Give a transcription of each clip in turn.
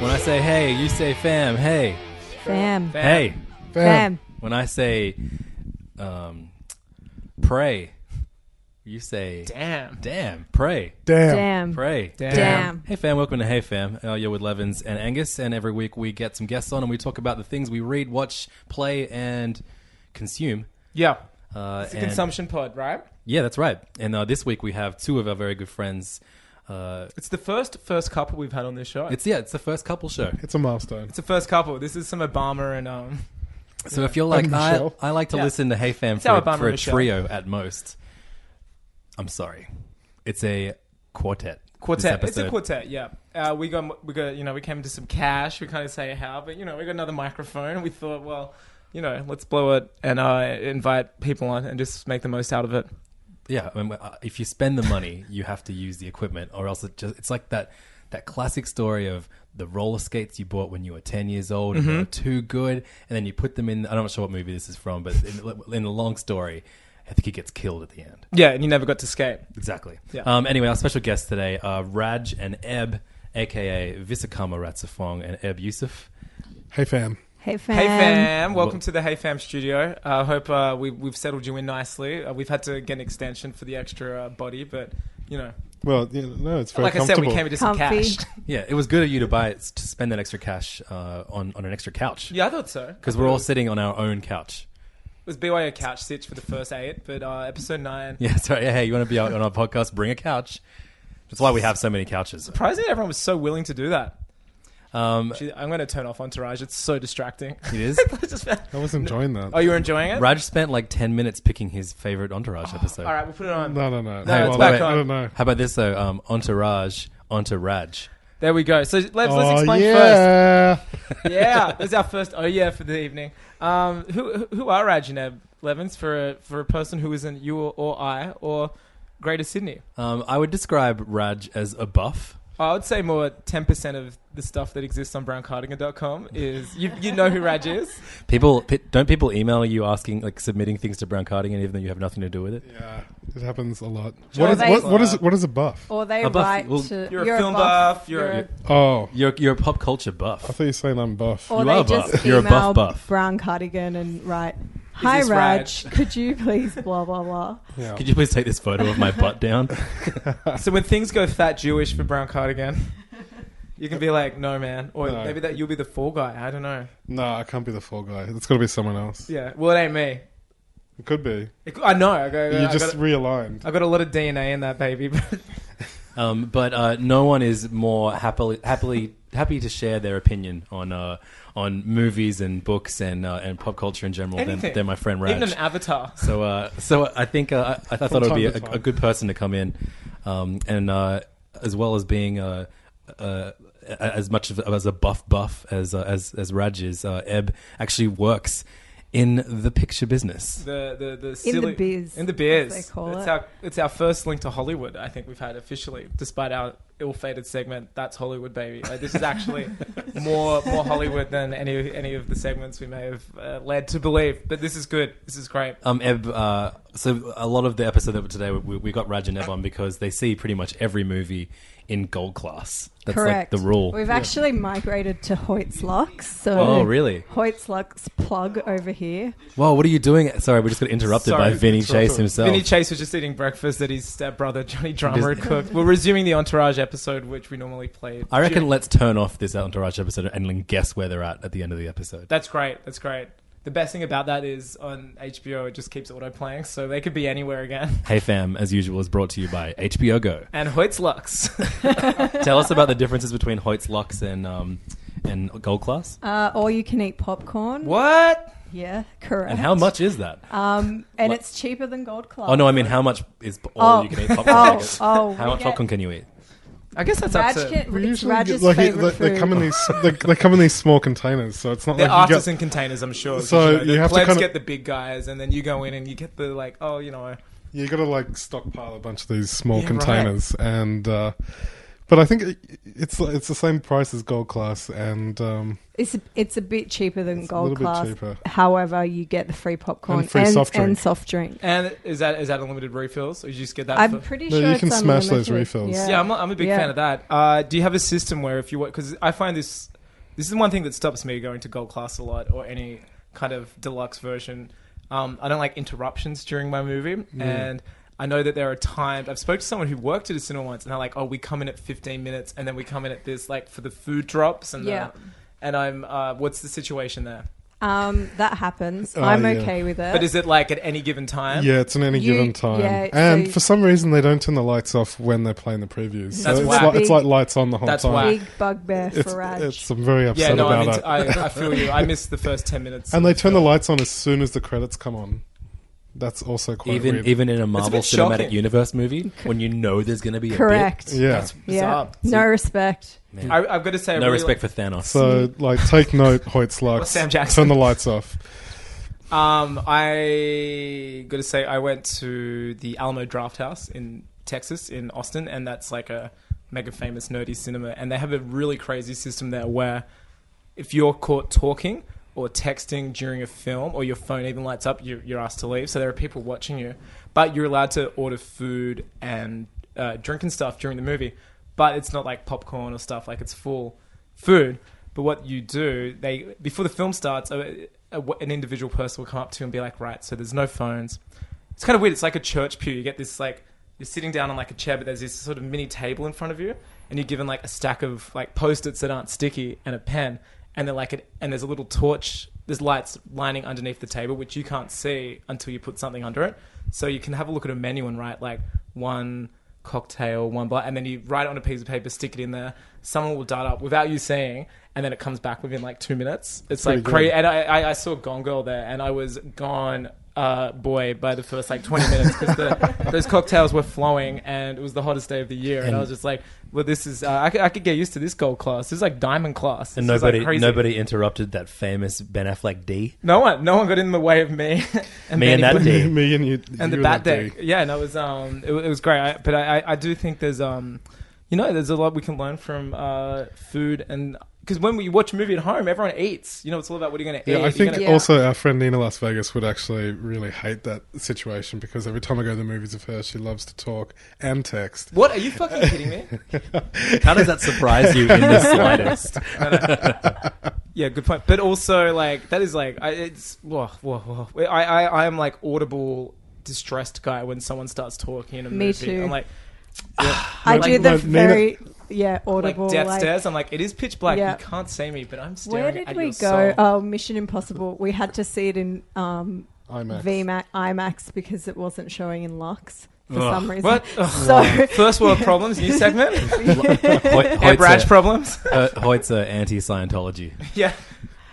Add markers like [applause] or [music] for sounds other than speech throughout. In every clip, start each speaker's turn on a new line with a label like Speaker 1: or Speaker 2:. Speaker 1: When I say hey, you say fam. Hey,
Speaker 2: Fam.
Speaker 1: hey.
Speaker 2: Fam.
Speaker 1: When I say um, pray, you say
Speaker 3: Damn.
Speaker 1: damn. Pray,
Speaker 4: Damn.
Speaker 2: Damn.
Speaker 1: pray.
Speaker 2: Damn.
Speaker 1: Hey fam, welcome to Hey Fam. Uh, you're with Levins and Angus, and every week we get some guests on and we talk about the things we read, watch, play, and consume.
Speaker 3: Yeah.
Speaker 1: Uh,
Speaker 3: It's a
Speaker 1: and-
Speaker 3: consumption pod, right?
Speaker 1: Yeah, that's right. And uh, this week we have two of our very good friends. Uh,
Speaker 3: It's the first first couple we've had on this show. It's
Speaker 1: it's yeah, it's the first couple show.
Speaker 4: It's a milestone.
Speaker 3: the first couple. This is some Obama and um.
Speaker 1: So if you're like
Speaker 4: And
Speaker 1: I,
Speaker 4: Michelle.
Speaker 1: I like to
Speaker 3: Yeah.
Speaker 1: listen to Hey Fam
Speaker 3: It's our
Speaker 1: for,
Speaker 3: bummer,
Speaker 1: for a
Speaker 3: Michelle.
Speaker 1: trio at most. I'm sorry, it's a quartet. this
Speaker 3: Quartet. It's a
Speaker 1: episode.
Speaker 3: quartet. Yeah. Uh, we got we got you know we came to some cash. We can't say how, but you know we got another microphone. We thought, well, you know, let's blow it and uh, invite people on and just make the most out of it.
Speaker 1: Yeah, I mean, uh, if you spend the money, you have to use the equipment, or else it just, it's like that that classic story of the roller skates you bought when you were 10 years old and they
Speaker 3: Mm-hmm.
Speaker 1: were too good, and then you put them in. I'm not sure what movie this is from, but in, in the long story, I think he gets killed at the end.
Speaker 3: Yeah, and you never got to skate.
Speaker 1: Exactly.
Speaker 3: Yeah.
Speaker 1: Um, anyway, our special guests today are Raj and Eb, aka Visakama Ratsafong and Eb Yusuf.
Speaker 4: Hey, fam.
Speaker 2: Hey fam.
Speaker 3: Hey fam, welcome
Speaker 1: Well-
Speaker 3: to the Hey Fam studio. I uh, hope uh, we, we've settled you in nicely. Uh, we've had to get an extension for the extra uh, body, but you know,
Speaker 4: Well, you know, no, it's very
Speaker 3: like I said,
Speaker 4: comfortable.
Speaker 3: we came into some
Speaker 2: Comfy.
Speaker 3: cash.
Speaker 1: [laughs] Yeah, it was good of you to buy it to spend that extra cash uh, on on an extra couch
Speaker 3: yeah, I thought so.
Speaker 1: because we're all sitting on our own couch.
Speaker 3: It
Speaker 1: [laughs]
Speaker 3: was BYO couch sitch for the first eight, but uh, episode nine.
Speaker 1: Yeah, sorry. Hey, you want to be on on our podcast? Bring a couch. That's why we have so many couches.
Speaker 3: Surprisingly, everyone was so willing to do that.
Speaker 1: Um,
Speaker 3: Gee, I'm going to turn off Entourage. It's so [laughs] distracting.
Speaker 1: it is.
Speaker 4: I was enjoying that.
Speaker 3: oh, you were enjoying it? Oh,
Speaker 1: Raj spent like ten minutes picking his favorite Entourage episode.
Speaker 3: All right, we'll put it on.
Speaker 4: No, no, no.
Speaker 1: Hey,
Speaker 3: it's
Speaker 4: well,
Speaker 3: back
Speaker 4: I
Speaker 3: on.
Speaker 4: don't know.
Speaker 1: How about this though? Um, Entourage, Entourage.
Speaker 3: There we go. So let's, let's explain
Speaker 4: Oh, yeah. [laughs]
Speaker 3: first. Yeah, this is our first. Oh yeah, for the evening. Um, who who- who are Raj and Eb Levins for a, for a person who isn't you or, or I or Greater Sydney?
Speaker 1: Um, I would describe Raj as a buff.
Speaker 3: I would say more ten percent of the stuff that exists on browncardigan.com is you, you know who Raj is.
Speaker 1: People pe- don't people email you asking like submitting things to Brown Cardigan even though you have nothing to do with it.
Speaker 4: Yeah, it happens a lot.
Speaker 3: Sure,
Speaker 4: What is,
Speaker 2: they-
Speaker 4: what, what is what is a buff?
Speaker 2: Or they
Speaker 1: A buff-
Speaker 2: write
Speaker 1: well,
Speaker 2: to
Speaker 3: You're a film buff, you're a-
Speaker 4: Oh,
Speaker 1: You're you're a pop culture
Speaker 4: I
Speaker 1: buff.
Speaker 4: thought you were saying I'm buff.
Speaker 2: or
Speaker 1: You
Speaker 2: they
Speaker 1: are a buff.
Speaker 2: just
Speaker 1: You're a
Speaker 2: email
Speaker 1: buff buff.
Speaker 2: brown cardigan and write, "Hi
Speaker 3: this
Speaker 2: Raj,
Speaker 3: Raj?" [laughs]
Speaker 2: could you please blah blah blah."
Speaker 4: Yeah.
Speaker 1: Could you please take this photo of my
Speaker 4: [laughs]
Speaker 1: butt down?
Speaker 3: [laughs] So when things go fat Jewish for brown cardigan, you can be like, no man, or
Speaker 4: No.
Speaker 3: maybe that you'll be the fall guy. I don't know.
Speaker 4: no, I can't be the full guy. It's got to be someone else.
Speaker 3: Yeah, well it ain't me.
Speaker 4: It could be.
Speaker 3: It, I know. I got, I,
Speaker 4: you
Speaker 3: got,
Speaker 4: just realigned.
Speaker 3: I got a lot of DNA in that baby. [laughs] But
Speaker 1: Um, but uh, no one is more happily happily happy to share their opinion on uh, on movies and books and uh, and pop culture in general than,
Speaker 3: Anything.
Speaker 1: than my friend
Speaker 3: even an
Speaker 1: Raj.
Speaker 3: avatar.
Speaker 1: So uh, so I think uh, I, I thought it would
Speaker 4: time
Speaker 1: be
Speaker 4: to
Speaker 1: a,
Speaker 4: time.
Speaker 1: a good person to come in, um, and uh, as well as being uh, uh, a- as much of, as a buff buff as uh, as as Raj is, uh, Eb actually works in the picture business.
Speaker 3: The the the
Speaker 2: In
Speaker 3: silly,
Speaker 2: the biz.
Speaker 3: in the
Speaker 2: as
Speaker 3: biz.
Speaker 2: They call
Speaker 3: it's
Speaker 2: it.
Speaker 3: our it's our first link to Hollywood. I think we've had officially, despite our ill-fated segment. That's Hollywood, baby. Like, this is actually
Speaker 4: [laughs]
Speaker 3: more more Hollywood than any any of the segments we may have uh, led to believe. But this is good. This is great.
Speaker 1: Um, Eb, uh, so a lot of the episode that today we, we got Raj and Eb on because they see pretty much every movie in gold class. That's
Speaker 2: Correct.
Speaker 1: like the rule.
Speaker 2: We've actually migrated to Hoyt's Locks. So
Speaker 1: Oh, really?
Speaker 2: Hoyt's Locks plug over here.
Speaker 1: Whoa, what are you doing? Sorry, we just got interrupted
Speaker 3: Sorry,
Speaker 1: by Vinny
Speaker 4: interrupted.
Speaker 1: Chase himself.
Speaker 3: Vinny Chase was just eating breakfast that his stepbrother Johnny Drummer had cooked. We're resuming the Entourage episode, which we normally play.
Speaker 1: I reckon
Speaker 3: during-
Speaker 1: let's turn off this Entourage episode and then guess where they're at at the end of the episode.
Speaker 3: That's great. That's great. The best thing about that is on HBO, it just keeps auto playing, so they could be anywhere again. [laughs]
Speaker 1: Hey Fam, as usual, is brought to you by HBO Go.
Speaker 3: And Hoyt's Lux. [laughs]
Speaker 1: Tell us about the differences between Hoyt's Lux and um, and Gold Class,
Speaker 2: Uh, or you can eat popcorn.
Speaker 3: what?
Speaker 2: Yeah, correct.
Speaker 1: and how much is that?
Speaker 2: Um, and
Speaker 1: What?
Speaker 2: it's cheaper than Gold Club.
Speaker 1: Oh no, I mean how much is all
Speaker 2: Oh.
Speaker 1: you can eat popcorn?
Speaker 2: Oh,
Speaker 1: tickets?
Speaker 2: oh,
Speaker 1: how
Speaker 2: we
Speaker 1: much
Speaker 2: get-
Speaker 1: popcorn can you eat?
Speaker 3: I guess that's
Speaker 2: Raj
Speaker 3: up to.
Speaker 2: can,
Speaker 4: We
Speaker 2: it's
Speaker 4: usually
Speaker 2: Raj's
Speaker 4: get- like, it-
Speaker 2: favorite
Speaker 4: like,
Speaker 2: food.
Speaker 4: they come in
Speaker 2: [laughs]
Speaker 4: these they, they come in these small containers, so it's not
Speaker 3: They're
Speaker 4: like you
Speaker 3: artisan
Speaker 4: get,
Speaker 3: containers, I'm sure.
Speaker 4: So
Speaker 3: So you, know,
Speaker 4: you
Speaker 3: the
Speaker 4: have to
Speaker 3: plebs
Speaker 4: kinda-
Speaker 3: get the big guys, and then you go in and you get the like, oh, you know,
Speaker 4: you got to like stockpile a bunch of these small
Speaker 3: Yeah, right.
Speaker 4: containers, and uh, but I think it, it's it's the same price as Gold Class, and um,
Speaker 2: It's a, it's a bit cheaper than
Speaker 4: It's a
Speaker 2: Gold
Speaker 4: little bit
Speaker 2: Class.
Speaker 4: cheaper.
Speaker 2: However, you get the free popcorn
Speaker 4: And free soft drink.
Speaker 2: and soft drink.
Speaker 3: and is that is that unlimited refills, or you just get that?
Speaker 2: I'm
Speaker 3: for-
Speaker 2: pretty
Speaker 4: No,
Speaker 2: sure
Speaker 4: you
Speaker 2: it's
Speaker 4: can smash those
Speaker 2: unlimited.
Speaker 4: refills.
Speaker 2: Yeah,
Speaker 3: Yeah, I'm a, I'm a big
Speaker 2: Yeah.
Speaker 3: fan of that. Uh, do you have a system where if you because I find this this is one thing that stops me going to gold class a lot or any kind of deluxe version. Um, I don't like interruptions during my movie, and I know that there are times I've spoke to someone who worked at a cinema once, and they're like, "Oh, we come in at 15 minutes, and then we come in at this like for the food drops and the-
Speaker 2: Yeah.
Speaker 3: and I'm uh, what's the situation there?
Speaker 2: Um, that happens.
Speaker 4: Oh,
Speaker 2: I'm
Speaker 4: yeah.
Speaker 2: okay with it.
Speaker 3: But is it like at any given time?
Speaker 4: yeah, it's in any
Speaker 2: You-
Speaker 4: given time.
Speaker 2: yeah,
Speaker 4: and
Speaker 2: so-
Speaker 4: for some reason, they don't turn the lights off when they're playing the previews. So
Speaker 3: That's
Speaker 4: it's,
Speaker 3: whack.
Speaker 4: like, it's like lights on the whole
Speaker 3: That's
Speaker 4: time.
Speaker 3: whack.
Speaker 2: big bugbear
Speaker 4: It's,
Speaker 2: for Raj?
Speaker 4: it's- I'm very upset
Speaker 3: Yeah, no,
Speaker 4: about
Speaker 3: I'm
Speaker 4: that.
Speaker 3: into, I, I feel you. I missed the first 10 minutes.
Speaker 4: and they turn the lights on as soon as the credits come on. That's also quite
Speaker 1: Even
Speaker 4: weird.
Speaker 1: even in a Marvel
Speaker 3: bit
Speaker 1: Cinematic
Speaker 3: shocking.
Speaker 1: Universe
Speaker 2: [laughs]
Speaker 1: movie, when you know there's going to be a bit,
Speaker 2: Correct.
Speaker 4: yeah.
Speaker 3: That's
Speaker 2: Yeah.
Speaker 3: bizarre.
Speaker 2: No respect.
Speaker 1: man,
Speaker 3: I, I've got to say, I
Speaker 1: no
Speaker 3: really-
Speaker 1: respect for Thanos.
Speaker 4: So, like, take note, Hoyt's Lux.
Speaker 3: Sam Jackson.
Speaker 4: Turn the lights off.
Speaker 3: Um, I gotta say, I went to the Alamo Draft House in Texas, in Austin, and that's like a mega famous nerdy cinema, and they have a really crazy system there where if you're caught talking or texting during a film, or your phone even lights up, you're, you're asked to leave. So there are people watching you, but you're allowed to order food and uh, drink and stuff during the movie. But it's not like popcorn or stuff; like it's full food. But what you do, they before the film starts, a, a, an individual person will come up to you and be like, "Right, so there's no phones." It's kind of weird. It's like a church pew. You get this like you're sitting down on like a chair, but there's this sort of mini table in front of you, and you're given like a stack of like post-its that aren't sticky and a pen, and they're like, a, and there's a little torch. There's lights lining underneath the table, which you can't see until you put something under it. So you can have a look at a menu and write like one cocktail, one blah, and then you write it on a piece of paper, stick it in there. Someone will dart up without you seeing, and then it comes back within like two minutes. It's
Speaker 4: Pretty
Speaker 3: like crazy.
Speaker 4: good.
Speaker 3: And I, I, I saw Gone Girl there, and I was gone, uh, boy, by the first like twenty minutes
Speaker 4: [laughs]
Speaker 3: because those cocktails were flowing, and it was the hottest day of the year. And, I
Speaker 1: And-
Speaker 3: was just like, "Well, this is uh, I, could, I could get used to this gold class. This is like diamond class." This
Speaker 1: and
Speaker 3: is, like,
Speaker 1: nobody
Speaker 3: crazy.
Speaker 1: nobody interrupted that famous Ben
Speaker 3: [laughs]
Speaker 1: Affleck D.
Speaker 3: no one, no one got in the way of me. [laughs] and
Speaker 1: Me and
Speaker 3: Benny
Speaker 1: that
Speaker 3: Blue.
Speaker 1: day.
Speaker 4: [laughs] Me and you.
Speaker 3: and
Speaker 4: you
Speaker 3: the bat
Speaker 4: that
Speaker 3: deck. Yeah, and it was um, it, wa- it was great. I, but I, I, I do think there's um, you know, there's a lot we can learn from uh, food and because when we watch a movie at home, everyone eats. You know, it's all about what you're going to eat.
Speaker 4: Yeah, I
Speaker 3: You're
Speaker 4: think
Speaker 3: gonna-
Speaker 2: Yeah.
Speaker 4: also our friend Nina Las Vegas would actually really hate that situation because every time I go to the movies with her, she loves to talk and text.
Speaker 3: What are you fucking kidding
Speaker 4: [laughs]
Speaker 3: me?
Speaker 1: [laughs] How does that surprise you in
Speaker 2: [laughs]
Speaker 1: the slightest?
Speaker 3: Yeah, good point. But also, like that is like I, it's whoa, whoa, whoa. I, I, I am like audible distressed guy when someone starts talking in a
Speaker 2: Me
Speaker 3: movie.
Speaker 2: too. [sighs]
Speaker 3: I'm like
Speaker 2: I
Speaker 4: Like-
Speaker 2: do the
Speaker 4: like Nina-
Speaker 2: very yeah audible
Speaker 3: like death
Speaker 2: like-
Speaker 3: stares. I'm like it is pitch black.
Speaker 2: Yeah.
Speaker 3: You can't see me, but I'm staring.
Speaker 2: Where did
Speaker 3: at
Speaker 2: we
Speaker 3: your
Speaker 2: go?
Speaker 3: soul.
Speaker 2: Oh, Mission Impossible. We had to see it in um,
Speaker 4: IMAX.
Speaker 2: VMAX, IMAX because it wasn't showing in Lux for
Speaker 1: Ugh.
Speaker 2: some reason.
Speaker 3: What?
Speaker 2: So
Speaker 3: [laughs] First world problems. New segment. Hey,
Speaker 1: Hoyt's
Speaker 3: Brad
Speaker 1: a- [laughs]
Speaker 3: problems.
Speaker 1: uh, Hoyt's a anti Scientology.
Speaker 3: [laughs] Yeah.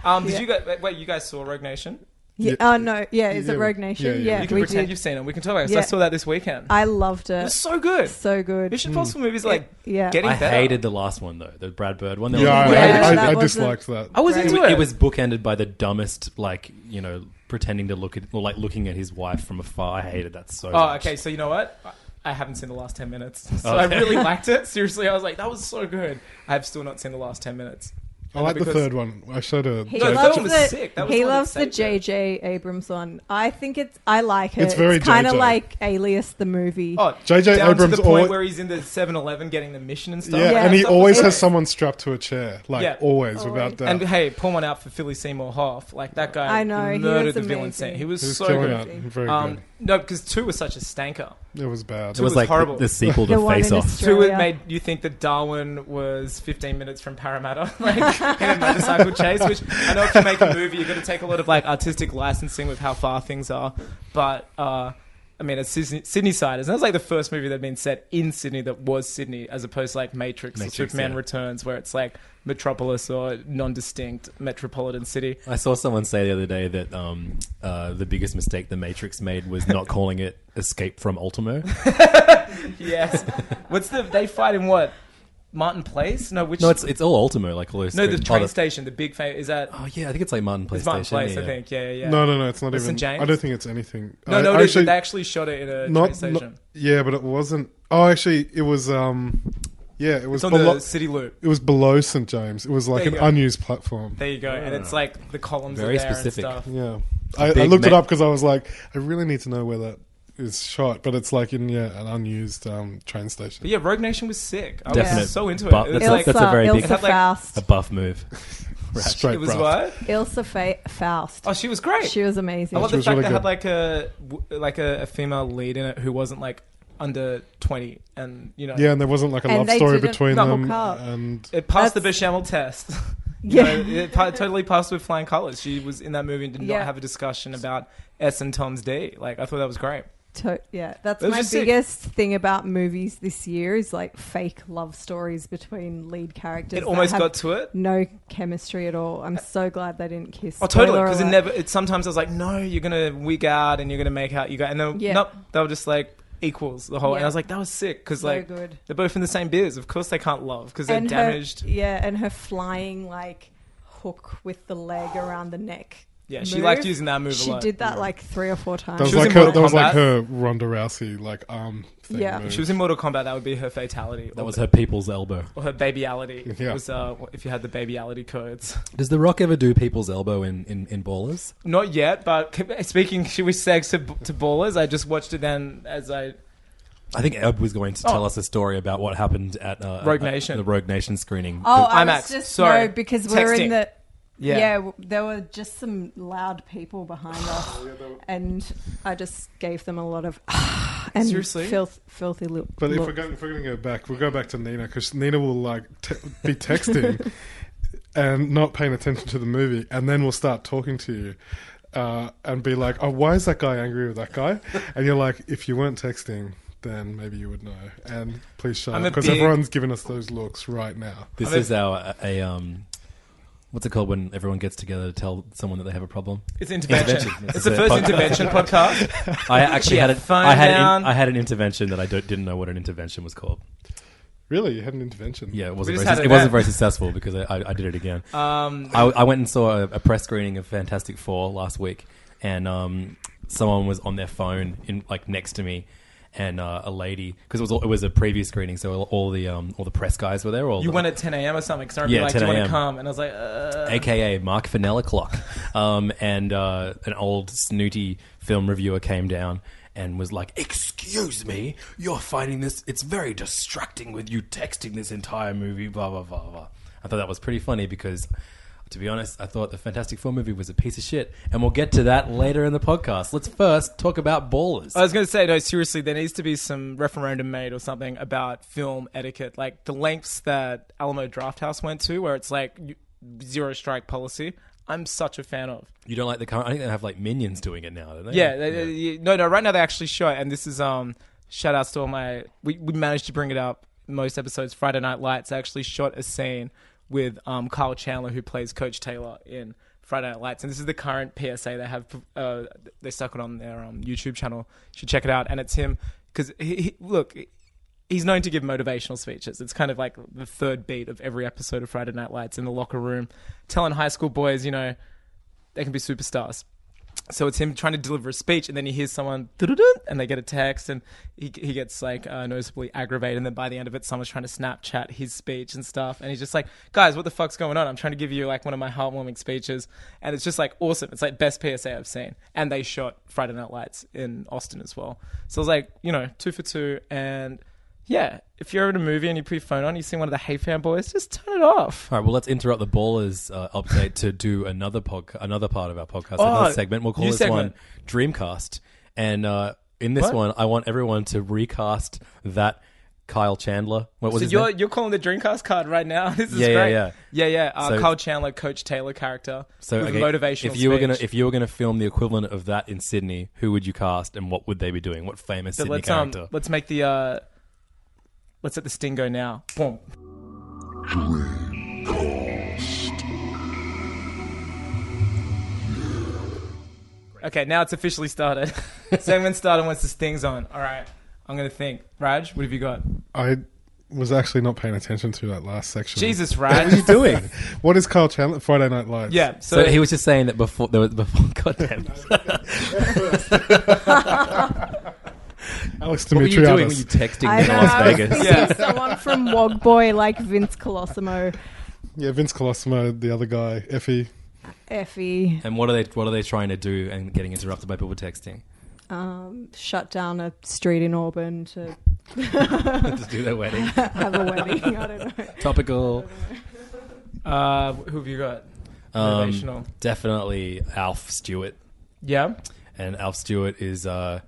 Speaker 3: Um, did
Speaker 2: Yeah.
Speaker 3: you guys wait, wait? You guys saw Rogue Nation?
Speaker 2: Yeah.
Speaker 4: Yeah.
Speaker 2: [laughs] Oh no. Yeah. Is
Speaker 4: Yeah,
Speaker 2: it
Speaker 4: we-
Speaker 2: Rogue Nation?
Speaker 4: yeah,
Speaker 2: Yeah.
Speaker 4: yeah.
Speaker 3: you can
Speaker 2: we
Speaker 3: pretend
Speaker 2: did.
Speaker 3: you've seen it. We can tell us. I
Speaker 2: Yeah.
Speaker 3: saw that this weekend.
Speaker 2: I loved
Speaker 3: it
Speaker 2: it.
Speaker 3: was so good.
Speaker 2: So good.
Speaker 3: Mission
Speaker 4: Hmm.
Speaker 3: Impossible movies are, like
Speaker 2: yeah.
Speaker 3: getting
Speaker 1: I
Speaker 3: better.
Speaker 1: hated the last one though, the Brad Bird one. There
Speaker 4: Yeah, I,
Speaker 1: was-
Speaker 2: Yeah,
Speaker 4: I, I,
Speaker 2: that
Speaker 4: I
Speaker 2: wasn't-
Speaker 4: disliked that.
Speaker 3: I was
Speaker 2: Right.
Speaker 3: into
Speaker 1: it,
Speaker 3: it.
Speaker 1: was bookended by the dumbest, like you know, pretending to look at or like looking at his wife from afar. I hated that so.
Speaker 3: Oh,
Speaker 1: much.
Speaker 3: okay. So you know what? I haven't seen the last ten
Speaker 1: [laughs]
Speaker 3: minutes, so
Speaker 1: Okay.
Speaker 3: I really liked it. Seriously, I was like, that was so good. I have still not seen the last ten minutes.
Speaker 4: I like the
Speaker 3: Because-
Speaker 4: third one. I showed a.
Speaker 2: He
Speaker 3: No,
Speaker 4: joke.
Speaker 3: that
Speaker 2: loves
Speaker 3: one was
Speaker 2: the,
Speaker 3: sick. That was
Speaker 2: he
Speaker 3: the one that
Speaker 2: loves the
Speaker 3: saved it.
Speaker 2: JJ Abrams one. I think it's I like it.
Speaker 4: It's very
Speaker 2: kind of
Speaker 4: JJ.
Speaker 2: like Alias the movie.
Speaker 3: Oh,
Speaker 4: J.J.
Speaker 3: down
Speaker 4: Abrams
Speaker 3: to the point
Speaker 4: alwa-
Speaker 3: where he's in the 7-Eleven getting the mission and stuff.
Speaker 4: yeah,
Speaker 2: Yeah.
Speaker 4: and he
Speaker 3: That was
Speaker 4: always
Speaker 3: great.
Speaker 4: has someone strapped to a chair, like
Speaker 3: Yeah.
Speaker 4: always,
Speaker 2: Always.
Speaker 4: without doubt.
Speaker 3: And hey, pour one out for Philly Seymour Hoff. Like that guy,
Speaker 2: I know, he
Speaker 3: murdered
Speaker 2: was
Speaker 3: the villain
Speaker 2: amazing.
Speaker 3: scene. He was,
Speaker 4: He was
Speaker 3: so
Speaker 4: killing
Speaker 3: good.
Speaker 4: it. Very
Speaker 3: Um, no, because two was such a stanker.
Speaker 4: good. It was bad.
Speaker 1: it was,
Speaker 3: was
Speaker 1: like
Speaker 3: horrible.
Speaker 1: The,
Speaker 2: [laughs]
Speaker 1: the sequel
Speaker 2: The
Speaker 1: to
Speaker 2: one in
Speaker 1: Face Off.
Speaker 2: Australia.
Speaker 3: Two it made you think that Darwin was 15 minutes from Parramatta, [laughs] like in a motorcycle chase. Which I know if you make a movie, you've got to take a lot of like artistic licensing with how far things are. But uh, I mean, it's Sydney, Sydney siders. And that was like the first movie that had been set in Sydney that was Sydney, as opposed to like Matrix,
Speaker 1: Matrix,
Speaker 3: or Superman
Speaker 1: yeah.
Speaker 3: Returns, where it's like metropolis or non-distinct metropolitan
Speaker 1: [laughs]
Speaker 3: city.
Speaker 1: I saw someone say the other day that um, uh, the biggest mistake the Matrix made was not calling it Escape from Ultimo.
Speaker 3: Yes. What's the? They fight in what? Martin Place? No, which?
Speaker 1: No, it's it's all Ultimo, like all those.
Speaker 3: no, the
Speaker 1: three-
Speaker 3: train
Speaker 1: oh,
Speaker 3: station. The big fame is that.
Speaker 1: Oh yeah, I think it's like Martin Place
Speaker 3: It's Martin Place,
Speaker 1: Station. yeah,
Speaker 3: I
Speaker 1: yeah.
Speaker 3: think. Yeah, yeah. yeah.
Speaker 4: No, no, no. It's not
Speaker 3: It's
Speaker 4: even.
Speaker 3: St. James?
Speaker 4: I don't think it's anything.
Speaker 3: No,
Speaker 4: I,
Speaker 3: no, it is, but
Speaker 4: I actually,
Speaker 3: they actually shot it in a train
Speaker 4: not,
Speaker 3: station.
Speaker 4: not. Yeah, but it wasn't. Oh, actually, it was. Um, yeah, it was.
Speaker 3: it's on
Speaker 4: belo-
Speaker 3: the city loop.
Speaker 4: it was below St James. It was like
Speaker 3: There
Speaker 4: an
Speaker 3: you go.
Speaker 4: unused platform.
Speaker 3: There you go, and it's like the columns
Speaker 1: Very
Speaker 3: are there
Speaker 1: specific.
Speaker 3: and stuff.
Speaker 4: Yeah, I, I
Speaker 1: Big
Speaker 4: looked it
Speaker 1: ma-
Speaker 4: up because I was like, I really need to know where that is shot. But it's like in yeah an unused um, train station.
Speaker 3: But yeah, Rogue Nation was sick. I
Speaker 1: Definite
Speaker 3: was so into it.
Speaker 1: buff-
Speaker 3: it
Speaker 1: that's
Speaker 3: was
Speaker 1: a-
Speaker 3: like
Speaker 1: that's a very
Speaker 2: Ilsa
Speaker 1: big-
Speaker 3: It had, like,
Speaker 2: Faust.
Speaker 1: A buff move.
Speaker 4: [laughs] Straight.
Speaker 3: it was
Speaker 4: bruv.
Speaker 3: what?
Speaker 2: Ilsa Fa- Faust.
Speaker 3: Oh, she was great.
Speaker 2: She was amazing.
Speaker 3: I love
Speaker 4: She
Speaker 3: the
Speaker 4: was
Speaker 3: fact they
Speaker 4: really good.
Speaker 3: had like a w- like a, a female lead in it who wasn't like under twenty, and you know,
Speaker 4: Yeah, and there wasn't like a
Speaker 2: And
Speaker 4: love
Speaker 2: they
Speaker 4: story
Speaker 2: didn't
Speaker 4: between
Speaker 2: double
Speaker 4: them.
Speaker 2: cup.
Speaker 4: And
Speaker 3: it passed the
Speaker 2: That's-
Speaker 3: bechamel test. [laughs] You
Speaker 2: yeah.
Speaker 3: know, it pa- totally passed with flying colors. She was in that movie and did
Speaker 2: Yeah.
Speaker 3: not have a discussion about S and Tom's D. Like I thought that was great.
Speaker 2: To- yeah, that's
Speaker 3: Those
Speaker 2: my
Speaker 3: are sick.
Speaker 2: biggest thing about movies this year is like fake love stories between lead characters.
Speaker 3: It almost
Speaker 2: that
Speaker 3: got
Speaker 2: have
Speaker 3: to it.
Speaker 2: no chemistry at all. I'm so glad they didn't kiss.
Speaker 3: Oh, totally.
Speaker 2: Spoiler
Speaker 3: Because it
Speaker 2: alert.
Speaker 3: never. It sometimes I was like, no, you're gonna wig out and you're gonna make out. You got and then
Speaker 2: Yeah.
Speaker 3: nope. They were just like equals the whole. And
Speaker 2: Yeah.
Speaker 3: I was like, that was sick because
Speaker 2: so
Speaker 3: like
Speaker 2: good.
Speaker 3: they're both in the same biz. Of course they can't love because they're damaged.
Speaker 2: Her, yeah, and her flying like hook with the leg around the neck.
Speaker 3: yeah, she
Speaker 2: move.
Speaker 3: liked using that move.
Speaker 2: She
Speaker 3: a lot.
Speaker 2: did that like three or four times.
Speaker 4: that was,
Speaker 3: She was
Speaker 4: like
Speaker 3: in
Speaker 4: her.
Speaker 3: Mortal
Speaker 4: That was like
Speaker 3: Kombat.
Speaker 4: her Ronda Rousey like arm. Thing
Speaker 2: Yeah.
Speaker 4: move.
Speaker 3: If she was in Mortal Kombat. That would be her fatality.
Speaker 1: That
Speaker 3: or,
Speaker 1: was her people's elbow.
Speaker 3: Or her
Speaker 1: [laughs]
Speaker 3: babyality.
Speaker 4: Yeah.
Speaker 3: It was uh, if you had the babyality codes. [laughs]
Speaker 1: Does The Rock ever do people's elbow in in, in ballers?
Speaker 3: Not yet, but speaking. She was sex to, to ballers. I just watched it then as I.
Speaker 1: I think Eb was going to tell
Speaker 3: Oh.
Speaker 1: us a story about what happened at uh,
Speaker 3: Rogue
Speaker 1: at
Speaker 3: Nation.
Speaker 1: the Rogue Nation screening.
Speaker 2: oh, I
Speaker 3: IMAX,
Speaker 2: was just
Speaker 3: sorry.
Speaker 2: no because we were
Speaker 3: Texting.
Speaker 2: in the yeah. w there were just some loud people behind
Speaker 4: Oh,
Speaker 2: us, and I just gave them a lot of [sighs] and
Speaker 3: Seriously?
Speaker 2: filth, filthy look.
Speaker 4: But if
Speaker 2: look.
Speaker 4: we're going, if we're going to go back, we'll go back to Nina because Nina will like te- be texting and not paying attention to the movie, and then we'll start talking to you uh, and be like, "Oh, why is that guy angry with that guy?" And you're like, "If you weren't texting, then maybe you would know." And please shut up
Speaker 3: I'm a
Speaker 4: because
Speaker 3: big-
Speaker 4: everyone's giving us those looks right now.
Speaker 1: This is our a, um, what's it called when everyone gets together to tell someone that they have a problem?
Speaker 3: It's intervention.
Speaker 1: Intervention.
Speaker 3: It's the first
Speaker 1: Podcast.
Speaker 3: intervention podcast.
Speaker 1: [laughs] I actually
Speaker 3: She
Speaker 1: had
Speaker 3: had
Speaker 1: it.
Speaker 3: phone
Speaker 1: I had an,
Speaker 3: down.
Speaker 1: I had an intervention that I don't, didn't know what an intervention was called.
Speaker 4: Really, you had an intervention.
Speaker 1: Yeah, it wasn't
Speaker 3: just
Speaker 1: very,
Speaker 3: had
Speaker 1: sus-
Speaker 3: an
Speaker 1: it wasn't
Speaker 3: ad.
Speaker 1: very successful because I, I, I did it again.
Speaker 3: Um,
Speaker 1: I, I went and saw a, a press screening of Fantastic Four last week, and um, someone was on their phone in like next to me, and uh, a lady because it was all, it was a preview screening, so all, all the um, all the press guys were there. All
Speaker 3: you
Speaker 1: the,
Speaker 3: went at 10 a.m. or something. Because I remember
Speaker 1: Yeah,
Speaker 3: like, do you
Speaker 1: 10
Speaker 3: want
Speaker 1: a.m..
Speaker 3: to come? And I was like, uh,
Speaker 1: aka Mark Finella Clock, um, and uh, an old snooty film reviewer came down and was like, "Excuse me, you're finding this? It's very distracting with you texting this entire movie." Blah blah blah blah. I thought that was pretty funny because. To be honest, I thought the Fantastic Four movie was a piece of shit, and we'll get to that later in the podcast. Let's first talk about ballers.
Speaker 3: I was going to say, no, seriously, there needs to be some referendum made or something about film etiquette. Like the lengths that Alamo Drafthouse went to, where it's like you- zero strike policy. I'm such a fan of.
Speaker 1: you don't like the current? I think they have like minions doing it eh? now, don't they?
Speaker 3: Yeah, they- they- you- no, no. Right now they actually show it, and this is um shout outs to all my. We we managed to bring it up most episodes. Friday Night Lights actually shot a scene with um Kyle Chandler who plays Coach Taylor in Friday Night Lights, and this is the current PSA they have. Uh, they stuck it on their um, YouTube channel. You should check it out, and it's him because he, he, look, he's known to give motivational speeches. It's kind of like the third beat of every episode of Friday Night Lights in the locker room, telling high school boys, you know, they can be superstars. So it's him trying to deliver a speech, and then he hears someone, "Doo-doo-doo," and they get a text, and he, he gets like uh, noticeably aggravated. And then by the end of it, someone's trying to Snapchat his speech and stuff, and he's just like, "Guys, what the fuck's going on? I'm trying to give you like one of my heartwarming speeches, and it's just like awesome. It's like best PSA I've seen." And they shot Friday Night Lights in Austin as well, so it's like you know two for two. And yeah, if you're at a movie and you put your phone on, you see one of the Hey Fan boys, just turn it off.
Speaker 1: All right, well, let's interrupt the ballers uh, update to do another podcast, another part of our podcast,
Speaker 3: Oh,
Speaker 1: another segment. We'll call
Speaker 3: new
Speaker 1: this
Speaker 3: segment.
Speaker 1: one Dreamcast. And uh, in this
Speaker 3: What?
Speaker 1: one, I want everyone to recast that Kyle Chandler. What was
Speaker 3: So
Speaker 1: his
Speaker 3: you're
Speaker 1: name?
Speaker 3: you're calling the Dreamcast card right now. [laughs] This is
Speaker 1: Yeah, yeah,
Speaker 3: great.
Speaker 1: yeah.
Speaker 3: yeah, yeah. Uh,
Speaker 1: So-
Speaker 3: Kyle Chandler, Coach Taylor character.
Speaker 1: So
Speaker 3: with
Speaker 1: okay,
Speaker 3: motivational.
Speaker 1: If you were gonna,
Speaker 3: speech.
Speaker 1: if you were gonna film the equivalent of that in Sydney, who would you cast, and what would they be doing? What famous
Speaker 3: So
Speaker 1: Sydney
Speaker 3: let's
Speaker 1: character?
Speaker 3: um, let's make the uh, let's let the sting go now. Boom. Okay, now it's officially started. [laughs] Segment started once the sting's on. All right, I'm gonna think. Raj, what have you got?
Speaker 4: I was actually not paying attention to that last section. [laughs]
Speaker 3: Jesus, Raj.
Speaker 1: doing?
Speaker 4: What is Kyle Chandler? Friday Night Lights.
Speaker 3: Yeah.
Speaker 1: So, he was just saying that before there was [laughs] before. Goddamn.
Speaker 4: [laughs] Alex
Speaker 1: What were you doing? Were you
Speaker 4: Dimitriadis.
Speaker 1: texting
Speaker 2: I
Speaker 1: in
Speaker 2: know,
Speaker 1: Las
Speaker 2: I was [laughs]
Speaker 1: Vegas?
Speaker 2: thinking
Speaker 3: Yeah.
Speaker 2: someone from Wog Boy like Vince Colosimo,
Speaker 4: Yeah, Vince Colosimo, the other guy, Effie.
Speaker 2: Effie,
Speaker 1: And what are they? What are they trying to do? And getting interrupted by people texting
Speaker 2: um, shut down a street in
Speaker 3: [laughs]
Speaker 2: Auburn to [laughs]
Speaker 1: to do their wedding.
Speaker 2: have a wedding. [laughs] I don't know.
Speaker 1: Topical.
Speaker 3: Uh, who have you got?
Speaker 1: Um,
Speaker 3: Motivational.
Speaker 1: definitely Alf Stewart.
Speaker 3: Yeah.
Speaker 1: And Alf Stewart is uh,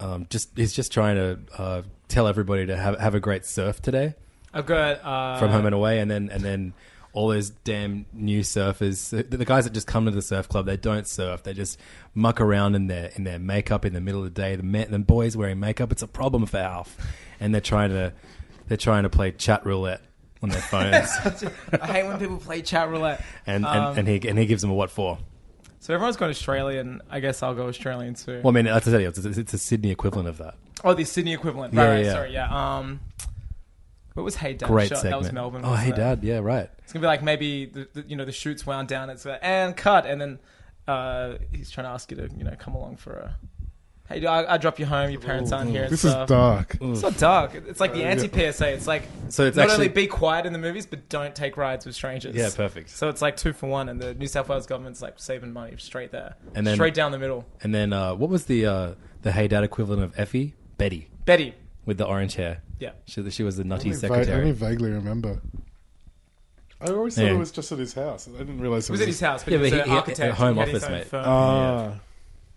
Speaker 1: um, just he's just trying to uh, tell everybody to have have a great surf today
Speaker 3: I've got uh,
Speaker 1: from home and away, and then and then all those damn new surfers, the, the guys that just come to the surf club, they don't surf. They just muck around in their in their makeup in the middle of the day. The men, the boys wearing makeup, it's a problem for Alf, and they're trying to they're trying to play chat roulette on
Speaker 3: [laughs]
Speaker 1: their phones,
Speaker 3: I hate when people play chat roulette.
Speaker 1: and,
Speaker 3: Um,
Speaker 1: and and he and he gives them a what for.
Speaker 3: So everyone's gone Australian. I guess I'll go Australian too.
Speaker 1: Well, I mean, that's I tell you, it's, it's, it's a Sydney equivalent of that.
Speaker 3: Oh, the Sydney equivalent.
Speaker 1: Yeah,
Speaker 3: Right, right,
Speaker 1: yeah.
Speaker 3: sorry, yeah. Um, what was Hey Dad?
Speaker 1: Great
Speaker 3: shot?
Speaker 1: segment.
Speaker 3: That was Melbourne.
Speaker 1: Oh,
Speaker 3: wasn't
Speaker 1: hey
Speaker 3: it?
Speaker 1: dad, yeah, right.
Speaker 3: It's gonna be like maybe the, the you know the shoots wound down. It's like, and cut, and then uh, he's trying to ask you to you know come along for a. Hey, I, I drop you home. Your parents aren't here. and
Speaker 4: This
Speaker 3: stuff."
Speaker 4: is dark.
Speaker 3: It's not dark. It's like the anti PSA. It's like
Speaker 1: So it's
Speaker 3: not
Speaker 1: actually-
Speaker 3: only be quiet in the movies, but don't take rides with strangers.
Speaker 1: Yeah, perfect.
Speaker 3: So it's like two for one, and the New South Wales government's like saving money straight there,
Speaker 1: And then-
Speaker 3: straight down the middle.
Speaker 1: And then uh, what was the uh, the hey dad equivalent of Effie? Betty
Speaker 3: Betty,
Speaker 1: with the orange hair.
Speaker 3: yeah,
Speaker 1: She, she was the nutty
Speaker 4: I only, va- I
Speaker 1: secretary.
Speaker 4: only vaguely remember. I always thought
Speaker 1: Yeah.
Speaker 4: it was just at his house. I didn't realize
Speaker 3: it was at his house, but he was an architect.
Speaker 1: at home
Speaker 3: He had his
Speaker 1: office,
Speaker 3: own
Speaker 1: mate.
Speaker 3: firm.
Speaker 4: Ah,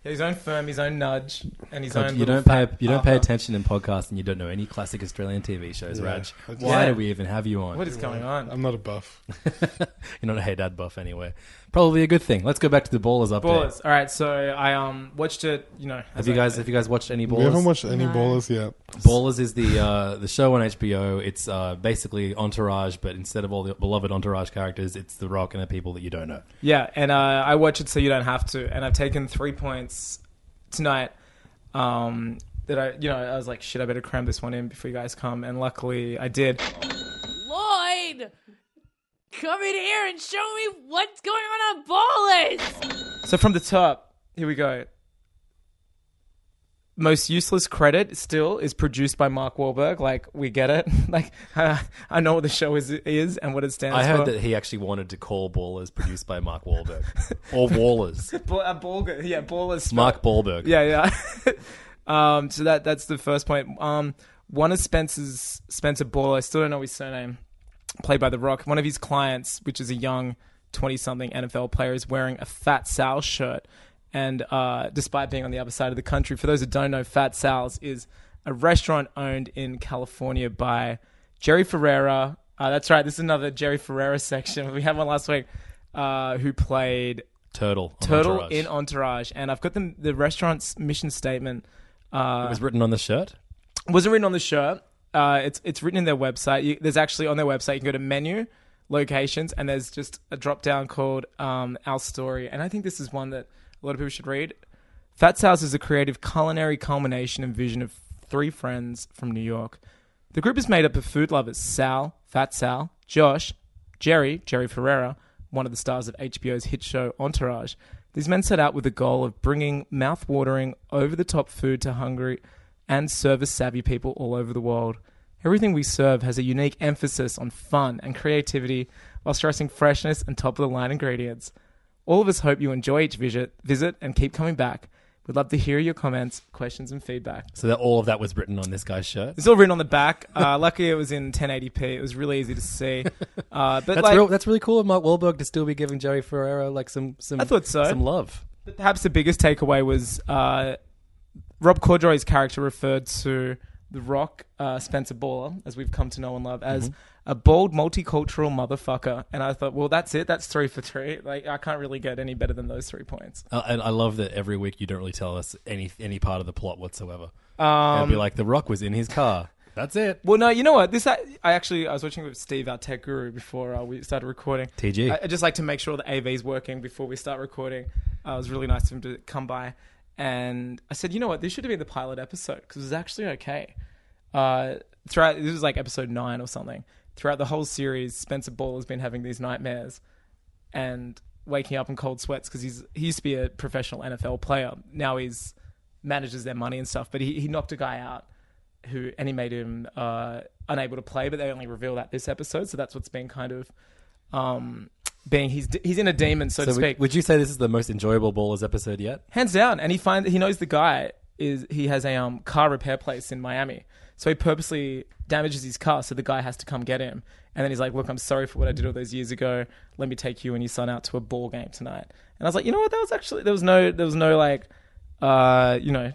Speaker 3: He had his own firm, his own nudge, and his
Speaker 1: God,
Speaker 3: own.
Speaker 1: you
Speaker 3: little
Speaker 1: don't pay
Speaker 3: fat
Speaker 1: you don't pay
Speaker 3: Arthur.
Speaker 1: attention in podcasts, and you don't know any classic Australian TV shows,
Speaker 4: Yeah.
Speaker 1: Raj.
Speaker 4: I just-
Speaker 1: Why
Speaker 3: Yeah.
Speaker 1: do we even have you on?
Speaker 3: What is going on?
Speaker 4: I'm not a buff.
Speaker 1: [laughs] You're not a hey dad buff anyway. Probably a good thing. Let's go back to the ballers update.
Speaker 3: Ballers. All right, so I um watched it. You know,
Speaker 1: Have you guys have you guys watched any
Speaker 4: We haven't
Speaker 1: ballers?
Speaker 4: watched any
Speaker 2: No.
Speaker 4: ballers yet.
Speaker 1: Ballers is the uh, the show on HBO. It's uh, basically Entourage, but instead of all the beloved Entourage characters, it's The Rock and the people that you don't know.
Speaker 3: Yeah, and uh, I watch it so you don't have to. And I've taken three points tonight. Um, that I, you know, I was like, shit, I better cram this one in before you guys come. And luckily, I did.
Speaker 5: Lloyd! Come in here and show me what's going on on Ballers!
Speaker 3: So from the top, here we go. Most useless credit still is produced by Mark Wahlberg. Like we get it. [laughs] like I, I know what the show is is and what it stands
Speaker 1: I heard
Speaker 3: for.
Speaker 1: that he actually wanted to call Ballers produced by Mark Wahlberg
Speaker 3: [laughs]
Speaker 1: or Wallers,
Speaker 3: Ball, uh, Ballger- yeah, ball is
Speaker 1: Mark Wahlberg.
Speaker 3: Yeah, [laughs] yeah. um, so that that's the first point. Um, one of Spencer's Spencer Ball, I still don't know his surname, played by The Rock. One of his clients, which is a young twenty-something NFL player, is wearing a Fat Sal shirt, and uh, despite being on the other side of the country, for those who don't know, Fat Sal's is a restaurant owned in California by Jerry Ferreira. Uh, that's right. This is another Jerry Ferreira section. [laughs] We had one last week. Uh, who played
Speaker 1: Turtle. on
Speaker 3: Turtle
Speaker 1: Entourage.
Speaker 3: in Entourage, and I've got the the restaurant's mission statement.
Speaker 1: it
Speaker 3: Uh,
Speaker 1: was written on the shirt.
Speaker 3: wasn't written on the shirt. Uh, it's it's written in their website. You, there's actually on their website. You can go to menu, locations, and there's just a drop down called um, Our Story. And I think this is one that a lot of people should read. Fats House is a creative culinary culmination and vision of three friends from New York. The group is made up of food lovers Sal, Fat Sal, Josh, Jerry, Jerry Ferreira, one of the stars of HBO's hit show Entourage. These men set out with the goal of bringing mouth-watering, over-the-top food to hungry and service-savvy people all over the world. Everything we serve has a unique emphasis on fun and creativity while stressing freshness and top-of-the-line ingredients. All of us hope you enjoy each visit, visit and keep coming back. We'd love to hear your comments, questions, and feedback.
Speaker 1: So that all of that was written on this guy's shirt.
Speaker 3: It's all written on the back. Uh, luckily, it was in 1080p. It was really easy to
Speaker 1: [laughs]
Speaker 3: see. Uh, but
Speaker 1: That's
Speaker 3: like,
Speaker 1: real, that's really cool of Mark Wahlberg to still be giving Jerry Ferrero like some some
Speaker 3: I thought so.
Speaker 1: some love.
Speaker 3: But perhaps the biggest takeaway was uh, Rob Corddry's character referred to The Rock, uh, Spencer Baller, as we've come to know and love, as
Speaker 1: Mm-hmm.
Speaker 3: a bold multicultural motherfucker. And I thought, well, that's it. That's three for three. Like, I can't really get any better than those three points.
Speaker 1: Uh, and I love that every week you don't really tell us any any part of the plot whatsoever. It'd
Speaker 3: Um,
Speaker 1: be like The Rock was in his car. That's it.
Speaker 3: well, no, you know what? This I, I actually I was watching with Steve, our tech guru, before uh, we started recording.
Speaker 1: TG.
Speaker 3: I, I just like to make sure the AV's working before we start recording. Uh, it was really nice of him to come by. And I said, you know what? This should have been the pilot episode because it was actually okay. Uh, throughout, this was like episode nine or something. Throughout the whole series, Spencer Ball has been having these nightmares and waking up in cold sweats because he's he used to be a professional NFL player. Now he's manages their money and stuff. But he, he knocked a guy out who and he made him uh, unable to play. But they only reveal that this episode, so that's what's been kind of um, being he's he's in a demon, so,
Speaker 1: so
Speaker 3: to
Speaker 1: would-
Speaker 3: speak,
Speaker 1: would you say this is the most enjoyable Ballers episode yet?
Speaker 3: hands down. And he finds he knows the guy is he has a um, car repair place in Miami, so he purposely damages his car, so the guy has to come get him. And then he's like, "Look, I'm sorry for what I did all those years ago. Let me take you and your son out to a ball game tonight." And I was like, "You know what? That was actually there was no there was no like, uh, you know,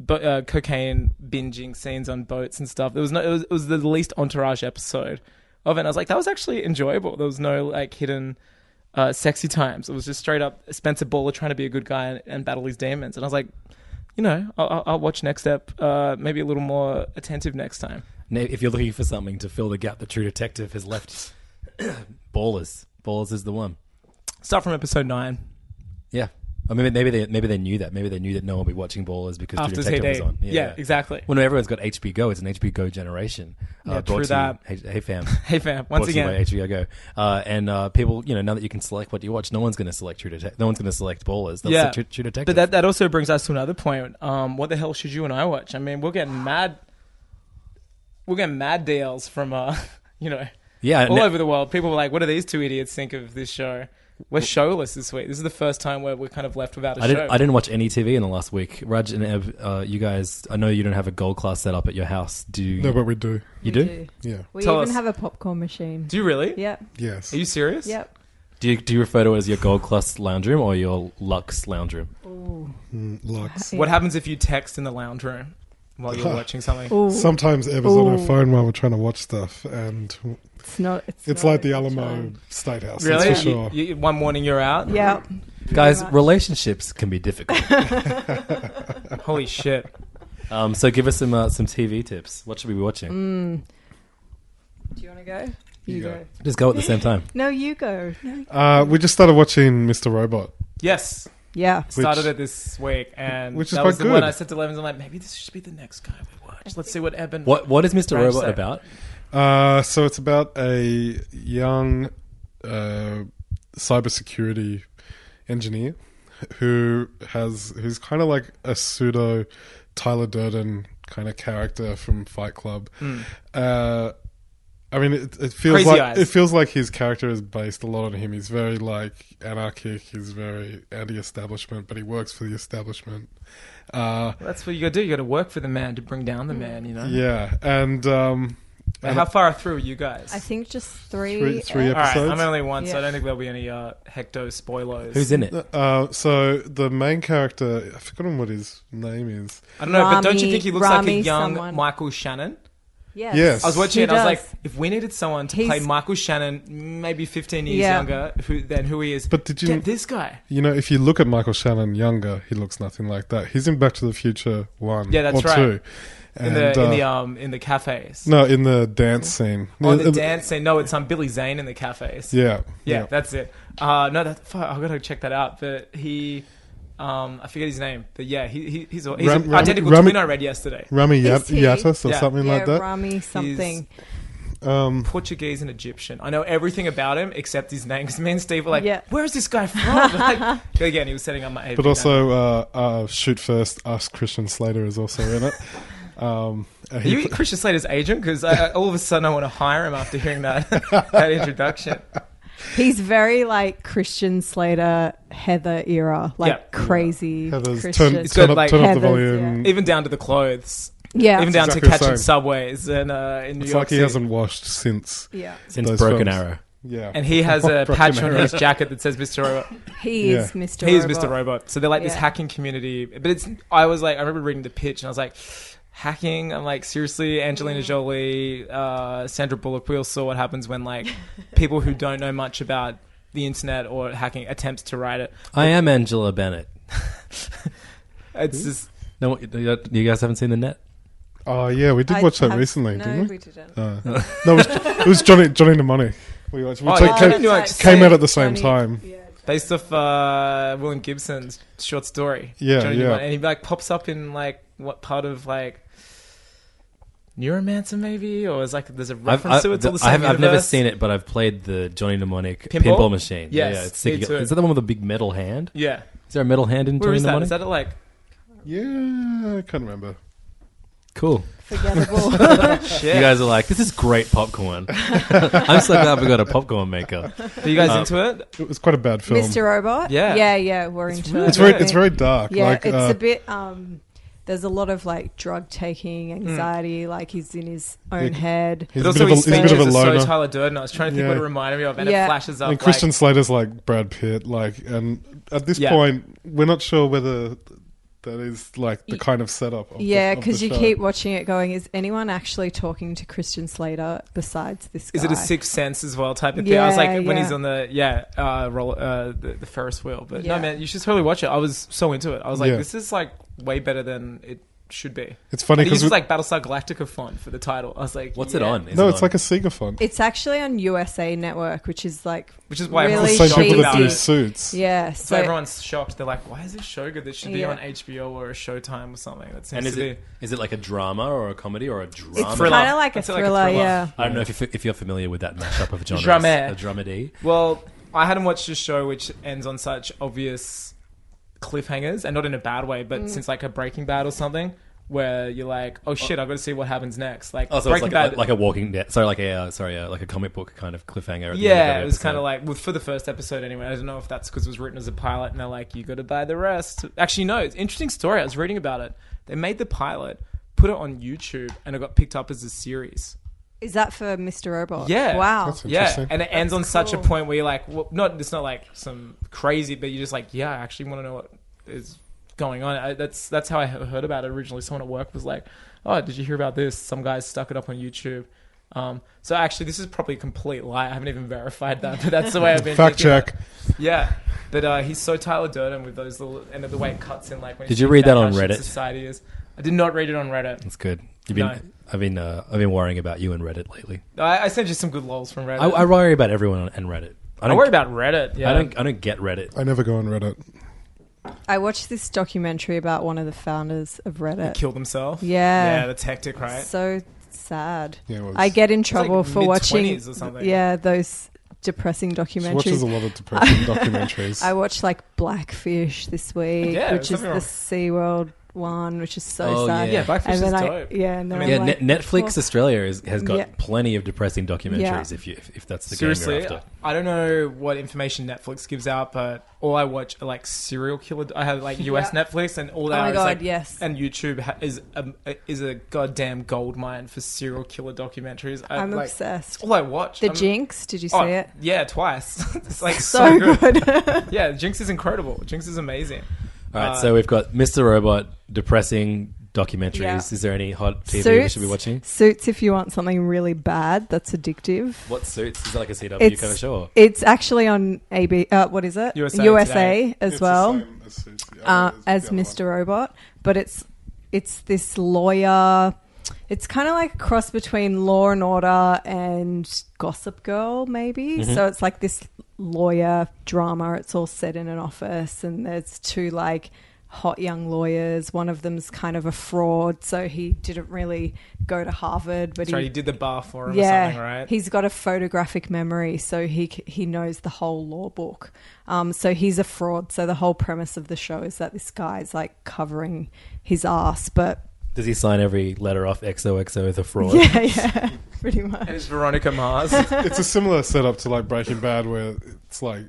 Speaker 3: but uh, cocaine binging scenes on boats and stuff. There was no, it was, it was the least entourage episode of it. And I was like, that was actually enjoyable. There was no like hidden uh, sexy times. It was just straight up Spencer Baller trying to be a good guy and, and battle these demons. And I was like, you know, I'll- I'll, I'll watch next step, uh, maybe a little more attentive next time.
Speaker 1: Now, if you're looking for something to fill the gap the True Detective has left, [coughs] Ballers. Ballers is the one.
Speaker 3: Start from episode nine.
Speaker 1: Yeah. I mean, maybe they maybe they knew that. Maybe they knew that no one would be watching Ballers because
Speaker 3: After
Speaker 1: True Detective was
Speaker 3: TD.
Speaker 1: on.
Speaker 3: Yeah, exactly.
Speaker 1: Well, no, everyone's got HBO Go. It's an HBO Go generation.
Speaker 3: Yeah,
Speaker 1: Uh, brought
Speaker 3: true
Speaker 1: to
Speaker 3: that.
Speaker 1: You, hey, hey, fam.
Speaker 3: [laughs] Hey fam,
Speaker 1: Brought
Speaker 3: once
Speaker 1: to you
Speaker 3: again,
Speaker 1: by HBO Go. Uh, and uh, people, you know, now that you can select what you watch, no one's going to select True Detective. No one's going to select Ballers. They'll
Speaker 3: Yeah.
Speaker 1: select True, True Detective.
Speaker 3: But that, that also brings us to another point. Um, what the hell should you and I watch? I mean, we're getting mad. We're getting mad DLs from, uh, [laughs] you know,
Speaker 1: yeah.
Speaker 3: all
Speaker 1: ne-
Speaker 3: over the world. People were like, "What do these two idiots think of this show?" We're showless this week. This is the first time where we're kind of left without a
Speaker 1: I
Speaker 3: show.
Speaker 1: didn't, I didn't watch any TV in the last week. Raj and Eb, uh, you guys, I know you don't have a gold class set up at your house. Do you?
Speaker 4: No, but we do.
Speaker 1: you do?
Speaker 4: [laughs] Yeah.
Speaker 2: We
Speaker 3: Tell
Speaker 2: even
Speaker 3: us.
Speaker 2: have a popcorn machine.
Speaker 3: Do you really?
Speaker 2: Yeah.
Speaker 4: Yes.
Speaker 3: Are you serious?
Speaker 2: Yep.
Speaker 1: Do you, do you refer to it as your gold class lounge room or your lux lounge room?
Speaker 4: Mm, Lux.
Speaker 3: What happens if you text in the lounge room while you're watching something?
Speaker 2: Ooh,
Speaker 4: Sometimes Eva's on her
Speaker 2: Ooh.
Speaker 4: phone while we're trying to watch stuff, and
Speaker 2: it's not. It's,
Speaker 4: it's
Speaker 2: not
Speaker 4: like the
Speaker 2: a good
Speaker 4: Alamo
Speaker 2: time.
Speaker 4: State House.
Speaker 3: Really?
Speaker 4: That's for
Speaker 3: You-
Speaker 4: sure.
Speaker 3: you- you- one morning you're out.
Speaker 2: Yeah.
Speaker 1: Guys,
Speaker 2: much.
Speaker 1: relationships can be difficult.
Speaker 3: [laughs] Holy shit.
Speaker 1: um, so give us some uh, some TV tips. What should we be
Speaker 3: Mm.
Speaker 1: watching?
Speaker 2: Do you want to go?
Speaker 4: You go.
Speaker 1: Just go at
Speaker 2: [laughs]
Speaker 1: the same time.
Speaker 2: No, you go. No.
Speaker 4: Uh, we just started watching Mr. Robot.
Speaker 3: Yes.
Speaker 2: Yeah.
Speaker 3: Started it this week, and
Speaker 4: which is
Speaker 3: that
Speaker 4: quite
Speaker 3: was the one
Speaker 4: good.
Speaker 3: I said to Levins. I'm like, maybe this should be the next guy we watch. Let's see what Eben.
Speaker 1: What What is Mr.
Speaker 3: Right,
Speaker 1: Robot
Speaker 3: so-
Speaker 1: about?
Speaker 4: Uh, so it's about a young uh, cybersecurity engineer who has who's kind of like a pseudo Tyler Durden kind of character from Fight Club. Uh, I mean, it, it feels
Speaker 3: Hmm. Crazy
Speaker 4: like
Speaker 3: eyes.
Speaker 4: it feels like his character is based a lot on him. He's very like anarchic. He's very anti-establishment, but he works for the establishment. Uh,
Speaker 3: That's what you gotta do. You gotta work for the man to bring down the
Speaker 2: Mm.
Speaker 3: man. You know.
Speaker 4: yeah, and um,
Speaker 3: But how far through are you guys?
Speaker 2: I think just three.
Speaker 4: Three- three
Speaker 3: All right, I'm
Speaker 4: episodes?
Speaker 3: only one, so I
Speaker 2: Yeah.
Speaker 3: don't think there'll be any uh, hecto spoilers.
Speaker 1: Who's in it?
Speaker 4: Uh, so the main character, I've forgotten what his name is.
Speaker 3: I don't know, but don't you
Speaker 2: Rami-
Speaker 3: think he looks like a
Speaker 2: Rami
Speaker 3: young
Speaker 2: someone.
Speaker 3: Michael Shannon?
Speaker 2: Yes.
Speaker 4: Yes.
Speaker 3: I was watching
Speaker 2: He
Speaker 3: it. I was like,
Speaker 2: does.
Speaker 3: if we needed someone to
Speaker 2: He's-
Speaker 3: play Michael Shannon, maybe 15 years
Speaker 2: Yeah.
Speaker 3: younger, who, than who he is.
Speaker 4: But did you-
Speaker 3: get this guy?
Speaker 4: You know, if you look at Michael Shannon younger, he looks nothing like that. He's in Back to the Future one,
Speaker 3: Yeah, that's
Speaker 4: or
Speaker 3: right.
Speaker 4: two,
Speaker 3: in the in
Speaker 4: uh,
Speaker 3: the um in the cafes.
Speaker 4: no, in the dance scene.
Speaker 3: On the
Speaker 4: Uh,
Speaker 3: dance scene. No, it's um Billy Zane in the cafes.
Speaker 4: Yeah,
Speaker 3: Yeah, that's it. Uh, no, that fuck, I gotta check that out. But he, um, I forget his name. But yeah, he, he he's, a- he's
Speaker 4: Ram-
Speaker 3: an
Speaker 4: Ram-
Speaker 3: identical
Speaker 4: Ram-
Speaker 3: twin. I read yesterday.
Speaker 4: Rami Yat-
Speaker 2: Is he?
Speaker 4: Yatas or
Speaker 3: Yeah.
Speaker 4: something
Speaker 2: yeah,
Speaker 4: like that.
Speaker 2: Rami something.
Speaker 4: Um,
Speaker 3: Portuguese and Egyptian. I know everything about him except his name. Because me and Steve were like, [laughs]
Speaker 2: Yeah.
Speaker 3: "Where is this guy from?"
Speaker 2: [laughs]
Speaker 3: like, again, he was setting up my. AP
Speaker 4: but also, uh, uh, shoot first. Us Christian Slater is also in it. [laughs] Um, uh,
Speaker 3: Are
Speaker 4: he
Speaker 3: you Christian Slater's agent? Because I, I- all of a sudden I want to hire him after hearing
Speaker 4: [laughs]
Speaker 3: that that introduction.
Speaker 2: He's very like Christian Slater, Heather era, like
Speaker 3: Yeah.
Speaker 2: crazy.
Speaker 4: Heather's
Speaker 2: Christian.
Speaker 4: turn,
Speaker 3: It's
Speaker 4: turn,
Speaker 3: got,
Speaker 4: up,
Speaker 3: like,
Speaker 4: turn up the
Speaker 2: Heather's,
Speaker 4: volume.
Speaker 3: Even down to the clothes.
Speaker 2: yeah,
Speaker 3: Even down
Speaker 4: exactly
Speaker 3: to
Speaker 4: the
Speaker 3: catching
Speaker 4: same.
Speaker 3: subways and uh, in New
Speaker 4: It's
Speaker 3: York
Speaker 4: like he
Speaker 3: City.
Speaker 4: hasn't washed since.
Speaker 2: yeah.
Speaker 1: Since
Speaker 4: Those
Speaker 1: Broken
Speaker 4: films.
Speaker 1: Arrow.
Speaker 4: Yeah,
Speaker 3: and he
Speaker 4: [laughs]
Speaker 3: has a
Speaker 4: Broken
Speaker 3: patch on
Speaker 4: Arrow.
Speaker 3: his jacket that says Mr. Robot.
Speaker 2: He is
Speaker 4: Yeah.
Speaker 2: Mr.
Speaker 3: He is
Speaker 2: Robot.
Speaker 3: Mr. Robot. So they're like this
Speaker 2: Yeah.
Speaker 3: hacking community. But it's I was like I remember reading the pitch and I was like hacking. I'm like seriously, Angelina Jolie, uh, Sandra Bullock. We all saw what happens when like people who don't know much about the internet or hacking attempts to write it.
Speaker 1: I am Angela Bennett.
Speaker 3: [laughs] It's just
Speaker 1: No, you guys haven't seen the net.
Speaker 4: oh yeah, we did
Speaker 2: I
Speaker 4: watch that
Speaker 2: have-
Speaker 4: recently,
Speaker 2: no,
Speaker 4: didn't we? Uh,
Speaker 2: we didn't.
Speaker 4: No, it was, it was Johnny Johnny Mnemonic. We watched. Which
Speaker 3: Oh,
Speaker 4: like,
Speaker 3: yeah.
Speaker 4: came,
Speaker 3: New York
Speaker 2: that's
Speaker 4: came out
Speaker 2: so
Speaker 4: at the same
Speaker 2: funny.
Speaker 4: time.
Speaker 3: based off uh, William Gibson's short story.
Speaker 4: Yeah,
Speaker 3: Johnny
Speaker 4: yeah.
Speaker 3: Mnemonic. And he like pops up in like what part of like. Neuromancer, maybe, or is like there's a
Speaker 1: I've,
Speaker 3: reference
Speaker 1: I've,
Speaker 3: to it. It's all the same
Speaker 1: I have, I've never
Speaker 3: universe.
Speaker 1: seen it, but I've played the Johnny Mnemonic
Speaker 3: Pinball?
Speaker 1: pinball, machine.
Speaker 3: Yes,
Speaker 1: yeah, it's sick.
Speaker 3: me
Speaker 1: You got-
Speaker 3: too.
Speaker 1: Is that the one with the big metal hand?
Speaker 3: Yeah,
Speaker 1: Is there a metal hand in
Speaker 3: where
Speaker 1: Johnny
Speaker 3: is that?
Speaker 1: Mnemonic?
Speaker 3: Is that at, like
Speaker 4: Yeah, I can't remember.
Speaker 1: cool.
Speaker 2: Forgettable.
Speaker 1: [laughs]
Speaker 3: shit?
Speaker 1: You guys are like, this is great
Speaker 2: [laughs]
Speaker 1: popcorn. [laughs] I'm so glad we got a popcorn maker. Um,
Speaker 3: Are you guys into it?
Speaker 4: Uh, It was quite a bad film.
Speaker 2: Mr. Robot.
Speaker 3: Yeah.
Speaker 2: yeah, yeah. We're into
Speaker 3: really
Speaker 2: it.
Speaker 4: It's very,
Speaker 3: Yeah.
Speaker 4: it's very dark.
Speaker 2: Yeah,
Speaker 4: like,
Speaker 2: it's
Speaker 4: uh,
Speaker 2: a bit. Um, there's a lot of like drug taking, anxiety. Like he's in his own
Speaker 4: Yeah.
Speaker 2: head.
Speaker 4: He's
Speaker 3: Hmm. But
Speaker 4: a bit
Speaker 3: also
Speaker 4: of a,
Speaker 3: his
Speaker 4: he's a bit of a
Speaker 3: speeches are
Speaker 4: loner.
Speaker 3: so Tyler Durden. I was trying to think
Speaker 4: Yeah.
Speaker 3: what it reminded me of, and
Speaker 2: Yeah.
Speaker 3: it flashes up.
Speaker 4: and Christian
Speaker 3: like,
Speaker 4: Slater's like Brad Pitt. Like, and at this
Speaker 3: Yeah.
Speaker 4: point, we're not sure whether that is like the
Speaker 2: Y-
Speaker 4: kind of setup. Of the-
Speaker 2: Yeah,
Speaker 4: of the
Speaker 2: because you
Speaker 4: show.
Speaker 2: keep watching it, going, is anyone actually talking to Christian Slater besides this guy?
Speaker 3: is it a sixth sense as well type of thing? I was like
Speaker 2: Yeah,
Speaker 3: when
Speaker 2: yeah.
Speaker 3: he's on the yeah uh, roll uh, the, the Ferris wheel. But no
Speaker 2: Yeah.
Speaker 3: man, you should totally watch it. I was so into it. I was like,
Speaker 4: Yeah.
Speaker 3: this is like way better than it should be.
Speaker 4: It's funny
Speaker 3: And he
Speaker 4: because
Speaker 3: uses like Battlestar Galactica font for the title. I was like,
Speaker 1: What's it
Speaker 3: yeah.
Speaker 1: on? Is
Speaker 4: no,
Speaker 1: it
Speaker 4: it's
Speaker 1: on-
Speaker 4: like a Sega font.
Speaker 2: It's actually on USA Network, which is like
Speaker 3: Which is why
Speaker 2: really
Speaker 4: It's the same people that
Speaker 3: shocked
Speaker 4: do
Speaker 3: about it.
Speaker 4: suits.
Speaker 2: yeah. So,
Speaker 3: So everyone's shocked. They're like, why is this show good? This should be
Speaker 2: Yeah.
Speaker 3: on HBO or Showtime or something. That seems
Speaker 1: And is
Speaker 3: to
Speaker 1: it is it like a drama or a comedy or a drama?
Speaker 2: it's
Speaker 3: thriller.
Speaker 2: kind of like a
Speaker 3: It's like a
Speaker 2: thriller.
Speaker 3: thriller.
Speaker 2: Yeah.
Speaker 1: I don't know if you, if you're familiar with that mashup of genres.
Speaker 3: Drama.
Speaker 1: A E. dramedy.
Speaker 3: be. Well, I hadn't watched a show which ends on such obvious cliffhangers, and not in a bad way, but since like a Breaking Bad or something, where you're like, oh shit, I've got to see what happens next. Like
Speaker 1: Oh, so it's
Speaker 3: Breaking
Speaker 1: like,
Speaker 3: Bad,
Speaker 1: like, like a Walking Dead. Sorry, like a uh, sorry, uh, like a comic book kind of cliffhanger. At the end
Speaker 3: yeah,
Speaker 1: of
Speaker 3: it was kind of like well, for the first episode anyway. I don't know if that's because it was written as a pilot, and they're like, you got to buy the rest. Actually, no, it's an interesting story. I was reading about it. They made the pilot, put it on YouTube, and it got picked up as a series.
Speaker 2: Is that for Mr. Robot?
Speaker 3: Yeah.
Speaker 2: Wow.
Speaker 4: That's
Speaker 3: Yeah,
Speaker 4: Interesting.
Speaker 3: and it ends on such a
Speaker 2: cool.
Speaker 3: point where you're like, well, not it's not like some crazy, but you're just like, yeah, I actually want to know what is going on. I, that's that's how I he- heard about it originally. Someone at work was like, oh, did you hear about this? Some guy stuck it up on YouTube. Um, so actually, this is probably a complete lie. I haven't even verified that, but that's the way I've been.
Speaker 4: Fact
Speaker 3: thinking about
Speaker 4: check.
Speaker 3: it. Yeah, but uh, he's so Tyler Durden with those little and the way it cuts in. Like, when
Speaker 1: Did
Speaker 3: he's
Speaker 1: you read
Speaker 3: thinking
Speaker 1: that
Speaker 3: about
Speaker 1: on
Speaker 3: how shit
Speaker 1: Reddit?
Speaker 3: Society is. I did not read it on Reddit.
Speaker 1: That's good. You've been.
Speaker 3: No.
Speaker 1: I've been. Uh, I've been worrying about you and Reddit lately.
Speaker 3: I, I sent you some good lols from Reddit.
Speaker 1: I, I worry about everyone on, and Reddit.
Speaker 3: I worry about Reddit. Yeah.
Speaker 1: I don't. I don't get Reddit.
Speaker 2: Uh,
Speaker 4: I never go on Reddit.
Speaker 2: I watched this documentary about one of the founders of Reddit.
Speaker 3: kill themselves.
Speaker 2: Yeah.
Speaker 3: Yeah, that's hectic, right?
Speaker 2: So sad.
Speaker 4: Yeah, well,
Speaker 2: I get in
Speaker 3: like
Speaker 2: trouble for watching.
Speaker 3: mid-twenties or something.
Speaker 2: Yeah, those depressing
Speaker 4: She
Speaker 2: documentaries.
Speaker 4: watches a
Speaker 2: [laughs]
Speaker 4: lot of depression documentaries.
Speaker 2: I watched like Blackfish this week,
Speaker 3: Yeah,
Speaker 2: which is
Speaker 3: something
Speaker 2: the
Speaker 3: wrong.
Speaker 2: SeaWorld one, which is so
Speaker 1: Oh,
Speaker 2: sad.
Speaker 1: yeah.
Speaker 3: yeah, Blackfish
Speaker 2: And
Speaker 3: is
Speaker 2: then I,
Speaker 3: dope.
Speaker 2: yeah, and then
Speaker 3: I
Speaker 2: I
Speaker 3: mean,
Speaker 1: Yeah,
Speaker 2: like,
Speaker 1: Net- Netflix
Speaker 2: well,
Speaker 1: Australia is, has got
Speaker 2: Yeah.
Speaker 1: plenty of depressing documentaries.
Speaker 2: Yeah.
Speaker 1: If you if, if that's the game
Speaker 3: Seriously,
Speaker 1: you're after.
Speaker 3: I don't know what information Netflix gives out, but all I watch are like serial killer. I have like
Speaker 2: [laughs]
Speaker 3: US Netflix and all that.
Speaker 2: Oh my
Speaker 3: is,
Speaker 2: God,
Speaker 3: like-
Speaker 2: yes.
Speaker 3: And YouTube ha- is a, is a goddamn gold mine for serial killer documentaries. I,
Speaker 2: I'm
Speaker 3: Uh, like,
Speaker 2: obsessed.
Speaker 3: All I watch.
Speaker 2: The
Speaker 3: I'm-
Speaker 2: Jinx, did you see
Speaker 3: Oh,
Speaker 2: it?
Speaker 3: yeah, twice. [laughs] it's
Speaker 2: [laughs]
Speaker 3: like so,
Speaker 2: So
Speaker 3: good.
Speaker 2: good.
Speaker 3: [laughs] Yeah, Jinx is incredible. Jinx is amazing.
Speaker 1: All right,
Speaker 3: Uh,
Speaker 1: so we've got Mr. Robot, depressing documentaries.
Speaker 2: Yeah.
Speaker 1: Is there any hot TV we should be watching?
Speaker 2: Suits, if you want something really bad, that's addictive.
Speaker 1: What suits? Is that like a CW
Speaker 2: It's-
Speaker 1: kind of show? or-
Speaker 2: It's actually on AB. Uh, what is it?
Speaker 3: USA Today.
Speaker 2: as
Speaker 4: It's the
Speaker 2: well
Speaker 4: same as Suits, yeah,
Speaker 2: uh,
Speaker 4: it's the
Speaker 2: as
Speaker 4: other one.
Speaker 2: Mr. Robot, but it's it's this lawyer it's kind of like a cross between Law and Order and Gossip Girl, maybe. So it's like this lawyer drama. It's all set in an office, and there's two like hot young lawyers. One of them's kind of a fraud, so he didn't really go to Harvard, but
Speaker 3: Sorry,
Speaker 2: he
Speaker 3: you did the bar for him or something, right?
Speaker 2: He's got a photographic memory, so he c- he knows the whole law book. Um, so he's a fraud. So the whole premise of the show is that this guy's like covering his ass, but
Speaker 1: Does he sign every letter off XOXO the
Speaker 2: [laughs]
Speaker 1: fraud?
Speaker 2: yeah, yeah, pretty much.
Speaker 3: and it's Veronica Mars. [laughs]
Speaker 4: it's a similar setup to like Breaking Bad, where it's like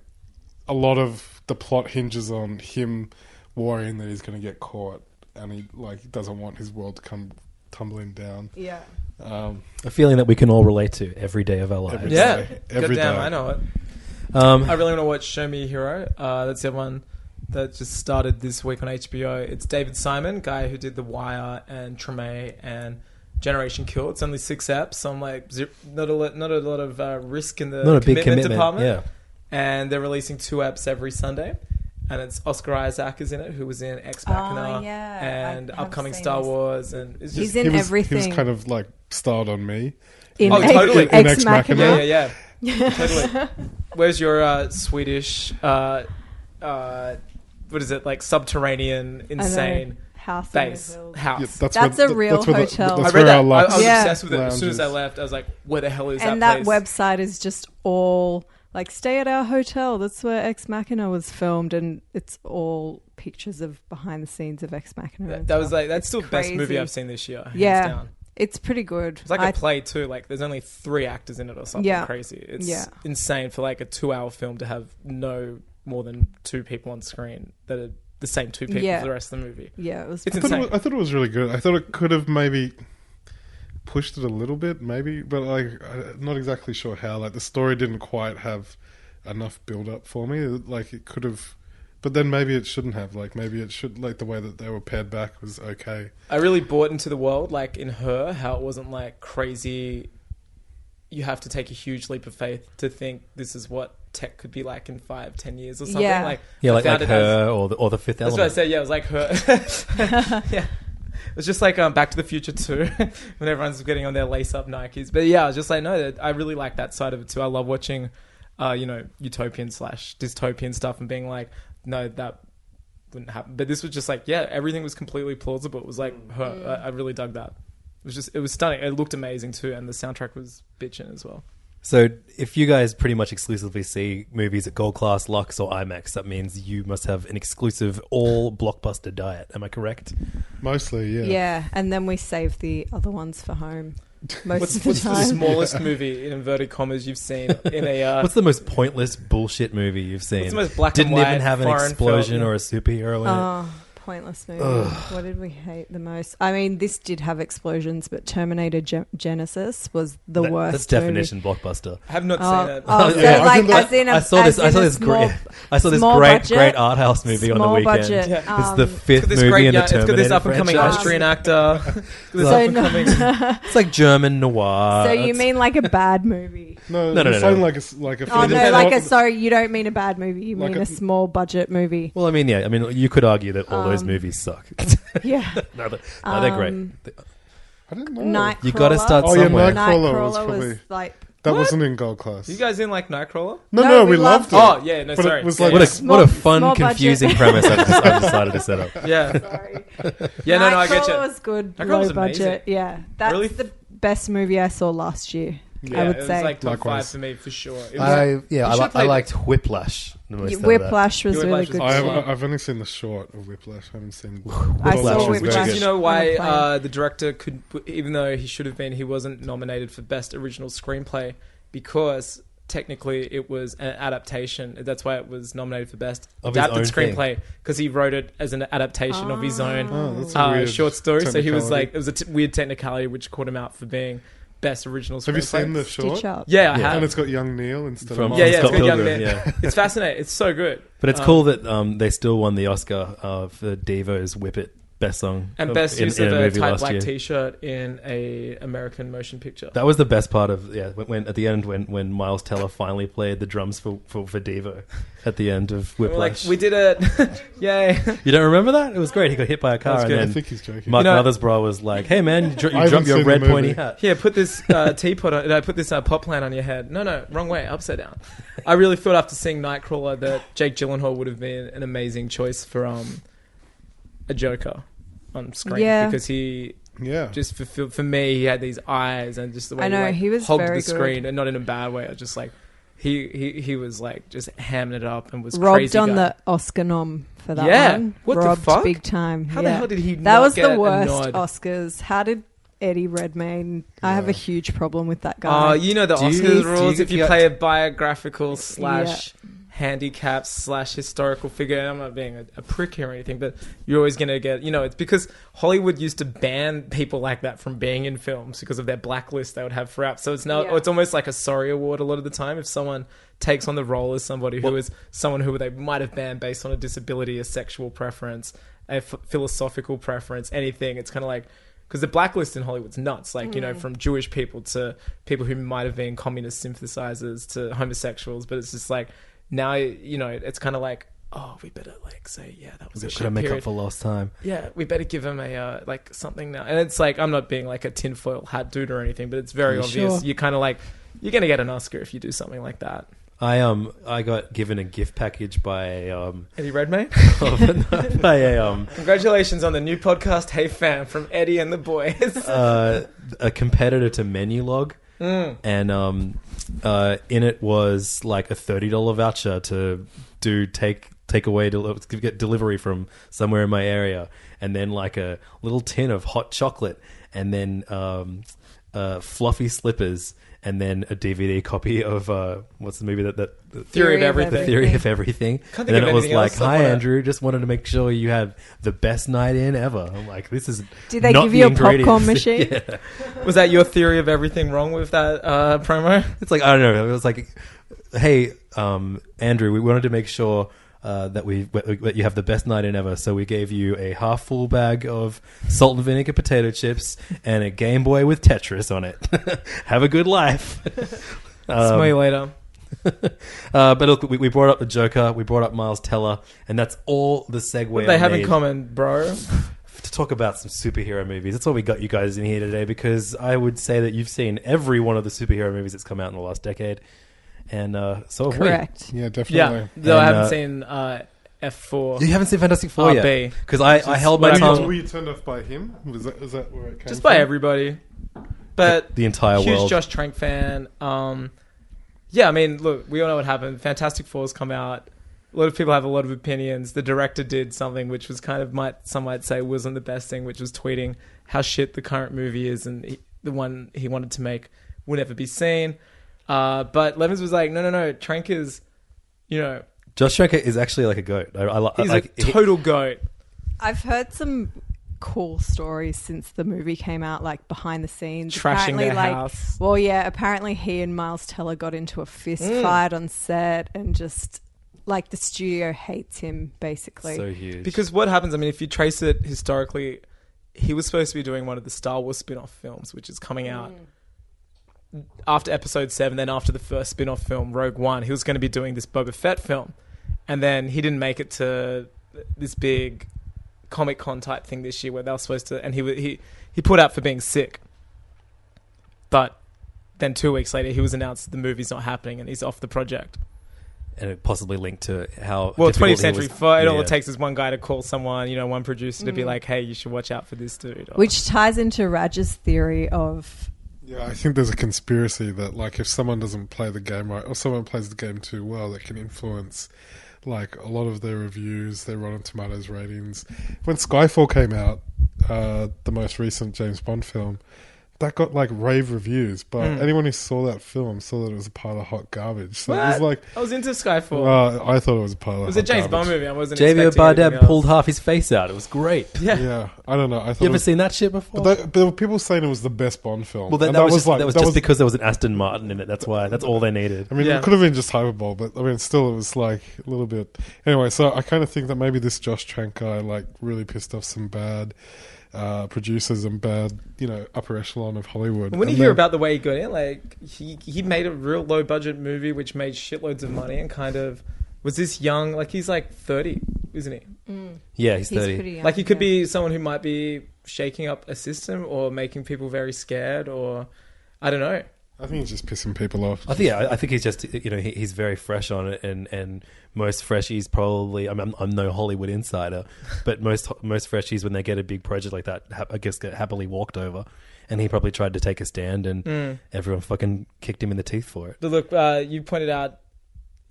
Speaker 4: a lot of the plot hinges on him worrying that he's going to get caught, and he like doesn't want his world to come tumbling down.
Speaker 2: Yeah.
Speaker 4: Um,
Speaker 1: A feeling that we can all relate to every day of our lives.
Speaker 4: Every
Speaker 3: yeah,
Speaker 4: Every
Speaker 3: goddamn,
Speaker 4: day.
Speaker 3: I know it.
Speaker 1: Um,
Speaker 3: I really want to watch Show Me a Hero. Uh, that's the one that just started this week on HBO. It's David Simon, guy who did The Wire and Treme and Generation Kill. It's only six apps, so I'm like, zip, not a lot, not a lot of uh, risk in the
Speaker 1: not a
Speaker 3: commitment,
Speaker 1: big commitment.
Speaker 3: department.
Speaker 1: Yeah.
Speaker 3: And they're releasing two apps every Sunday. And it's Oscar Isaac is in it, who was in Ex
Speaker 2: Oh,
Speaker 3: Machina
Speaker 2: yeah.
Speaker 3: and
Speaker 2: I have
Speaker 3: upcoming
Speaker 2: seen
Speaker 3: Star
Speaker 2: this.
Speaker 3: Wars, and it's just
Speaker 2: He's in
Speaker 4: he was,
Speaker 2: everything.
Speaker 4: He was kind of like styled on me.
Speaker 2: in
Speaker 3: Oh,
Speaker 2: Ex-
Speaker 3: totally.
Speaker 2: Ex,
Speaker 3: In
Speaker 4: Ex
Speaker 2: Machina.
Speaker 4: Machina.
Speaker 3: yeah, yeah. yeah. totally. Where's your uh, Swedish, uh, uh, what is it, like subterranean,
Speaker 2: I know.
Speaker 3: insane
Speaker 2: house in the
Speaker 3: base
Speaker 2: hills.
Speaker 3: house?
Speaker 4: Yeah,
Speaker 2: That's
Speaker 4: where
Speaker 2: a real
Speaker 4: where the-
Speaker 2: hotel.
Speaker 3: I
Speaker 4: that's
Speaker 3: read
Speaker 4: where
Speaker 3: that. I,
Speaker 4: our
Speaker 3: I
Speaker 4: lives.
Speaker 3: was
Speaker 2: Yeah.
Speaker 3: obsessed with it. As soon as I
Speaker 4: lounges.
Speaker 3: left, I was like, where the hell is
Speaker 2: And
Speaker 3: that
Speaker 2: that
Speaker 3: place?
Speaker 2: website is just all like stay at our hotel. That's where Ex Machina was filmed, and it's all pictures of behind the scenes of Ex Machina.
Speaker 3: that,
Speaker 2: and
Speaker 3: that was
Speaker 2: stuff.
Speaker 3: like, that's still the best movie
Speaker 2: crazy.
Speaker 3: I've seen this year. hands
Speaker 2: Yeah.
Speaker 3: down.
Speaker 2: It's pretty good.
Speaker 3: It's like
Speaker 2: I-
Speaker 3: a play too. Like there's only three actors in it or something
Speaker 2: Yeah.
Speaker 3: crazy. It's
Speaker 2: Yeah.
Speaker 3: insane for like a two-hour film to have no more than two people on screen that are the same two people
Speaker 2: Yeah.
Speaker 3: for the rest of the movie.
Speaker 2: yeah, it was.
Speaker 3: It's
Speaker 4: I thought, it
Speaker 3: insane.
Speaker 4: was, I thought it was really good. I thought it could have maybe pushed it a little bit, maybe, but like I'm not exactly sure how. Like the story didn't quite have enough build up for me. Like it could have, but then maybe it shouldn't have. Like maybe it should. Like the way that they were paired back was okay.
Speaker 3: I really bought into the world, like in her, how it wasn't like crazy. You have to take a huge leap of faith to think this is what tech could be like in five, ten years or something.
Speaker 2: Yeah.
Speaker 3: Like,
Speaker 1: Yeah,
Speaker 3: I
Speaker 1: like,
Speaker 3: found
Speaker 1: like
Speaker 3: it as-
Speaker 1: her or the, or the fifth
Speaker 3: that's
Speaker 1: element.
Speaker 3: what I said. Yeah, it was like her. yeah, it was just like um, Back to the Future too, [laughs] when everyone's getting on their lace-up Nikes. But yeah, I was just like, no, that- I really like that side of it too. I love watching, uh, you know, utopian slash dystopian stuff and being like, no, that wouldn't happen. But this was just like, yeah, everything was completely plausible. It was like her. I, I really dug that. It was just, it was stunning. It looked amazing too, and the soundtrack was bitching as well.
Speaker 1: So if you guys pretty much exclusively see movies at Gold Class, Lux, or IMAX, that means you must have an exclusive all blockbuster diet. Am I correct?
Speaker 4: Mostly, yeah.
Speaker 2: yeah. and then we save the other ones
Speaker 3: [laughs]
Speaker 2: for home most
Speaker 3: What's,
Speaker 2: of the
Speaker 3: what's the
Speaker 2: time. [laughs]
Speaker 3: smallest movie in inverted commas you've seen in a? Uh,
Speaker 1: What's the most pointless bullshit movie you've seen?
Speaker 3: What's the most black and
Speaker 1: Didn't
Speaker 3: white
Speaker 1: even have an
Speaker 3: foreign
Speaker 1: explosion
Speaker 3: film?
Speaker 1: or a superhero in [laughs]
Speaker 2: Oh,
Speaker 1: it.
Speaker 2: pointless movie. What did we hate the most? I mean, this did have explosions, but Terminator Gen- Genesis was the
Speaker 1: That-
Speaker 2: worst.
Speaker 1: That's
Speaker 2: movie.
Speaker 1: definition blockbuster.
Speaker 3: I have not seen
Speaker 2: Oh,
Speaker 3: it.
Speaker 2: oh, so
Speaker 4: Yeah, I
Speaker 2: like
Speaker 4: think that-
Speaker 2: as in a,
Speaker 1: I saw
Speaker 2: as
Speaker 1: this.
Speaker 2: in
Speaker 1: I saw
Speaker 2: a
Speaker 1: this
Speaker 2: small,
Speaker 1: great. I saw this
Speaker 2: small
Speaker 1: great,
Speaker 2: budget,
Speaker 1: great art house movie on the
Speaker 2: small
Speaker 1: weekend.
Speaker 2: budget,
Speaker 3: Yeah.
Speaker 1: It's the
Speaker 2: um,
Speaker 1: fifth
Speaker 3: this
Speaker 1: movie
Speaker 3: great,
Speaker 1: in the
Speaker 3: yeah, it's got
Speaker 1: Terminator
Speaker 3: this up and coming
Speaker 1: franchise.
Speaker 3: Austrian actor. this
Speaker 1: So
Speaker 3: up and
Speaker 2: no-
Speaker 3: coming.
Speaker 1: It's like German noir.
Speaker 2: So you
Speaker 1: uh, It's-
Speaker 2: mean like a bad movie?
Speaker 4: No,
Speaker 1: No,
Speaker 4: no, no,
Speaker 1: no, no, no.
Speaker 4: Uh, like a s- like a
Speaker 2: Oh
Speaker 4: film.
Speaker 2: no, like a sorry, you don't mean a bad movie. You
Speaker 4: Like
Speaker 2: mean
Speaker 4: a-
Speaker 2: a, small budget movie. Um,
Speaker 1: Well, I mean, yeah. I mean, you could argue that all those movies suck. [laughs]
Speaker 2: Yeah,
Speaker 1: no, they're, no, they're
Speaker 2: Um,
Speaker 1: great.
Speaker 4: I don't know.
Speaker 2: Nightcrawler.
Speaker 1: You gotta start
Speaker 4: Oh, yeah,
Speaker 1: somewhere.
Speaker 4: Nightcrawler was
Speaker 2: Nightcrawler was,
Speaker 4: probably-
Speaker 2: like
Speaker 4: that wasn't in gold class.
Speaker 3: You guys in like Nightcrawler?
Speaker 4: no,
Speaker 2: No,
Speaker 4: no,
Speaker 2: we
Speaker 4: we, loved,
Speaker 3: Oh
Speaker 4: it.
Speaker 3: yeah, no,
Speaker 4: But it
Speaker 3: sorry.
Speaker 4: was
Speaker 3: yeah,
Speaker 4: like-
Speaker 1: What a
Speaker 2: Small-
Speaker 1: what a fun,
Speaker 2: small budget.
Speaker 1: confusing premise I've, [laughs] just, I've decided
Speaker 4: [laughs]
Speaker 1: to set up.
Speaker 3: yeah, yeah.
Speaker 2: sorry.
Speaker 3: yeah, no, no, I
Speaker 2: Nightcrawler
Speaker 3: get you.
Speaker 2: was good,
Speaker 3: Nightcrawler
Speaker 2: low
Speaker 3: was amazing.
Speaker 2: budget. Yeah, that's
Speaker 3: Really?
Speaker 2: the best movie I saw last year.
Speaker 3: yeah,
Speaker 2: I would
Speaker 3: it
Speaker 2: say
Speaker 3: was like top
Speaker 4: Likewise.
Speaker 3: five for me for sure. It was,
Speaker 1: I yeah, I,
Speaker 3: should
Speaker 1: li- I
Speaker 3: play
Speaker 1: liked Whiplash. the most out of that.
Speaker 2: Whiplash was
Speaker 3: Yeah,
Speaker 2: really
Speaker 3: Whiplash was
Speaker 2: good.
Speaker 4: I have,
Speaker 2: too.
Speaker 4: I've only seen the short of Whiplash. I haven't seen.
Speaker 2: I
Speaker 1: Whiplash
Speaker 2: saw
Speaker 1: was
Speaker 2: Whiplash.
Speaker 1: really
Speaker 3: which
Speaker 1: good.
Speaker 3: is, you know, why
Speaker 2: on a plane.
Speaker 3: uh, the director could, even though he should have been, he wasn't nominated for best original screenplay because technically it was an adaptation. That's why it was nominated for best
Speaker 1: Of his
Speaker 3: adapted
Speaker 1: own thing.
Speaker 3: screenplay because he wrote it as an adaptation of his own
Speaker 4: Oh, that's a
Speaker 3: uh,
Speaker 4: weird
Speaker 3: short story. So he was
Speaker 4: technicality.
Speaker 3: like, it was a t- weird technicality which caught him out for being best original.
Speaker 4: Have you
Speaker 3: screenplay.
Speaker 4: seen the short?
Speaker 2: Stitch up.
Speaker 3: Yeah, I
Speaker 1: Yeah.
Speaker 3: have.
Speaker 4: And it's got young Neil instead
Speaker 1: From-
Speaker 4: of
Speaker 3: yeah,
Speaker 4: Mark.
Speaker 3: yeah,
Speaker 1: Scott
Speaker 3: it's good young
Speaker 1: Pilgrim,
Speaker 3: man.
Speaker 1: yeah.
Speaker 3: It's fascinating. It's so good.
Speaker 1: [laughs] But it's
Speaker 3: Um,
Speaker 1: cool that um, they still won the Oscar uh, for Devo's Whip It Best song.
Speaker 3: And
Speaker 1: of-
Speaker 3: best
Speaker 1: in-
Speaker 3: use
Speaker 1: in
Speaker 3: of a
Speaker 1: movie
Speaker 3: tight
Speaker 1: last
Speaker 3: black
Speaker 1: year.
Speaker 3: T-shirt in a American motion picture.
Speaker 1: That was the best part of yeah. When, when at the end when when Miles Teller finally played the drums for for, for Devo at the end of
Speaker 3: We were like
Speaker 1: Whiplash.
Speaker 3: we did it, [laughs] yay!
Speaker 1: you don't remember that? It was great. He got hit by a car
Speaker 4: That's
Speaker 1: and
Speaker 4: good. I
Speaker 1: then
Speaker 4: think he's joking.
Speaker 1: Mark
Speaker 3: You know-
Speaker 1: Mothersbaugh was like, "Hey man, you, dro-
Speaker 4: I
Speaker 1: you
Speaker 4: haven't
Speaker 1: dropped
Speaker 4: seen
Speaker 1: your
Speaker 4: the
Speaker 1: red
Speaker 4: movie.
Speaker 1: pointy hat."
Speaker 3: Here, put this uh, teapot on. I put this uh, pot plant on your head. No, no, wrong way, upside down. I really thought after seeing Nightcrawler that Jake Gyllenhaal would have been an amazing choice for um, a Joker on screen
Speaker 2: Yeah.
Speaker 3: because he
Speaker 4: yeah.
Speaker 3: just for for me he had these eyes and just the way
Speaker 2: I know,
Speaker 3: he, like,
Speaker 2: he was
Speaker 3: hogged
Speaker 2: very
Speaker 3: the
Speaker 2: good.
Speaker 3: screen and not in a bad way. I was just like he he he was like just hamming it up and was
Speaker 2: robbed
Speaker 3: crazy
Speaker 2: on
Speaker 3: guy.
Speaker 2: the Oscar nom for that
Speaker 3: Yeah.
Speaker 2: one.
Speaker 3: What the
Speaker 2: robbed
Speaker 3: fuck?
Speaker 2: big time.
Speaker 3: How
Speaker 2: yeah.
Speaker 3: the hell did he?
Speaker 2: that
Speaker 3: not
Speaker 2: was
Speaker 3: get
Speaker 2: the
Speaker 3: a
Speaker 2: worst
Speaker 3: nod?
Speaker 2: Oscars. How did Eddie Redmayne? I have a huge problem with that
Speaker 3: Oh,
Speaker 2: guy.
Speaker 3: you know the
Speaker 1: Do you-
Speaker 3: Oscars
Speaker 1: do you
Speaker 3: rules. If you
Speaker 1: get-
Speaker 3: play a biographical slash handicap slash historical figure, and I'm not being a, a prick here or anything, but you're always going to get, you know, it's because Hollywood used to ban people like that from being in films because of their blacklist they would have for apps. So it's now,
Speaker 2: Yeah.
Speaker 3: it's almost like a sorry award a lot of the time if someone takes on the role as somebody who is someone who they might have banned based on a disability, a sexual preference, a f- philosophical preference, anything. It's kind of like, because the blacklist in Hollywood's nuts. Like you know,
Speaker 2: Mm.
Speaker 3: from Jewish people to people who might have been communist sympathizers to homosexuals. But it's just like now, you know, it's kind of like, oh, we better like say, yeah, that was a
Speaker 1: Could I
Speaker 3: shit
Speaker 1: make
Speaker 3: period.
Speaker 1: up for lost time?
Speaker 3: yeah, we better give him a uh, like something now. And it's like I'm not being like a tinfoil hat dude or anything, but it's very
Speaker 1: Yeah,
Speaker 3: obvious.
Speaker 2: sure.
Speaker 3: You're kind of like you're gonna get an Oscar if you do something like that.
Speaker 1: I um I got given a gift package by um
Speaker 3: Eddie
Speaker 1: [laughs]
Speaker 3: Redmayne,
Speaker 1: by a um
Speaker 3: congratulations on the new podcast, Hey Fam, from Eddie and the boys.
Speaker 1: uh, a competitor to Menu Log,
Speaker 3: Mm.
Speaker 1: and um, uh, in it was like a thirty dollar voucher to do take take away del- get delivery from somewhere in my area, and then like a little tin of hot chocolate, and then um, uh, fluffy slippers, and then a DVD copy of uh, what's the movie that that. that
Speaker 3: Theory of everything.
Speaker 1: Theory of everything,
Speaker 3: Can't
Speaker 1: and
Speaker 3: think
Speaker 1: then
Speaker 3: of
Speaker 1: it was
Speaker 3: anything
Speaker 1: like,
Speaker 3: else I
Speaker 1: "Hi,
Speaker 3: wanna-
Speaker 1: Andrew, just wanted to make sure you had the best night in ever." I'm like, "This is."
Speaker 2: Did they
Speaker 1: not
Speaker 2: give
Speaker 1: the
Speaker 2: you a popcorn
Speaker 1: ingredients. [laughs]
Speaker 2: machine?
Speaker 1: Yeah.
Speaker 3: Was that your theory of everything wrong with that uh, promo?
Speaker 1: [laughs] It's like I don't know. It was like, hey, um, Andrew, we wanted to make sure uh, that we that you have the best night in ever, so we gave you a half full bag of salt and vinegar potato chips and a Game Boy with Tetris on it. [laughs] have a good life.
Speaker 3: [laughs] Smell
Speaker 1: Um,
Speaker 3: you later.
Speaker 1: [laughs] uh, but look, we, we brought up the Joker, we brought up Miles Teller, and that's all the segue
Speaker 3: What they
Speaker 1: I
Speaker 3: have in
Speaker 1: need
Speaker 3: common, bro.
Speaker 1: [laughs] to talk about some superhero movies. That's why we got you guys in here today because I would say that you've seen every one of the superhero movies that's come out in the last decade, and uh, so have we.
Speaker 2: Correct.
Speaker 4: Yeah, definitely.
Speaker 3: [laughs] Yeah, though I
Speaker 1: And,
Speaker 3: haven't
Speaker 1: uh,
Speaker 3: seen uh, F4.
Speaker 1: You haven't seen Fantastic Four
Speaker 3: RB.
Speaker 1: yet because I, I held
Speaker 3: what
Speaker 1: my
Speaker 3: I
Speaker 4: Were you,
Speaker 3: mean.
Speaker 1: tongue
Speaker 4: were you turned off by him? Was that, was that where it came
Speaker 3: Just
Speaker 4: from?
Speaker 3: by everybody. But
Speaker 1: the entire
Speaker 3: huge
Speaker 1: world.
Speaker 3: Josh Trank fan. Um, yeah, I mean, look, we all know what happened. Fantastic Four's come out. A lot of people have a lot of opinions. The director did something which was kind of might some might say wasn't the best thing, which was tweeting how shit the current movie is and he, the one he wanted to make would never be seen. Uh, but Levins was like, no, no, no, Trank is, you know,
Speaker 1: Josh Tranker is actually like a goat. I, I, li- I
Speaker 3: he's
Speaker 1: like
Speaker 3: a
Speaker 1: he-
Speaker 3: total goat.
Speaker 2: I've heard some cool stories since the movie came out, like behind the scenes.
Speaker 3: Trashing
Speaker 2: apparently,
Speaker 3: their
Speaker 2: like,
Speaker 3: house.
Speaker 2: Well, yeah. Apparently, he and Miles Teller got into a fist
Speaker 3: Mm.
Speaker 2: fight on set, and just like the studio hates him basically.
Speaker 1: so huge.
Speaker 3: Because what happens, I mean, if you trace it historically, he was supposed to be doing one of the Star Wars spin off films, which is coming out after episode seven, then after the first spin off film, Rogue One. He was going to be doing this Boba Fett film. And then he didn't make it to this big Comic Con type thing this year where they were supposed to. And he, wa- he, he put out for being sick. But then two weeks later, he was announced that the movie's not happening and he's off the project.
Speaker 1: and it possibly linked to how
Speaker 3: Well,
Speaker 1: Oh, difficult he
Speaker 3: 20th century
Speaker 1: was-
Speaker 3: fight. All
Speaker 1: yeah.
Speaker 3: it takes is one guy to call someone, you know, one producer to be like, "Hey, you should watch out for this dude." Or-
Speaker 2: Mm. Which ties into Raj's theory of
Speaker 4: Yeah, I think there's a conspiracy that like if someone doesn't play the game right or someone plays the game too well, that can influence like a lot of their reviews, their Rotten Tomatoes ratings. When Skyfall came out, uh, the most recent James Bond film, that got like rave reviews, but
Speaker 3: Hmm.
Speaker 4: anyone who saw that film saw that it was a pile of hot garbage. So it was like,
Speaker 3: I was into Skyfall.
Speaker 4: uh, I thought it was a pile of.
Speaker 3: it was
Speaker 4: hot
Speaker 3: a James Bond
Speaker 4: garbage.
Speaker 3: movie. I wasn't.
Speaker 1: Javier
Speaker 3: expecting anything
Speaker 1: Bardem
Speaker 3: else.
Speaker 1: pulled half his face out. It was great. You
Speaker 3: Yeah.
Speaker 4: Yeah, I don't know. I thought. it
Speaker 1: ever
Speaker 4: was,
Speaker 1: seen that shit before?
Speaker 4: but, there- there were people saying it was the best Bond film.
Speaker 1: well, that,
Speaker 4: And
Speaker 1: that was, just, that was just because there was an Aston Martin in it. That's why. That's all they needed.
Speaker 4: I mean,
Speaker 3: Yeah.
Speaker 4: it could have been just hyperbole, but I mean, still, it was like a little bit. Anyway, so I kind of think that maybe this Josh Trank guy like really pissed off some bad uh, producers and bad, you know, upper echelon of Hollywood.
Speaker 3: When you
Speaker 4: And
Speaker 3: hear
Speaker 4: then-
Speaker 3: about the way he got in, like he he made a real low budget movie which made shitloads of money and kind of was this young like he's like thirty, isn't he?
Speaker 1: [laughs] Yeah, he's
Speaker 2: He's
Speaker 1: thirty.
Speaker 2: Mm. pretty young.
Speaker 3: like he could
Speaker 2: yeah.
Speaker 3: be someone who might be shaking up a system or making people very scared or I don't know.
Speaker 4: I think he's just pissing people off.
Speaker 1: I think yeah, I- I think he's just you know he, he's very fresh on it, and and most freshies probably I mean, I'm I'm no Hollywood insider, but most most freshies when they get a big project like that, ha- I guess get happily walked over, and he probably tried to take a stand, and
Speaker 3: Hmm.
Speaker 1: everyone fucking kicked him in the teeth for it.
Speaker 3: But look, uh, you pointed out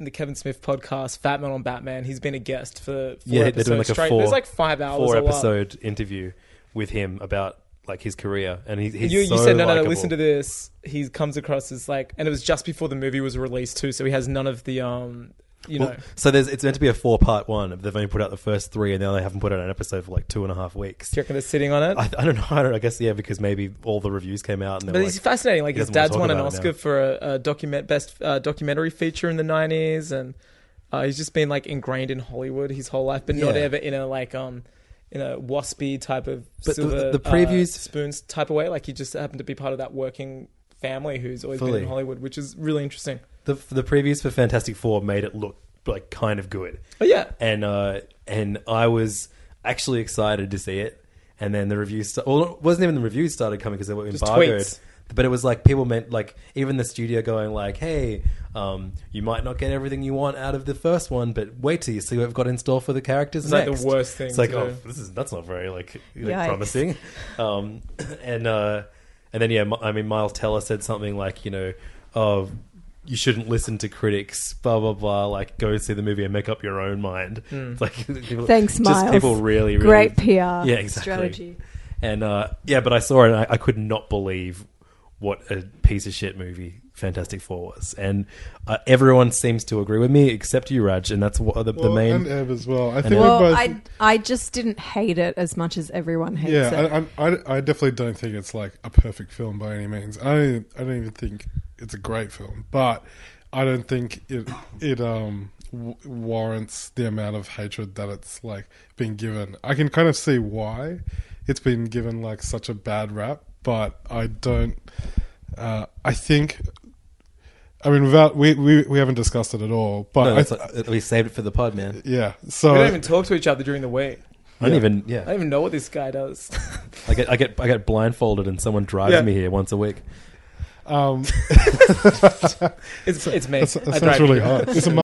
Speaker 3: in the Kevin Smith podcast, Fat Man on Batman, he's been a guest for four
Speaker 1: Yeah, they're
Speaker 3: episodes
Speaker 1: doing, like, a
Speaker 3: straight.
Speaker 1: four-
Speaker 3: There's like five hours.
Speaker 1: Four
Speaker 3: or what.
Speaker 1: episode interview with him about like his career, and he, he's
Speaker 3: you,
Speaker 1: so
Speaker 3: you said no, no, no.
Speaker 1: likable.
Speaker 3: Listen to this. He comes across as like, and it was just before the movie was released too, so he has none of the um, you
Speaker 1: Well,
Speaker 3: know.
Speaker 1: so there's it's meant to be a four part one. They've only put out the first three, and now they haven't put out an episode for like two and a half weeks.
Speaker 3: Do you reckon they're sitting on it?
Speaker 1: I, I don't know. I don't. I guess yeah, because maybe all the reviews came out, and they
Speaker 3: but
Speaker 1: were
Speaker 3: he's
Speaker 1: like,
Speaker 3: fascinating. Like
Speaker 1: he
Speaker 3: his
Speaker 1: doesn't wanna
Speaker 3: dad's won an
Speaker 1: talk about it
Speaker 3: Oscar
Speaker 1: now.
Speaker 3: for a, a document best uh, documentary feature in the '90s, and uh, he's just been like ingrained in Hollywood his whole life, but not
Speaker 1: Yeah.
Speaker 3: ever in a like um. In a waspy type of
Speaker 1: But the-
Speaker 3: silver,
Speaker 1: the previews-
Speaker 3: uh, spoons type of way, like he just happened to be part of that working family who's always been
Speaker 1: Fully.
Speaker 3: in Hollywood, which is really interesting.
Speaker 1: the the previews for Fantastic Four made it look like kind of good,
Speaker 3: But Oh, yeah,
Speaker 1: and uh, and I was actually excited to see it. And then the reviews, sta- well, it wasn't even the reviews started coming because they were
Speaker 3: Just
Speaker 1: embargoed.
Speaker 3: tweets.
Speaker 1: But it was like people meant like even the studio going like, hey, um, you might not get everything you want out of the first one, but wait till you see what we've got in store for the characters.
Speaker 3: It's like
Speaker 1: next.
Speaker 3: the worst thing
Speaker 1: It's like
Speaker 3: to
Speaker 1: oh,
Speaker 3: do.
Speaker 1: this is that's not very like,
Speaker 2: Yikes.
Speaker 1: like promising.
Speaker 2: [laughs]
Speaker 1: Um, [clears throat] and uh, and then yeah, Mi- I mean Miles Teller said something like you know, oh, you shouldn't listen to critics, blah blah blah. Like go see the movie and make up your own mind. It's Like [laughs] people,
Speaker 2: Hmm. Thanks,
Speaker 1: just
Speaker 2: Miles.
Speaker 1: people really, really
Speaker 2: great PR
Speaker 1: Yeah, exactly.
Speaker 2: strategy.
Speaker 1: And uh, yeah, but I saw it and I, I could not believe what a piece of shit movie Fantastic Four was. And uh, everyone seems to agree with me except you, Raj, and that's what the, the
Speaker 4: Well,
Speaker 1: main.
Speaker 4: and uh, Ev as well. I think we
Speaker 2: Well,
Speaker 4: both.
Speaker 2: I I just didn't hate it as much as everyone hates it.
Speaker 4: yeah, I, I, I definitely don't think it's like a perfect film by any means. I don't, I don't even think it's a great film, but I don't think it it um w- warrants the amount of hatred that it's like been given. I can kind of see why it's been given like such a bad rap, but I don't. Uh, I think. I mean, without we, we we haven't discussed it at all, but
Speaker 1: no,
Speaker 4: I,
Speaker 1: that's like, we saved it for the pod, man.
Speaker 4: yeah. So
Speaker 3: we don't even talk to each other during the week.
Speaker 1: I don't even. Yeah,
Speaker 3: I don't even know what this guy does.
Speaker 1: I get, I get, I get blindfolded, and someone drives
Speaker 3: Yeah.
Speaker 1: me here once a week.
Speaker 4: [laughs] um,
Speaker 3: [laughs]
Speaker 4: [laughs]
Speaker 3: It's, it's me.
Speaker 4: that's,
Speaker 3: I
Speaker 4: that
Speaker 3: drive
Speaker 4: sounds really
Speaker 3: you. [laughs]
Speaker 4: hard. It's a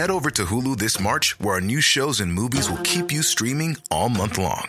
Speaker 6: Head over to Hulu this March, where our new shows and movies will keep you streaming all month long.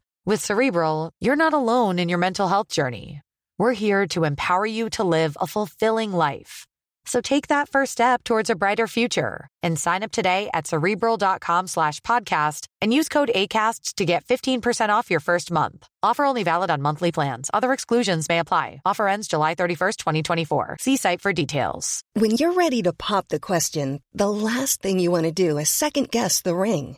Speaker 7: With Cerebral, you're not alone in your mental health journey. We're here to empower you to live a fulfilling life. So take that first step towards a brighter future and sign up today at cerebral.com slash podcast and use code ACAST to get 15% off your first month. Offer only valid on monthly plans. Other exclusions may apply. Offer ends July 31st, 2024. See site for details.
Speaker 8: When you're ready to pop the question, the last thing you want to do is second guess the ring.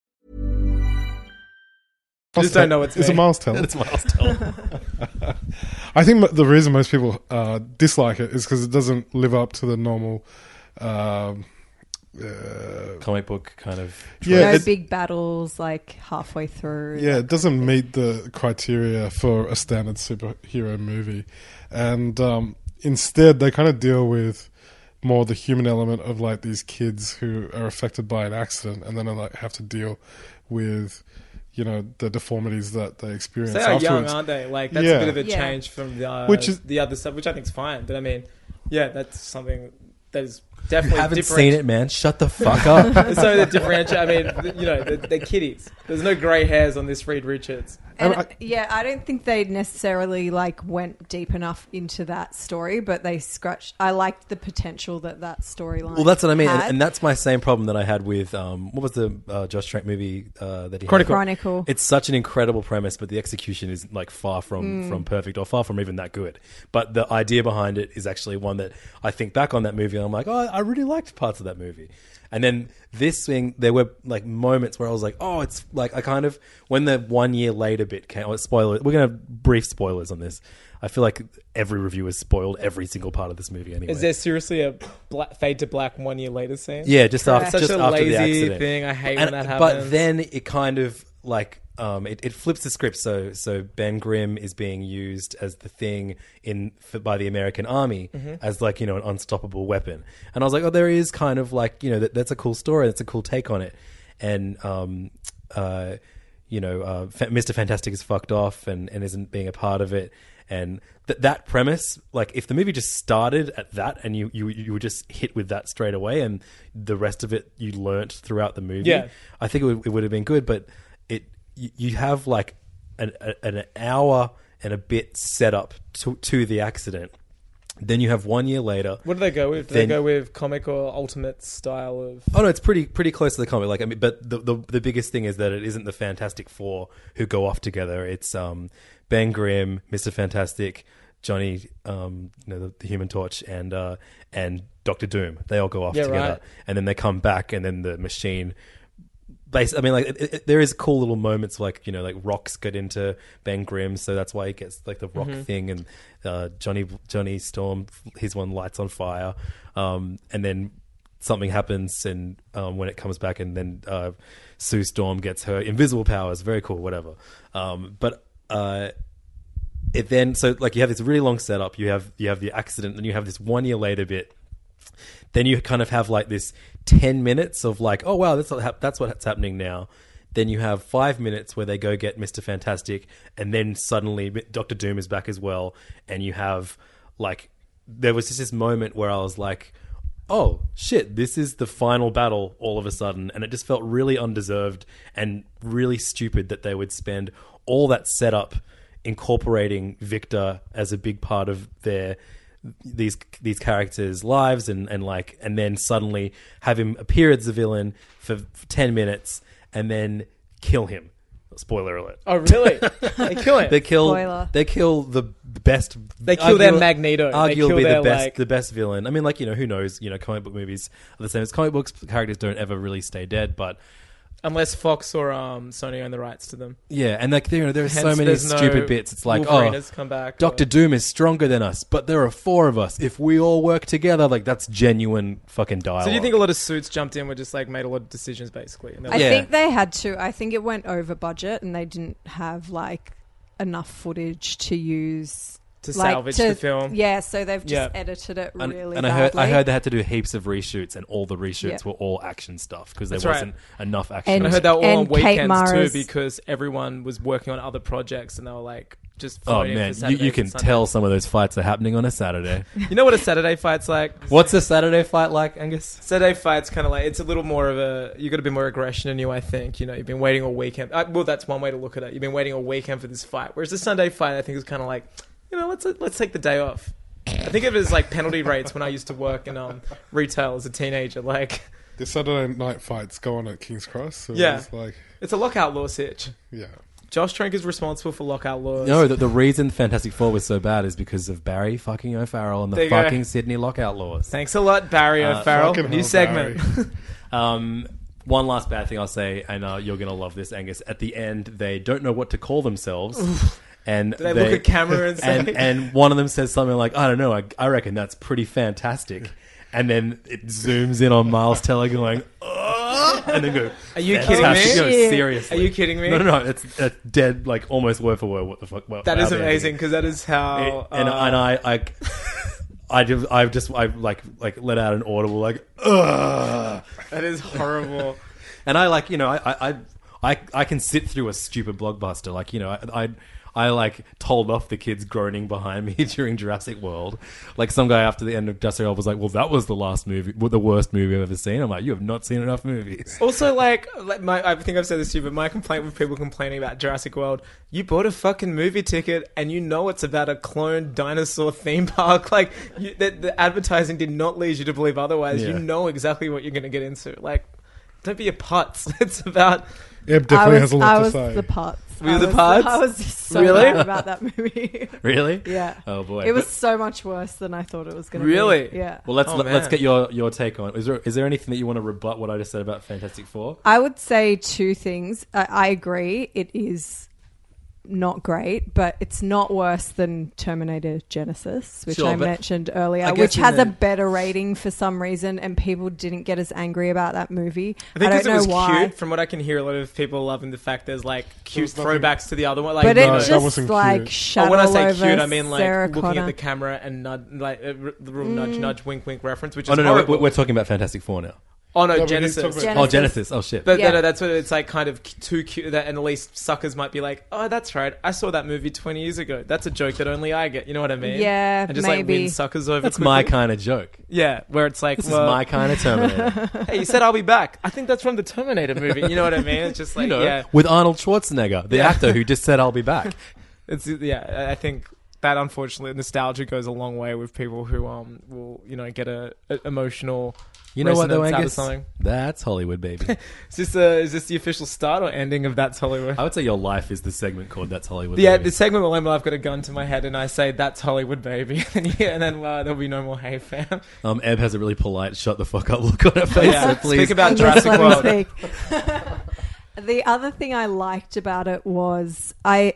Speaker 3: Just don't know what's
Speaker 4: It's a
Speaker 3: me. [laughs]
Speaker 4: Miles Teller.
Speaker 1: That's what I was told.
Speaker 4: [laughs] I think the reason most people uh, dislike it is because it doesn't live up to the normal. Um, uh,
Speaker 1: Comic book kind of.
Speaker 4: yeah,
Speaker 2: no
Speaker 4: it,
Speaker 2: big battles like halfway through.
Speaker 4: yeah, it doesn't meet the criteria for a standard superhero movie, and um, instead they kind of deal with more the human element of like these kids who are affected by an accident and then are, like have to deal with you know the deformities that they experience
Speaker 3: They are
Speaker 4: afterwards.
Speaker 3: young, aren't they? Like that's
Speaker 4: Yeah.
Speaker 3: a bit of a
Speaker 2: Yeah.
Speaker 3: change from the uh,
Speaker 4: Which is-
Speaker 3: the other stuff, which I think is fine. But I mean, yeah, that's something that is
Speaker 1: You
Speaker 3: definitely
Speaker 1: haven't
Speaker 3: different.
Speaker 1: seen it, man. Shut the fuck up.
Speaker 3: It's [laughs] so the differentiate. I mean, th- you know, they're, they're kiddies. There's no grey hairs on this Reed Richards.
Speaker 2: And,
Speaker 4: I- I-
Speaker 2: yeah, I don't think they necessarily like went deep enough into that story, but they scratched. I liked the potential that that storyline.
Speaker 1: well, that's what I mean, and,
Speaker 2: had.
Speaker 1: and that's my same problem that I had with um, what was the uh, Josh Trank movie uh, that he had?
Speaker 3: Chronicle.
Speaker 2: Chronicle.
Speaker 1: It's such an incredible premise, but the execution is like far
Speaker 2: Mm.
Speaker 1: from from perfect or far from even that good. But the idea behind it is actually one that I think back on that movie and I'm like, oh, I really liked parts of that movie. And then this thing, there were like moments where I was like, oh, it's like I kind of when the one year later bit came. Oh, spoiler! We're gonna have brief spoilers on this. I feel like every review has spoiled every single part of this movie anyway.
Speaker 3: Is there seriously a black, fade to black one year later scene?
Speaker 1: Yeah, just after
Speaker 3: Such
Speaker 1: just
Speaker 3: a
Speaker 1: after the
Speaker 3: lazy
Speaker 1: accident.
Speaker 3: thing. I hate when that
Speaker 1: But
Speaker 3: happens.
Speaker 1: then it kind of like um, it, it flips the script. So so Ben Grimm is being used as the thing in for, by the American army
Speaker 3: Mm-hmm.
Speaker 1: as like you know an unstoppable weapon. And I was like, oh, there is kind of like you know that, that's a cool story. That's a cool take on it. And um, uh, you know, uh, Fa- Mr. Fantastic is fucked off and, and isn't being a part of it. And th- that premise, like, if the movie just started at that and you, you, you were just hit with that straight away and the rest of it you learnt throughout the movie,
Speaker 3: Yeah.
Speaker 1: I think it would, it would have been good. But it you, you have like an, a, an hour and a bit set up to, to the accident. Then you have one year later.
Speaker 3: What do they go with? Do
Speaker 1: Then-
Speaker 3: they go with comic or ultimate style of?
Speaker 1: Oh no, it's pretty pretty close to the comic. Like I mean, but the, the the biggest thing is that it isn't the Fantastic Four who go off together. It's um, Ben Grimm, Mister Fantastic, Johnny, um, you know, the, the Human Torch, and uh, and Doctor Doom. They all go off
Speaker 3: Yeah,
Speaker 1: together,
Speaker 3: right.
Speaker 1: and then they come back, and then the machine. Base, I mean, like it, it, there is cool little moments, like you know, like rocks get into Ben Grimm, so that's why he gets like the rock thing, and uh, Johnny Johnny Storm, his one lights on fire, um, and then something happens and um, when it comes back and then uh, sue storm gets her invisible powers very cool whatever um, but uh, it then so like you have this really long setup you have you have the accident and you have this one year later bit then you kind of have like this 10 minutes of like oh wow that's what hap- that's what's happening now then you have five minutes where they go get mr fantastic and then suddenly dr doom is back as well and you have like there was just this moment where i was like oh shit this is the final battle all of a sudden and it just felt really undeserved and really stupid that they would spend all that setup incorporating victor as a big part of their these these characters' lives and and like and then suddenly have him appear as the villain for, for ten minutes and then kill him. Spoiler alert.
Speaker 3: Oh
Speaker 1: [laughs]
Speaker 3: really? they kill it.
Speaker 1: They kill.
Speaker 2: Spoiler.
Speaker 1: They kill the best.
Speaker 3: They kill their Magneto. They
Speaker 1: Arguably
Speaker 3: kill
Speaker 1: the
Speaker 3: their,
Speaker 1: best,
Speaker 3: like-
Speaker 1: the best villain. I mean, like you know, who knows? You know, comic book movies are the same as comic books. Characters don't ever really stay dead, but
Speaker 3: Unless Fox or um, Sony own the rights to them.
Speaker 1: yeah. And like you know, there are so
Speaker 3: Hence,
Speaker 1: many
Speaker 3: there's no
Speaker 1: stupid bits. It's like
Speaker 3: Wolverine
Speaker 1: oh,
Speaker 3: has come back,
Speaker 1: Doctor
Speaker 3: or-
Speaker 1: Doom is stronger than us, but there are four of us. If we all work together, like that's genuine fucking dialogue.
Speaker 3: So do you think a lot of suits jumped in were just like made a lot of decisions basically? And they're
Speaker 2: I
Speaker 3: like,
Speaker 1: Yeah.
Speaker 2: think they had to. I think it went over budget, and they didn't have like enough footage to use
Speaker 3: To
Speaker 2: like,
Speaker 3: salvage
Speaker 2: to-
Speaker 3: the film.
Speaker 2: Yeah, so they've just
Speaker 3: Yeah.
Speaker 2: edited it
Speaker 1: And,
Speaker 2: really.
Speaker 1: and I heard I
Speaker 2: badly.
Speaker 1: heard they had to do heaps of reshoots, and all the reshoots
Speaker 2: Yeah.
Speaker 1: were all action stuff because there
Speaker 3: That's right.
Speaker 1: wasn't enough action.
Speaker 3: And I heard they were all
Speaker 2: And
Speaker 3: on
Speaker 2: Kate
Speaker 3: weekends
Speaker 2: Mara's-
Speaker 3: too because everyone was working on other projects and they were like just.
Speaker 1: oh
Speaker 3: floating
Speaker 1: man,
Speaker 3: for
Speaker 1: you,
Speaker 3: Saturdays
Speaker 1: you
Speaker 3: and
Speaker 1: can
Speaker 3: Sundays.
Speaker 1: tell some of those fights are happening on a Saturday.
Speaker 3: You know what a Saturday fight's like?
Speaker 1: What's a Saturday fight like, Angus?
Speaker 3: Saturday fight's kind of like it's a little more of a you got a bit more aggression in you. I think you know you've been waiting all weekend. Uh, well, that's one way to look at it. You've been waiting all weekend for this fight, whereas the Sunday fight I think is kind of like you know let's let's take the day off. I think of it as like penalty rates when I used to work in um, retail as a teenager. Like,
Speaker 4: [laughs] The Saturday night fights go on at King's Cross. So
Speaker 3: Yeah.
Speaker 4: It's like,
Speaker 3: it's a lockout law sitch.
Speaker 4: yeah.
Speaker 3: Josh Trank is responsible for lockout laws.
Speaker 1: No, the, the reason Fantastic Four was so bad is because of Barry fucking O'Farrell and
Speaker 3: There
Speaker 1: the
Speaker 3: you go.
Speaker 1: fucking Sydney lockout laws. Uh,
Speaker 3: Thanks a lot, Barry O'Farrell.
Speaker 4: Uh, Fucking
Speaker 3: New
Speaker 4: hell,
Speaker 3: segment. [laughs]
Speaker 4: Barry.
Speaker 1: Um, one last bad thing I'll say, and uh, you're gonna love this, Angus. At the end, they don't know what to call themselves, and
Speaker 3: They, look at camera
Speaker 1: [laughs]
Speaker 3: and say,
Speaker 1: and and one of them says something like, "I don't know, I, I reckon that's pretty fantastic," and then it zooms in on Miles
Speaker 3: [laughs]
Speaker 1: Teller going, "Ugh," [laughs] and then go,
Speaker 3: "Are you kidding
Speaker 1: "Fantastic."
Speaker 3: me?
Speaker 1: No, seriously,
Speaker 3: Are you kidding me?
Speaker 1: No, no, no, it's, it's dead, like almost word for word. What the fuck? What,
Speaker 3: That is
Speaker 1: how they-
Speaker 3: amazing because that is how.
Speaker 1: and,
Speaker 3: uh,
Speaker 1: and I, I, I just, I've just, I like, like let out an audible like, ugh,
Speaker 3: that is horrible.
Speaker 1: and I like, you know, I, I, I, I, I can sit through a stupid blockbuster, like, you know, I. I I like told off the kids groaning behind me [laughs] during Jurassic World. Like some guy after the end of Jurassic World was like, "Well, that was the last movie, well, the worst movie I've ever seen." I'm like, "You have not seen enough movies."
Speaker 3: also, like, like my, I think I've said this to you, but my complaint with people complaining about Jurassic World, you bought a fucking movie ticket and you know it's about a cloned dinosaur theme park. [laughs] Like, you, the, the advertising did not lead you to believe otherwise. You
Speaker 1: Yeah.
Speaker 3: know exactly what you're going to get into. Like, don't be a putz. [laughs] It's about.
Speaker 4: Eb definitely
Speaker 2: I was,
Speaker 4: has a lot
Speaker 2: I
Speaker 4: to
Speaker 2: was
Speaker 4: say.
Speaker 2: the parts.
Speaker 3: Were you
Speaker 2: I
Speaker 3: the
Speaker 2: was-
Speaker 3: parts?
Speaker 2: I was so
Speaker 3: Really?
Speaker 2: mad about that movie.
Speaker 1: [laughs] Really?
Speaker 2: yeah.
Speaker 1: Oh boy.
Speaker 2: It was so much worse than I thought it was going to be.
Speaker 3: Really?
Speaker 2: Yeah.
Speaker 1: Well, let's
Speaker 3: Oh,
Speaker 1: let, us
Speaker 3: man.
Speaker 1: get your your take on. Is there is there anything that you want to rebut what I just said about Fantastic Four?
Speaker 2: I would say two things. I, I agree. It is not great, but it's not worse than Terminator Genesis, which
Speaker 1: Sure,
Speaker 2: I
Speaker 1: but
Speaker 2: mentioned earlier,
Speaker 3: I guess
Speaker 2: which
Speaker 3: in
Speaker 2: has
Speaker 3: the-
Speaker 2: a better rating for some reason, and people didn't get as angry about that movie.
Speaker 3: I think
Speaker 2: I
Speaker 3: because
Speaker 2: don't
Speaker 3: it
Speaker 2: know
Speaker 3: was
Speaker 2: why.
Speaker 3: cute, from what I can hear, a lot of people loving the fact there's like cute
Speaker 4: was nothing-
Speaker 3: throwbacks to the other one. Like,
Speaker 2: But
Speaker 3: you
Speaker 2: it
Speaker 3: know-
Speaker 4: that
Speaker 2: just
Speaker 4: wasn't
Speaker 2: like
Speaker 4: cute.
Speaker 2: shut
Speaker 3: Oh, when I
Speaker 2: all
Speaker 3: say
Speaker 2: over
Speaker 3: cute, I mean like
Speaker 2: Sarah
Speaker 3: looking
Speaker 2: Connor. Mm.
Speaker 3: at the camera and nud- like uh, r- the real nudge, nudge, wink, wink reference, which is
Speaker 1: Oh no, no,
Speaker 3: horrible.
Speaker 1: we're, we're talking about Fantastic Four now.
Speaker 3: oh no,
Speaker 4: No, we didn't
Speaker 3: Genesis.
Speaker 4: talk about-
Speaker 2: Genesis.
Speaker 1: Oh Genesis. Oh shit.
Speaker 3: But
Speaker 2: Yeah.
Speaker 3: no, no, that's what it's like, kind of c- too cute, that, and at least suckers might be like, "Oh, that's right, I saw that movie twenty years ago. That's a joke that only I get." You know what I mean?
Speaker 2: Yeah,
Speaker 3: and just like
Speaker 2: maybe.
Speaker 3: win suckers over.
Speaker 1: That's my
Speaker 3: quickly.
Speaker 1: kind of joke.
Speaker 3: [laughs] Yeah, where it's like,
Speaker 1: This
Speaker 3: well,
Speaker 1: is my kind of Terminator.
Speaker 3: [laughs] hey, you said I'll be back. I think that's from the Terminator movie. You know what I mean? It's just like,
Speaker 1: [laughs] you know,
Speaker 3: yeah,
Speaker 1: with Arnold Schwarzenegger, the actor who just said I'll
Speaker 3: [laughs]
Speaker 1: be back.
Speaker 3: it's yeah. I- I think that unfortunately nostalgia goes a long way with people who um will you know get a, a emotional.
Speaker 1: You know what though,
Speaker 3: resonance out of
Speaker 1: Angus?
Speaker 3: something.
Speaker 1: That's Hollywood, baby.
Speaker 3: [laughs] Is this, uh, is this the official start or ending of That's Hollywood?
Speaker 1: I would say your life is the segment called That's Hollywood.
Speaker 3: yeah,
Speaker 1: baby.
Speaker 3: the segment where I've got a gun to my head and I say, That's Hollywood, baby. [laughs] and, yeah, and then uh, there'll be no more Hey Fam.
Speaker 1: Um, Eb has a really polite "shut the fuck up" look on her face.
Speaker 3: Yeah.
Speaker 1: so please,
Speaker 3: Speak about
Speaker 2: Yes,
Speaker 3: Jurassic
Speaker 2: let
Speaker 3: World.
Speaker 1: [laughs]
Speaker 3: [laughs]
Speaker 2: me speak. the other thing I liked about it was I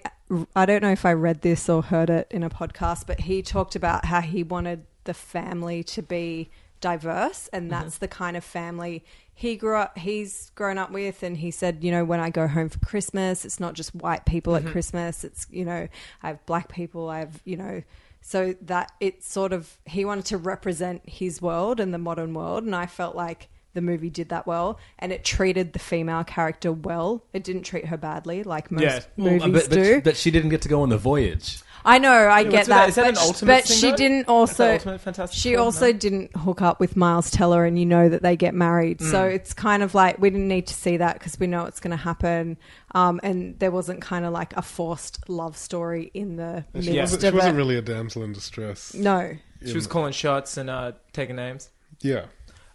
Speaker 2: I don't know if I read this or heard it in a podcast, but he talked about how he wanted the family to be diverse and that's the kind of family he grew up he's grown up with and he said you know when i go home for christmas it's not just white people at christmas it's you know i have black people i have you know so that it sort of he wanted to represent his world and the modern world and i felt like the movie did that well and it treated the female character well it didn't treat her badly like most
Speaker 3: Yeah.
Speaker 2: movies
Speaker 1: but, but,
Speaker 2: do
Speaker 1: but she didn't get to go on the voyage.
Speaker 2: i know i
Speaker 3: what's with that?
Speaker 2: get that,
Speaker 3: Is that
Speaker 2: but,
Speaker 3: an
Speaker 2: sh-
Speaker 3: Ultimate
Speaker 2: but
Speaker 3: thing,
Speaker 2: she
Speaker 3: though?
Speaker 2: didn't
Speaker 3: Is that
Speaker 2: also
Speaker 3: Ultimate Fantastic
Speaker 2: she
Speaker 3: Four?
Speaker 2: also
Speaker 3: No?
Speaker 2: didn't hook up with miles teller and you know that they get married
Speaker 3: Mm.
Speaker 2: so it's kind of like we didn't need to see that because we know it's going to happen um, and there wasn't kind of like a forced love story in the midst
Speaker 4: She, wasn't,
Speaker 2: of
Speaker 4: she wasn't
Speaker 2: it.
Speaker 4: really a damsel in distress.
Speaker 2: no
Speaker 3: She was calling shots and uh, taking names.
Speaker 4: Yeah.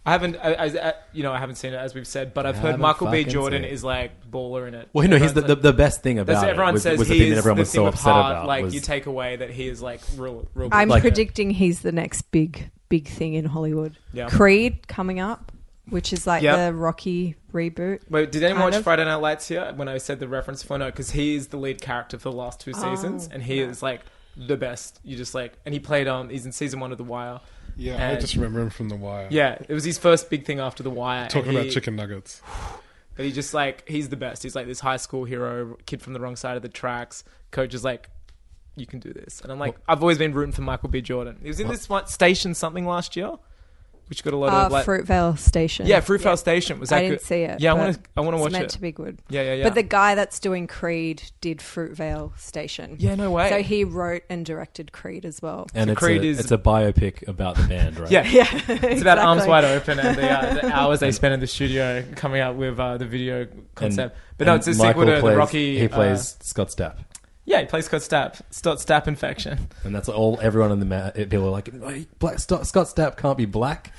Speaker 3: I haven't, I, I, I- you know, I haven't seen it as we've said, but I've heard
Speaker 1: haven't
Speaker 3: Michael B.
Speaker 1: fucking
Speaker 3: Jordan
Speaker 1: seen it.
Speaker 3: is like baller in it.
Speaker 1: Well, no, he's the,
Speaker 3: Everyone's
Speaker 1: the,
Speaker 3: like-
Speaker 1: the best thing
Speaker 3: That's
Speaker 1: about
Speaker 3: what
Speaker 1: it.
Speaker 3: everyone
Speaker 1: was,
Speaker 3: says
Speaker 1: was the
Speaker 3: he
Speaker 1: thing
Speaker 3: is
Speaker 1: that everyone
Speaker 3: the
Speaker 1: was
Speaker 3: thing
Speaker 1: so
Speaker 3: with
Speaker 1: upset
Speaker 3: heart,
Speaker 1: about.
Speaker 3: Like you
Speaker 1: was-
Speaker 3: take away that he is like real. real
Speaker 2: i'm
Speaker 3: like-
Speaker 2: predicting he's the next big big thing in hollywood
Speaker 3: Yeah.
Speaker 2: creed coming up which is like
Speaker 3: Yep.
Speaker 2: the rocky reboot
Speaker 3: Wait, did anyone
Speaker 2: Kind
Speaker 3: watch
Speaker 2: of.
Speaker 3: Friday Night Lights here? When I said the reference for no, because he is the lead character for the last two seasons,
Speaker 2: Oh.
Speaker 3: and he is like the best. You just like, and he played um, he's in season one of The Wire.
Speaker 4: Yeah, I
Speaker 3: And-
Speaker 4: just remember him from The Wire.
Speaker 3: Yeah, it was his first big thing after The Wire. and
Speaker 4: Talking
Speaker 3: he-
Speaker 4: about chicken nuggets.
Speaker 3: But he just like he's the best. He's like this high school hero, kid from the wrong side of the tracks. Coach is like, you can do this, and I'm like, I've always been rooting for Michael B. Jordan. He was in this one station something last year, which got a lot
Speaker 2: uh,
Speaker 3: of like,
Speaker 2: fruitvale station
Speaker 3: yeah, Fruitvale Station was. That
Speaker 2: I didn't
Speaker 3: good?
Speaker 2: see it.
Speaker 3: Yeah, I
Speaker 2: but
Speaker 3: want to. I want to
Speaker 2: it's
Speaker 3: watch
Speaker 2: meant
Speaker 3: it.
Speaker 2: to be good.
Speaker 3: Yeah, yeah, yeah.
Speaker 2: But the guy that's doing Creed did Fruitvale Station.
Speaker 3: Yeah, no way.
Speaker 2: So he wrote and directed Creed as well.
Speaker 1: and
Speaker 3: So
Speaker 1: it's
Speaker 3: Creed
Speaker 1: a,
Speaker 3: is-
Speaker 1: it's a biopic about the band, right?
Speaker 3: yeah,
Speaker 2: Yeah,
Speaker 3: [laughs]
Speaker 2: [laughs]
Speaker 3: It's about arms wide open and the, uh, the hours they spent in the studio coming up with uh, the video
Speaker 1: And-
Speaker 3: concept. but no,
Speaker 1: and
Speaker 3: it's a
Speaker 1: Michael
Speaker 3: sequel to
Speaker 1: plays,
Speaker 3: the Rocky.
Speaker 1: He
Speaker 3: uh,
Speaker 1: plays Scott Stapp.
Speaker 3: Yeah, he plays Scott Stapp. Scott Stapp infection.
Speaker 1: And that's all everyone in the ma- it- people are like, "Wait, black, Scott, Scott Stapp can't be black.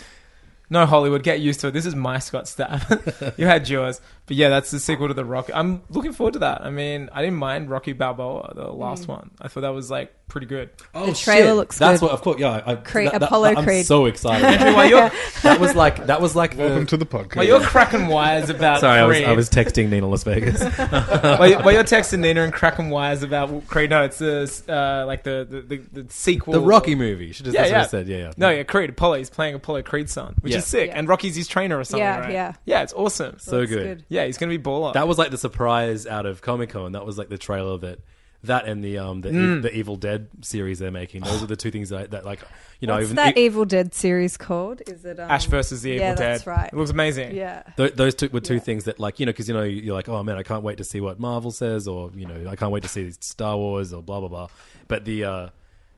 Speaker 3: No, Hollywood, get used to it. This is my Scott Stapp. [laughs] you had yours. But yeah, that's the sequel to The Rock. I'm looking forward to that. I mean, I didn't mind Rocky Balboa, the last one. I thought that was like pretty good.
Speaker 1: Mm. Oh,
Speaker 2: The trailer looks
Speaker 1: That's
Speaker 2: good.
Speaker 1: what, of course, yeah. I,
Speaker 2: Creed- Apollo
Speaker 1: I'm
Speaker 2: Creed. [laughs]
Speaker 1: so excited.
Speaker 3: While you're,
Speaker 1: that was like, that was like.
Speaker 4: Welcome
Speaker 1: the-
Speaker 4: to the podcast.
Speaker 3: while you're cracking wires about
Speaker 1: Sorry, I was,
Speaker 3: Creed-
Speaker 1: I was texting Nina Las Vegas.
Speaker 3: [laughs]
Speaker 1: [laughs]
Speaker 3: while, you- while you're texting Nina and cracking wires about Creed, no, it's the uh, like the, the, the, the sequel,
Speaker 1: the Rocky movie. She just
Speaker 3: Yeah,
Speaker 1: that's
Speaker 3: yeah.
Speaker 1: what I said. Yeah, yeah.
Speaker 3: No, yeah, Creed Apollo. He's playing Apollo Creed's son, which
Speaker 1: Yeah.
Speaker 3: is sick.
Speaker 2: Yeah.
Speaker 3: And Rocky's his trainer or something.
Speaker 2: Yeah,
Speaker 3: right?
Speaker 2: yeah.
Speaker 3: yeah. It's awesome.
Speaker 1: so
Speaker 2: That's
Speaker 1: good.
Speaker 2: good.
Speaker 3: yeah, he's gonna be baller.
Speaker 1: That was like the surprise out of Comic Con. That was like the trailer that that and the um the, e-
Speaker 3: Mm.
Speaker 1: the Evil Dead series they're making. Those are the two things that, I- that like you know
Speaker 2: What's
Speaker 1: even
Speaker 2: that
Speaker 1: e-
Speaker 2: Evil Dead series called? Is it um,
Speaker 3: Ash versus the Evil
Speaker 2: yeah,
Speaker 3: Dead.
Speaker 2: That's right.
Speaker 3: It looks amazing.
Speaker 2: yeah.
Speaker 1: Th- those two were two
Speaker 2: Yeah.
Speaker 1: things that, like, you know, because you know, you're like, oh man, I can't wait to see what Marvel says, or you know, I can't wait to see Star Wars, or blah blah blah. But the, uh,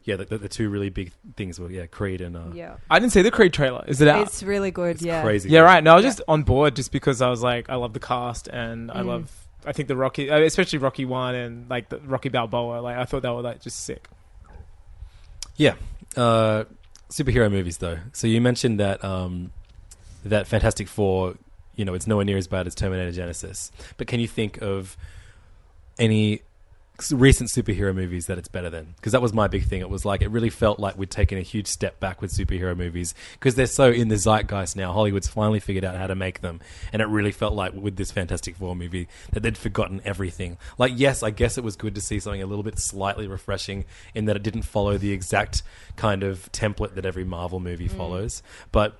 Speaker 1: yeah, the, the, the two really big things were yeah, Creed and uh,
Speaker 2: Yeah.
Speaker 3: I didn't see the Creed trailer. Is it out?
Speaker 2: It's really good.
Speaker 1: it's
Speaker 2: yeah. Mm.
Speaker 1: crazy.
Speaker 3: yeah, right. No, I was just on board just because I was like, I love the cast and I love. I think the Rocky, uh, especially Rocky One and like the Rocky Balboa, like I thought that were like just sick.
Speaker 1: Yeah. Uh, superhero movies, though. So you mentioned that um, that Fantastic Four, you know, it's nowhere near as bad as Terminator Genesis. But can you think of any s- recent superhero movies that it's better than? Because that was my big thing. It was like it really felt like we'd taken a huge step back with superhero movies because they're so in the zeitgeist now. Hollywood's finally figured out how to make them, and it really felt like with this Fantastic Four movie that they'd forgotten everything. Like, yes, I guess it was good to see something a little bit slightly refreshing in that it didn't follow the exact kind of template that every Marvel movie
Speaker 2: Mm.
Speaker 1: follows, but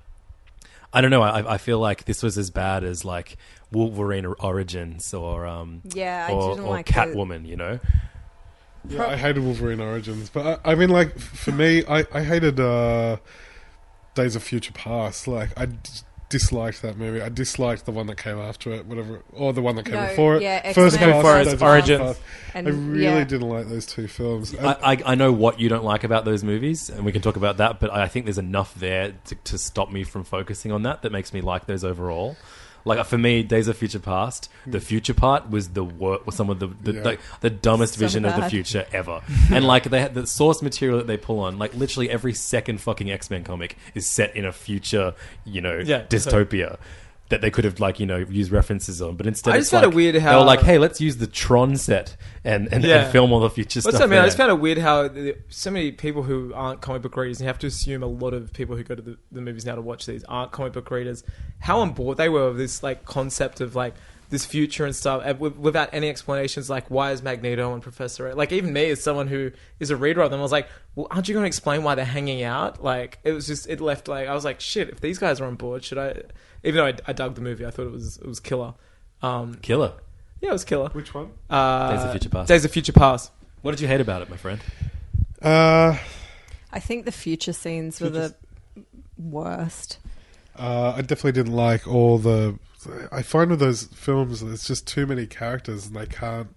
Speaker 1: I don't know. I, I feel like this was as bad as like Wolverine Origins or um
Speaker 2: Yeah, I
Speaker 1: or,
Speaker 2: didn't
Speaker 1: or
Speaker 2: like the-
Speaker 1: Catwoman. You know,
Speaker 4: Yeah, I hated Wolverine Origins, but I, I mean, like f- for me, I, I hated uh, Days of Future Past. Like I d- disliked that movie. I disliked the one that came after it, whatever, or the one that came
Speaker 2: No,
Speaker 4: before it.
Speaker 2: yeah,
Speaker 4: First Class,
Speaker 2: X-Men,
Speaker 3: Before it's
Speaker 4: Days of
Speaker 3: Origins.
Speaker 4: Future Past.
Speaker 2: And,
Speaker 4: I really
Speaker 2: yeah.
Speaker 4: didn't like those two films. And-
Speaker 1: I, I I know what you don't like about those movies, and we can talk about that. But I think there's enough there to, to stop me from focusing on that. That makes me like those overall. Like uh, for me, Days of Future Past, the
Speaker 3: Hmm.
Speaker 1: future part was the wor- was some of the the,
Speaker 4: Yeah.
Speaker 1: like, the dumbest
Speaker 2: So
Speaker 1: vision of the
Speaker 2: bad.
Speaker 1: future
Speaker 2: [laughs]
Speaker 3: [laughs]
Speaker 1: ever. and like they had the source material that they pull on, like literally every second fucking X Men comic is set in a future, you know,
Speaker 3: Yeah,
Speaker 1: dystopia. That they could have like you know used references on, but instead
Speaker 3: I
Speaker 1: it's
Speaker 3: just found it
Speaker 1: like-
Speaker 3: weird
Speaker 1: they
Speaker 3: how- uh,
Speaker 1: were like, "Hey, let's use the Tron set and and,
Speaker 3: Yeah.
Speaker 1: and film all the future
Speaker 3: What's that,
Speaker 1: stuff."
Speaker 3: man? I
Speaker 1: there."
Speaker 3: just found it weird how the, so many people who aren't comic book readers, and you have to assume a lot of people who go to the, the movies now to watch these aren't comic book readers, how on board they were with this like concept of like this future and stuff and with, without any explanations. Like, why is Magneto and Professor X- like even me as someone who is a reader of them, I was like, well, aren't you going to explain why they're hanging out? Like, it was just it left like I was like, shit, if these guys are on board, should I? Even though I, I dug the movie, I thought it was it was killer. Um,
Speaker 1: killer.
Speaker 3: yeah, it was killer.
Speaker 4: Which one?
Speaker 3: Uh,
Speaker 1: Days of Future Past.
Speaker 3: Days of Future Past.
Speaker 1: What did you hate about it, my friend?
Speaker 4: Uh,
Speaker 2: I think the future scenes were the worst.
Speaker 4: Uh, I definitely didn't like all the. I find with those films, there's just too many characters, and they can't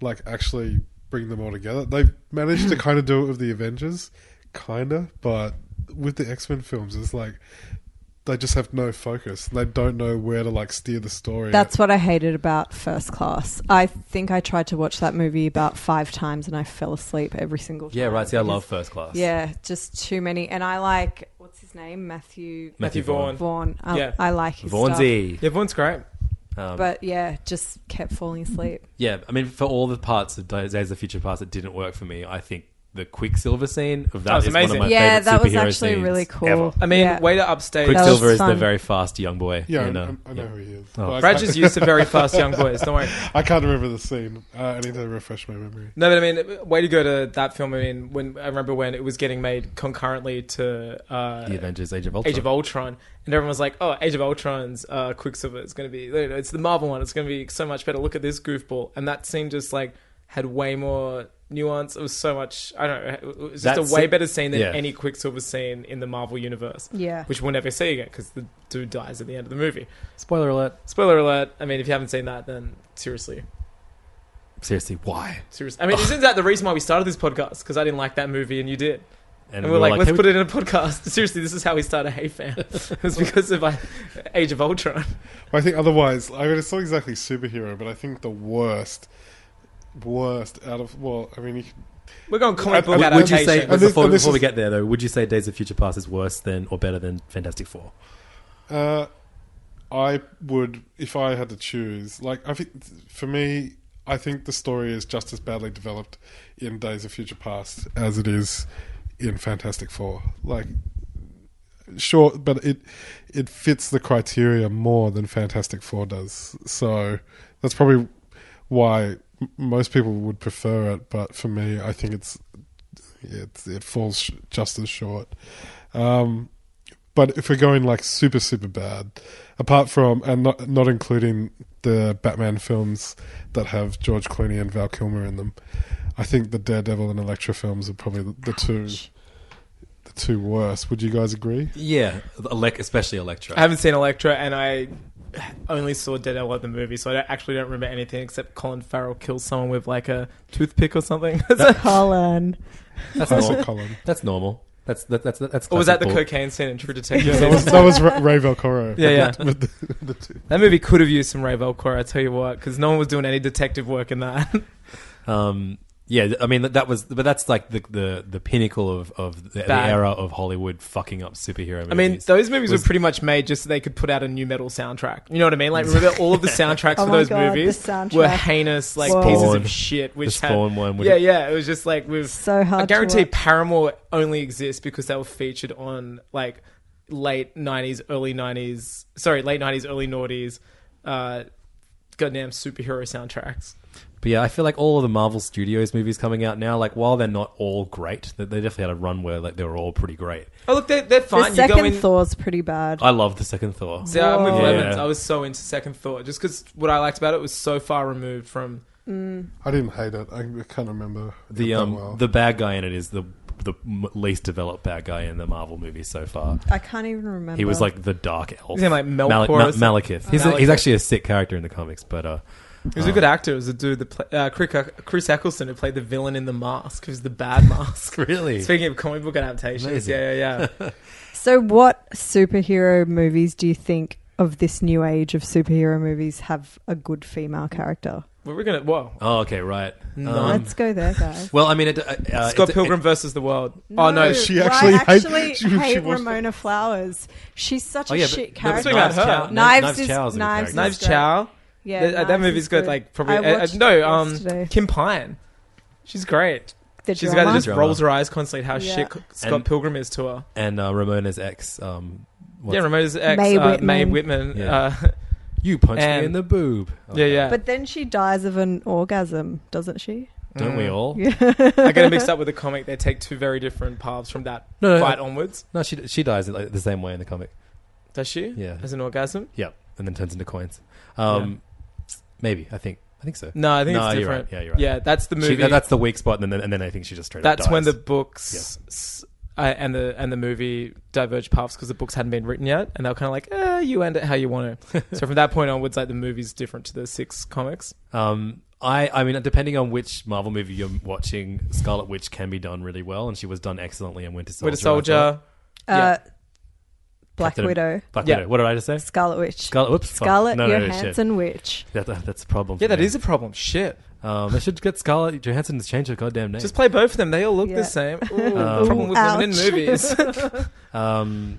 Speaker 4: like actually bring them all together. They've managed to kind of do it with the Avengers, kinda, but with the X Men films, it's like they just have no focus. They don't know where to like steer the story.
Speaker 2: That's what I hated about First Class. I think I tried to watch that movie about five times and I fell asleep every single time.
Speaker 1: Yeah, right. See, I
Speaker 2: because-
Speaker 1: love First Class.
Speaker 2: Yeah, just too many. And I like what's his name, Matthew
Speaker 3: Matthew
Speaker 1: Matthew Vaughn.
Speaker 3: Vaughn.
Speaker 2: Vaughn. I,
Speaker 3: Yeah.
Speaker 2: I like his stuff.
Speaker 1: Vaughnsy.
Speaker 3: Yeah, Vaughn's great.
Speaker 1: Um,
Speaker 2: But yeah, just kept falling asleep.
Speaker 1: yeah, I mean, for all the parts of Days of the Future Past that didn't work for me, I think the Quicksilver scene of that,
Speaker 3: That was
Speaker 1: is
Speaker 3: amazing.
Speaker 1: one of my
Speaker 2: yeah,
Speaker 1: favorite
Speaker 2: that was
Speaker 1: superhero
Speaker 2: actually
Speaker 1: scenes
Speaker 2: really cool.
Speaker 1: ever.
Speaker 3: I mean,
Speaker 2: yeah.
Speaker 3: way to upstage.
Speaker 2: That was
Speaker 1: Quicksilver is the
Speaker 2: fun.
Speaker 1: very fast young boy.
Speaker 4: yeah,
Speaker 1: in,
Speaker 4: I,
Speaker 1: uh,
Speaker 4: I, I know
Speaker 1: yeah.
Speaker 4: who he is.
Speaker 1: Oh.
Speaker 4: But I-
Speaker 3: Brad just
Speaker 4: I-
Speaker 3: used to very fast young boys. Don't worry.
Speaker 4: [laughs] I can't remember the scene. Uh, I need to refresh my memory.
Speaker 3: No, but I mean, way to go to that film. I mean, when I remember when it was getting made concurrently to uh,
Speaker 1: The Avengers: Age of Ultron.
Speaker 3: Age of Ultron, and everyone was like, "Oh, Age of Ultron's uh, Quicksilver is going to be, you know, it's the Marvel one. It's going to be so much better. Look at this goofball." And that scene just like had way more nuance. It was so much. I don't know. It was just
Speaker 1: That
Speaker 3: a way
Speaker 1: scene-
Speaker 3: better scene than
Speaker 1: yeah.
Speaker 3: any Quicksilver scene in the Marvel universe.
Speaker 2: Yeah.
Speaker 3: which we'll never see again because the dude dies at the end of the movie.
Speaker 1: Spoiler alert.
Speaker 3: Spoiler alert. I mean, if you haven't seen that, then seriously,
Speaker 1: Seriously, why?
Speaker 3: Seriously. I mean, isn't that the reason why we started this podcast? Because I didn't like that movie and you did. And, we
Speaker 1: were
Speaker 3: we're like,
Speaker 1: hey,
Speaker 3: let's
Speaker 1: we-
Speaker 3: put it in a podcast. [laughs] Seriously, this is how we started Hey
Speaker 1: [laughs]
Speaker 3: Fam. [laughs] it was because of uh, Age of Ultron.
Speaker 4: Well, I think otherwise, I mean, it's not exactly superhero, but I think the worst worst out of well, I mean, you can-
Speaker 3: We're going comic
Speaker 4: I- I-
Speaker 3: book
Speaker 4: would
Speaker 1: Would you
Speaker 3: adaptation.
Speaker 1: say
Speaker 4: And this-
Speaker 1: before,
Speaker 4: and this
Speaker 1: before we
Speaker 4: is-
Speaker 1: get there though? Would you say Days of Future Past is worse than or better than Fantastic Four?
Speaker 4: Uh, I would, if I had to choose, like I think for me, I think the story is just as badly developed in Days of Future Past as it is in Fantastic Four. Like, sure, but it it fits the criteria more than Fantastic Four does. So that's probably why m- most people would prefer it. But for me, I think it's it it falls sh- just as short. Um, but if we're going like super super bad, apart from and not not including the Batman films that have George Clooney and Val Kilmer in them, I think the Daredevil and Elektra films are probably the, the two the two worst. Would you guys agree?
Speaker 1: Yeah, elec- especially Electra.
Speaker 3: I haven't seen Electra, and I only saw Daredevil at the movie, so I don't, actually don't remember anything except Colin Farrell kills someone with like a toothpick or something. [laughs]
Speaker 2: Colin.
Speaker 1: that's,
Speaker 4: Classic
Speaker 1: normal.
Speaker 4: Colin.
Speaker 1: that's normal. That's that, that's that's.
Speaker 3: or was that the
Speaker 1: classic
Speaker 3: cocaine scene in True Detective?
Speaker 4: Yeah, [laughs] that was that was Ra- Ray Velcoro.
Speaker 3: Yeah, yeah.
Speaker 4: [laughs] With the, with the two.
Speaker 3: That movie could have used some Ray Velcro, I tell you what, because no one was doing any detective work in that. [laughs]
Speaker 1: Bull. Um, yeah, I mean that, that was, but that's like the the, the pinnacle of of the, the
Speaker 3: Bad.
Speaker 1: era of Hollywood fucking up superhero. Movies.
Speaker 3: I mean, those movies
Speaker 1: Was-
Speaker 3: were pretty much made just so they could put out a new metal soundtrack. You know what I mean? Like,
Speaker 1: [laughs]
Speaker 3: remember all of the soundtracks
Speaker 2: [laughs] Oh
Speaker 3: for
Speaker 2: my
Speaker 3: those
Speaker 2: God, the
Speaker 3: movies
Speaker 2: soundtrack.
Speaker 3: were heinous, like
Speaker 2: Whoa.
Speaker 3: pieces
Speaker 1: Spawn.
Speaker 3: of shit.
Speaker 1: the
Speaker 3: Which had,
Speaker 1: Spawn one. would-
Speaker 3: yeah, yeah, it was just like with
Speaker 2: So hard
Speaker 3: I
Speaker 2: to
Speaker 3: guarantee
Speaker 2: watch.
Speaker 3: Paramore only exists because they were featured on like late '90s, early '90s. Sorry, late '90s, early noughties. Uh, goddamn superhero soundtracks.
Speaker 1: But yeah, I feel like all of the Marvel Studios movies coming out now, like while they're not all great, they they definitely had a run where like they were all pretty great.
Speaker 3: Oh look, they're, they're
Speaker 2: The
Speaker 3: fine. you go
Speaker 2: second
Speaker 3: in.
Speaker 2: Thor's pretty bad.
Speaker 1: I love the second Thor.
Speaker 3: See, I'm with
Speaker 2: Whoa.
Speaker 3: Lemons.
Speaker 1: Yeah.
Speaker 3: I was so into Second Thought just because what I liked about it was so far removed from
Speaker 4: I didn't hate it. I can't remember it
Speaker 1: The
Speaker 4: that
Speaker 1: um
Speaker 4: well.
Speaker 1: the bad guy in it is the the m- least developed bad guy in the Marvel movies so far.
Speaker 2: I can't even remember.
Speaker 1: He was like the dark elf.
Speaker 3: His name, like, Melkor or something?
Speaker 1: Malekith. He's, A, he's
Speaker 3: Malekith.
Speaker 1: actually a sick character in the comics, but uh,
Speaker 3: He was a good actor. It was a dude that play, uh, Chris, Chris Eccleston who played the villain in The Mask, who's the bad mask.
Speaker 1: [laughs] really,
Speaker 3: Speaking of comic book adaptations,
Speaker 1: Amazing.
Speaker 3: yeah, yeah,
Speaker 1: [laughs]
Speaker 3: yeah.
Speaker 2: So, what superhero movies do you think of this new age of superhero movies have a good female character?
Speaker 3: we were gonna whoa.
Speaker 1: oh okay, right. Um,
Speaker 3: No.
Speaker 2: Let's go there, guys.
Speaker 1: well, I mean, it, uh, uh,
Speaker 3: Scott
Speaker 1: it-
Speaker 3: Pilgrim versus the World. oh no,
Speaker 4: she
Speaker 2: Well,
Speaker 4: actually
Speaker 2: I
Speaker 4: hate-
Speaker 3: [laughs]
Speaker 2: actually
Speaker 4: she- she
Speaker 2: hate
Speaker 4: watched-
Speaker 2: Ramona Flowers. She's such
Speaker 1: Oh,
Speaker 2: a
Speaker 1: yeah, but-
Speaker 2: shit
Speaker 1: no, but
Speaker 3: Let's
Speaker 2: character.
Speaker 3: talk about
Speaker 1: Knives
Speaker 3: her.
Speaker 2: Knives is-
Speaker 1: Chow- Knives Chow's a
Speaker 2: Knives
Speaker 1: good character.
Speaker 2: is
Speaker 3: Knives
Speaker 2: great.
Speaker 3: Chow.
Speaker 2: yeah,
Speaker 3: Th- uh, that
Speaker 2: Knives
Speaker 3: movie's
Speaker 2: is
Speaker 3: got like probably
Speaker 2: I
Speaker 3: uh, uh,
Speaker 2: watched
Speaker 3: no
Speaker 2: it
Speaker 3: um
Speaker 2: yesterday.
Speaker 3: Kim Pine. She's great.
Speaker 2: the
Speaker 3: She's the guy
Speaker 2: drama.
Speaker 3: that just
Speaker 1: Drama.
Speaker 3: rolls her eyes constantly at how
Speaker 2: Yeah.
Speaker 3: shit Scott
Speaker 1: And-
Speaker 3: Pilgrim is to her.
Speaker 1: and uh, Ramona's ex. Um, what's-
Speaker 3: yeah, Ramona's ex
Speaker 2: Mae
Speaker 3: uh, Mae
Speaker 2: Whitman.
Speaker 3: Whitman.
Speaker 1: Yeah.
Speaker 3: Uh,
Speaker 1: [laughs] you punched
Speaker 3: and-
Speaker 1: me in the boob.
Speaker 3: yeah, yeah.
Speaker 2: But then she dies of an orgasm, doesn't she?
Speaker 1: don't we all?
Speaker 3: Mm. I get it
Speaker 2: [laughs]
Speaker 3: mixed up with the comic. They take two very different paths from that
Speaker 1: No, no,
Speaker 3: fight
Speaker 1: no.
Speaker 3: onwards.
Speaker 1: No, she she dies like, the same way in the comic.
Speaker 3: Does she?
Speaker 1: Yeah.
Speaker 3: As an orgasm?
Speaker 1: Yep, and then turns into coins. Um, Maybe I think I think so.
Speaker 3: No, I think
Speaker 1: No,
Speaker 3: it's
Speaker 1: you're
Speaker 3: different.
Speaker 1: right. Yeah, you're right.
Speaker 3: Yeah, that's the
Speaker 1: She,
Speaker 3: movie.
Speaker 1: that,
Speaker 3: that's
Speaker 1: that's the weak spot, and then and then I think she just straight. up dies.
Speaker 3: when the books s- uh, and the and the movie diverge paths because the books hadn't been written yet, and they were kind of like, eh, you end it how you
Speaker 1: [laughs]
Speaker 3: want to. so from that point onwards, like the movie's different to the six comics.
Speaker 1: Um, I, I mean, depending on which Marvel movie you're watching, Scarlet Witch can be done really well, and she was done excellently in Winter Soldier.
Speaker 3: Winter
Speaker 1: I
Speaker 3: Soldier.
Speaker 2: Uh,
Speaker 1: thought.
Speaker 2: Black
Speaker 1: Captain-
Speaker 2: Widow,
Speaker 1: Black
Speaker 3: Yeah.
Speaker 1: Widow. What did I just say?
Speaker 2: Scarlet Witch,
Speaker 1: Scarlet. Whoops. fuck.
Speaker 2: Scarlet
Speaker 1: No, no, no, shit.
Speaker 2: Johansson Witch.
Speaker 1: That, that- that's a problem.
Speaker 3: Yeah,
Speaker 1: for
Speaker 3: that
Speaker 1: me.
Speaker 3: is a problem. Shit.
Speaker 1: Um, they should get Scarlett Johansson to change her goddamn name.
Speaker 3: Just play both of them. They all look
Speaker 2: Yeah.
Speaker 3: the
Speaker 2: [laughs]
Speaker 1: [laughs]
Speaker 3: same. Ooh,
Speaker 1: Um,
Speaker 3: problem with women in
Speaker 2: Ouch. [laughs]
Speaker 3: movies. [laughs]
Speaker 1: [laughs] um,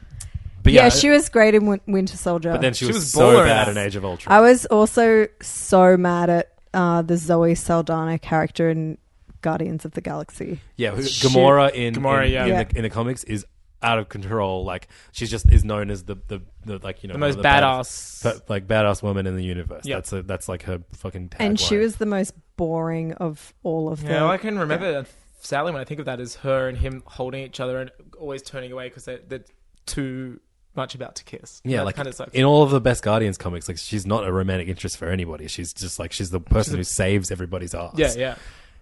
Speaker 1: but
Speaker 2: Yeah,
Speaker 1: yeah,
Speaker 2: she was great in Win- Winter Soldier.
Speaker 1: But then she,
Speaker 3: She
Speaker 1: was,
Speaker 3: was
Speaker 1: so
Speaker 3: baller
Speaker 1: bad
Speaker 3: ass.
Speaker 1: in Age of Ultron.
Speaker 2: I was also so mad at uh, the Zoe Saldana character in Guardians of the Galaxy.
Speaker 1: Yeah, who,
Speaker 3: Shit.
Speaker 1: Gamora in
Speaker 3: Gamora,
Speaker 1: in,
Speaker 3: yeah.
Speaker 1: in,
Speaker 2: Yeah.
Speaker 1: The, in the comics is out of control. Like she's just is known as the the, the like you know
Speaker 3: the
Speaker 1: one
Speaker 3: most
Speaker 1: of
Speaker 3: badass.
Speaker 1: bad- but, like badass woman in the universe.
Speaker 3: Yeah.
Speaker 1: That's a, that's like her fucking. Tagline.
Speaker 2: and she was the most boring of all of them.
Speaker 3: Yeah, I can remember. that Sadly, when I think of that, is her and him holding each other and always turning away because they're, they're too much about to kiss.
Speaker 1: Yeah,
Speaker 3: That
Speaker 1: like
Speaker 3: kind of sucks.
Speaker 1: in all of the best Guardians comics, like she's not a romantic interest for anybody. She's just like she's the person who saves everybody's ass.
Speaker 3: yeah, yeah.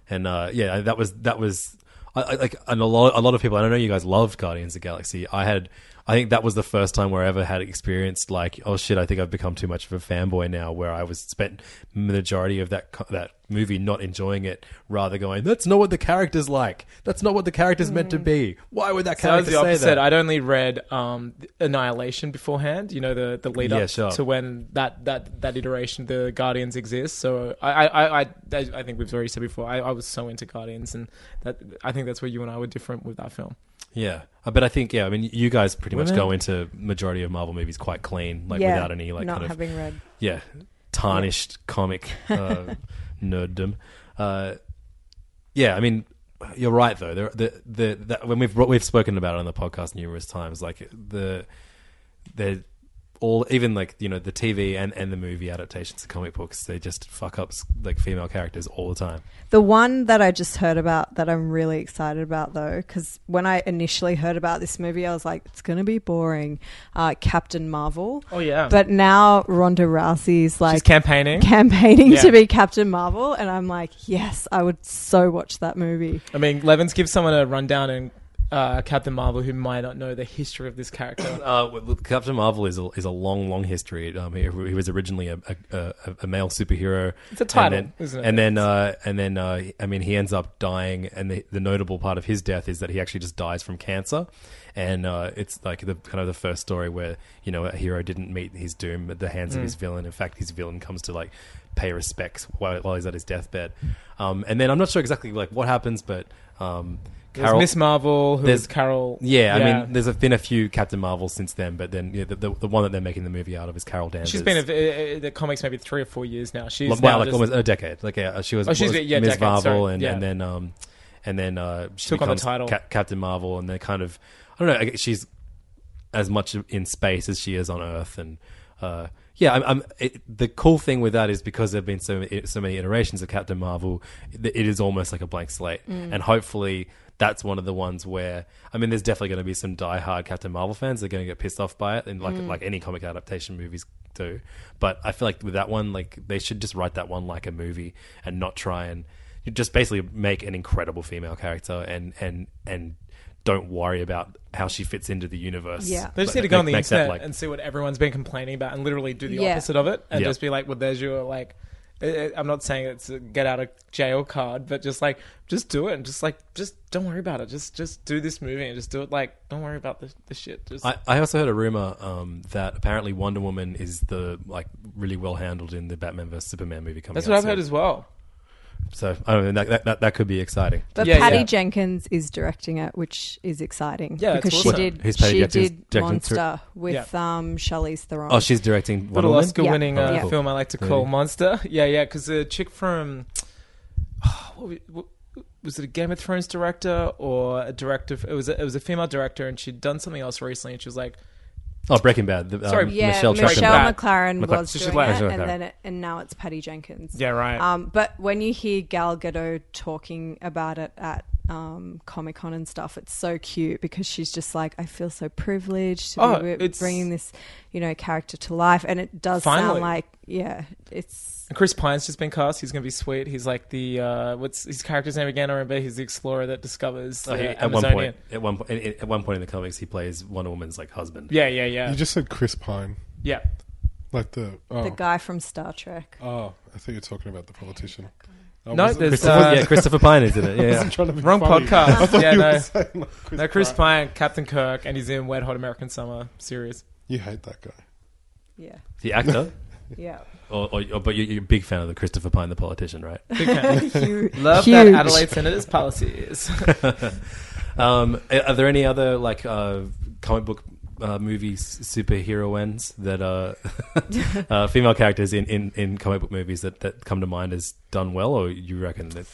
Speaker 1: And uh, yeah, that was that was I, I, like and a lot a lot of people. I don't know you guys loved Guardians of the Galaxy. I had I think that was the first time where I ever had experienced like, oh shit, I think I've become too much of a fanboy now. Where I was spent majority of that co- that movie not enjoying it, rather going, that's not what the character's like. That's not what the character's meant to be. Why would that
Speaker 3: Mm. So I was
Speaker 1: character
Speaker 3: the
Speaker 1: say
Speaker 3: opposite.
Speaker 1: that?
Speaker 3: I'd only read um, Annihilation beforehand. You know the the lead up
Speaker 1: Yeah, sure.
Speaker 3: to when that, that that iteration, the Guardians exist. So I I, I, I I think we've already said before. I, I was so into Guardians, and that I think that's where you and I were different with that film.
Speaker 1: yeah, Uh, but I think yeah. I mean, you guys pretty much
Speaker 3: Women-
Speaker 1: go into majority of Marvel movies quite clean, like without any like
Speaker 2: not
Speaker 1: kind of
Speaker 2: having read.
Speaker 1: yeah, tarnished
Speaker 2: [laughs]
Speaker 1: comic uh, nerddom. Uh, yeah, I mean, you're right though. There, the, the, that when we've brought- we've spoken about it on the podcast numerous times, like the they're all even like you know the TV and, and the movie adaptations of comic books, they just fuck up like female characters all the time.
Speaker 2: The one that I just heard about that I'm really excited about though, because when I initially heard about this movie, I was like, it's going to be boring. Uh, Captain Marvel.
Speaker 3: Oh yeah,
Speaker 2: But now Ronda Rousey's like
Speaker 3: she's campaigning.
Speaker 2: campaigning
Speaker 3: Yeah.
Speaker 2: to be Captain Marvel, and I'm like, yes, I would so watch that movie.
Speaker 3: I mean, Levins gives someone a rundown and uh, Captain Marvel who might not know the history of this character.
Speaker 1: Uh, well, look, Captain Marvel is a, is a long, long history. Um, he, he was originally a, a, a, a male superhero.
Speaker 3: It's a title,
Speaker 1: and then,
Speaker 3: isn't it?
Speaker 1: And then, uh, and then uh, I mean, he ends up dying, and the, the notable part of his death is that he actually just dies from cancer. And uh, it's like the kind of the first story where you know a hero didn't meet his doom at the hands of
Speaker 3: Mm.
Speaker 1: his villain. In fact, his villain comes to like pay respects while, while he's at his deathbed. Um, and then I'm not sure exactly like what happens, but um,
Speaker 3: there's Miss Marvel, who
Speaker 1: there's-
Speaker 3: is Carol.
Speaker 1: yeah, I mean, there's been a few Captain Marvels since then, but then yeah, the, the, the one that they're making the movie out of is Carol Danvers.
Speaker 3: she's been in uh, the comics maybe three or four years now. She's
Speaker 1: like,
Speaker 3: now
Speaker 1: wow, like
Speaker 3: just-
Speaker 1: almost a decade. Like yeah, she was,
Speaker 3: Oh, she's-
Speaker 1: was
Speaker 3: yeah,
Speaker 1: Ms.
Speaker 3: decade,
Speaker 1: Marvel,
Speaker 3: sorry.
Speaker 1: and,
Speaker 3: Yeah.
Speaker 1: and then um, and then uh, she
Speaker 3: Took on the
Speaker 1: becomes
Speaker 3: title.
Speaker 1: Cap- Captain Marvel, and they're kind of I don't know. I guess She's as much in space as she is on Earth, and uh, yeah, I'm, I'm, it, the cool thing with that is because there've been so so many iterations of Captain Marvel, it it is almost like a blank slate, and hopefully. That's one of the ones where I mean, there's definitely going to be some die-hard Captain Marvel fans. They're going to get pissed off by it, and like
Speaker 2: Mm.
Speaker 1: like any comic adaptation movies do. But I feel like with that one, like they should just write that one like a movie and not try and just basically make an incredible female character and and and don't worry about how she fits into the universe.
Speaker 2: Yeah.
Speaker 3: They just
Speaker 1: Like,
Speaker 3: need to go
Speaker 1: make-
Speaker 3: on the
Speaker 1: make that,
Speaker 3: internet
Speaker 1: like-
Speaker 3: and see what everyone's been complaining about, and literally do the
Speaker 2: Yeah.
Speaker 3: opposite of it, and
Speaker 1: Yeah.
Speaker 3: just be like, "Well, there's your like." eh, eh, I'm not saying it's a get out of jail card, but just like, just do it, and just like, just don't worry about it. Just, just do this movie, and just do it. Like, don't worry about this, this shit. Just
Speaker 1: I, I also heard a rumor um, that apparently Wonder Woman is the like really well handled in the Batman vs Superman movie coming.
Speaker 3: that's
Speaker 1: out
Speaker 3: what I've
Speaker 1: soon.
Speaker 3: heard as well.
Speaker 1: So I don't know that, that, that that could be exciting.
Speaker 2: But
Speaker 3: Yeah,
Speaker 2: Patty
Speaker 3: yeah.
Speaker 2: Jenkins is directing it, which is exciting.
Speaker 3: Yeah, it's
Speaker 2: because
Speaker 3: awesome.
Speaker 2: she did
Speaker 1: Who's Patty
Speaker 2: she
Speaker 1: Jenkins
Speaker 2: did
Speaker 1: directing
Speaker 2: Monster with um Charlize Theron.
Speaker 1: Oh, she's directing Wonder
Speaker 3: Little
Speaker 1: Woman.
Speaker 3: Oscar winning
Speaker 1: Yeah.
Speaker 3: uh,
Speaker 1: Yeah. Cool.
Speaker 3: film I like to
Speaker 1: Really?
Speaker 3: call Monster. Yeah, yeah, because the chick from. [sighs] what was- what- was it a Game of Thrones director or a director? It was a, it was a female director, and she'd done something else recently, and she was like,
Speaker 1: Oh, Breaking Bad. The, um,
Speaker 3: Sorry,
Speaker 2: yeah,
Speaker 1: Michelle,
Speaker 2: Michelle,
Speaker 1: Trachtenberg.
Speaker 2: McLaren
Speaker 1: McLaren. oh,
Speaker 2: was
Speaker 3: So she's
Speaker 2: doing
Speaker 3: like-
Speaker 2: it,
Speaker 1: Michelle
Speaker 2: and
Speaker 1: McLaren.
Speaker 2: then it, and now it's Patty Jenkins.
Speaker 3: "Yeah, right."
Speaker 2: Um, but when you hear Gal Gadot talking about it at um, Comic Con and stuff, it's so cute because she's just like, I feel so privileged to
Speaker 3: Oh,
Speaker 2: be with
Speaker 3: it's-
Speaker 2: bringing this, you know, character to life, and it does
Speaker 3: Finally.
Speaker 2: sound like, yeah, it's
Speaker 3: And Chris Pine's just been cast. He's going to be sweet. He's like the uh, what's his character's name again? I remember he's the explorer that discovers the
Speaker 1: Oh, he- at one
Speaker 3: Amazonian.
Speaker 1: point, at one point, at one point in the comics, he plays Wonder Woman's like husband.
Speaker 3: Yeah, yeah, yeah,
Speaker 4: You just said Chris Pine,
Speaker 3: yeah.
Speaker 4: like the oh,
Speaker 2: the guy from Star Trek.
Speaker 4: oh I thought you were talking about the politician. Oh, I
Speaker 3: No,
Speaker 4: wasn't-
Speaker 3: there's,
Speaker 4: I
Speaker 3: uh,
Speaker 4: wasn't-
Speaker 1: yeah, Christopher Pine is
Speaker 4: [laughs]
Speaker 1: in it.
Speaker 4: I
Speaker 1: Yeah,
Speaker 4: wasn't trying to be
Speaker 3: Wrong
Speaker 4: funny.
Speaker 3: podcast.
Speaker 4: [laughs] I thought
Speaker 3: Yeah,
Speaker 4: you were
Speaker 3: no.
Speaker 4: saying, like, Chris
Speaker 3: No, Chris
Speaker 4: Pine.
Speaker 3: Pine, Captain Kirk, and he's in Wet Hot American Summer series.
Speaker 4: You hate that guy.
Speaker 2: Yeah,
Speaker 1: the actor.
Speaker 2: [laughs] yeah.
Speaker 1: Or, or, or- but you- you're a big fan of the Christopher Pine, the politician, right?
Speaker 3: Big fan.
Speaker 2: You-
Speaker 3: Love that
Speaker 2: [laughs] Huge.
Speaker 3: Adelaide Senator's policies.
Speaker 1: [laughs] Um, a- are there any other like uh, comic book uh, movie s- superheroines that uh, [laughs] uh, female characters in, in, in comic book movies that, that come to mind as done well, or you reckon that?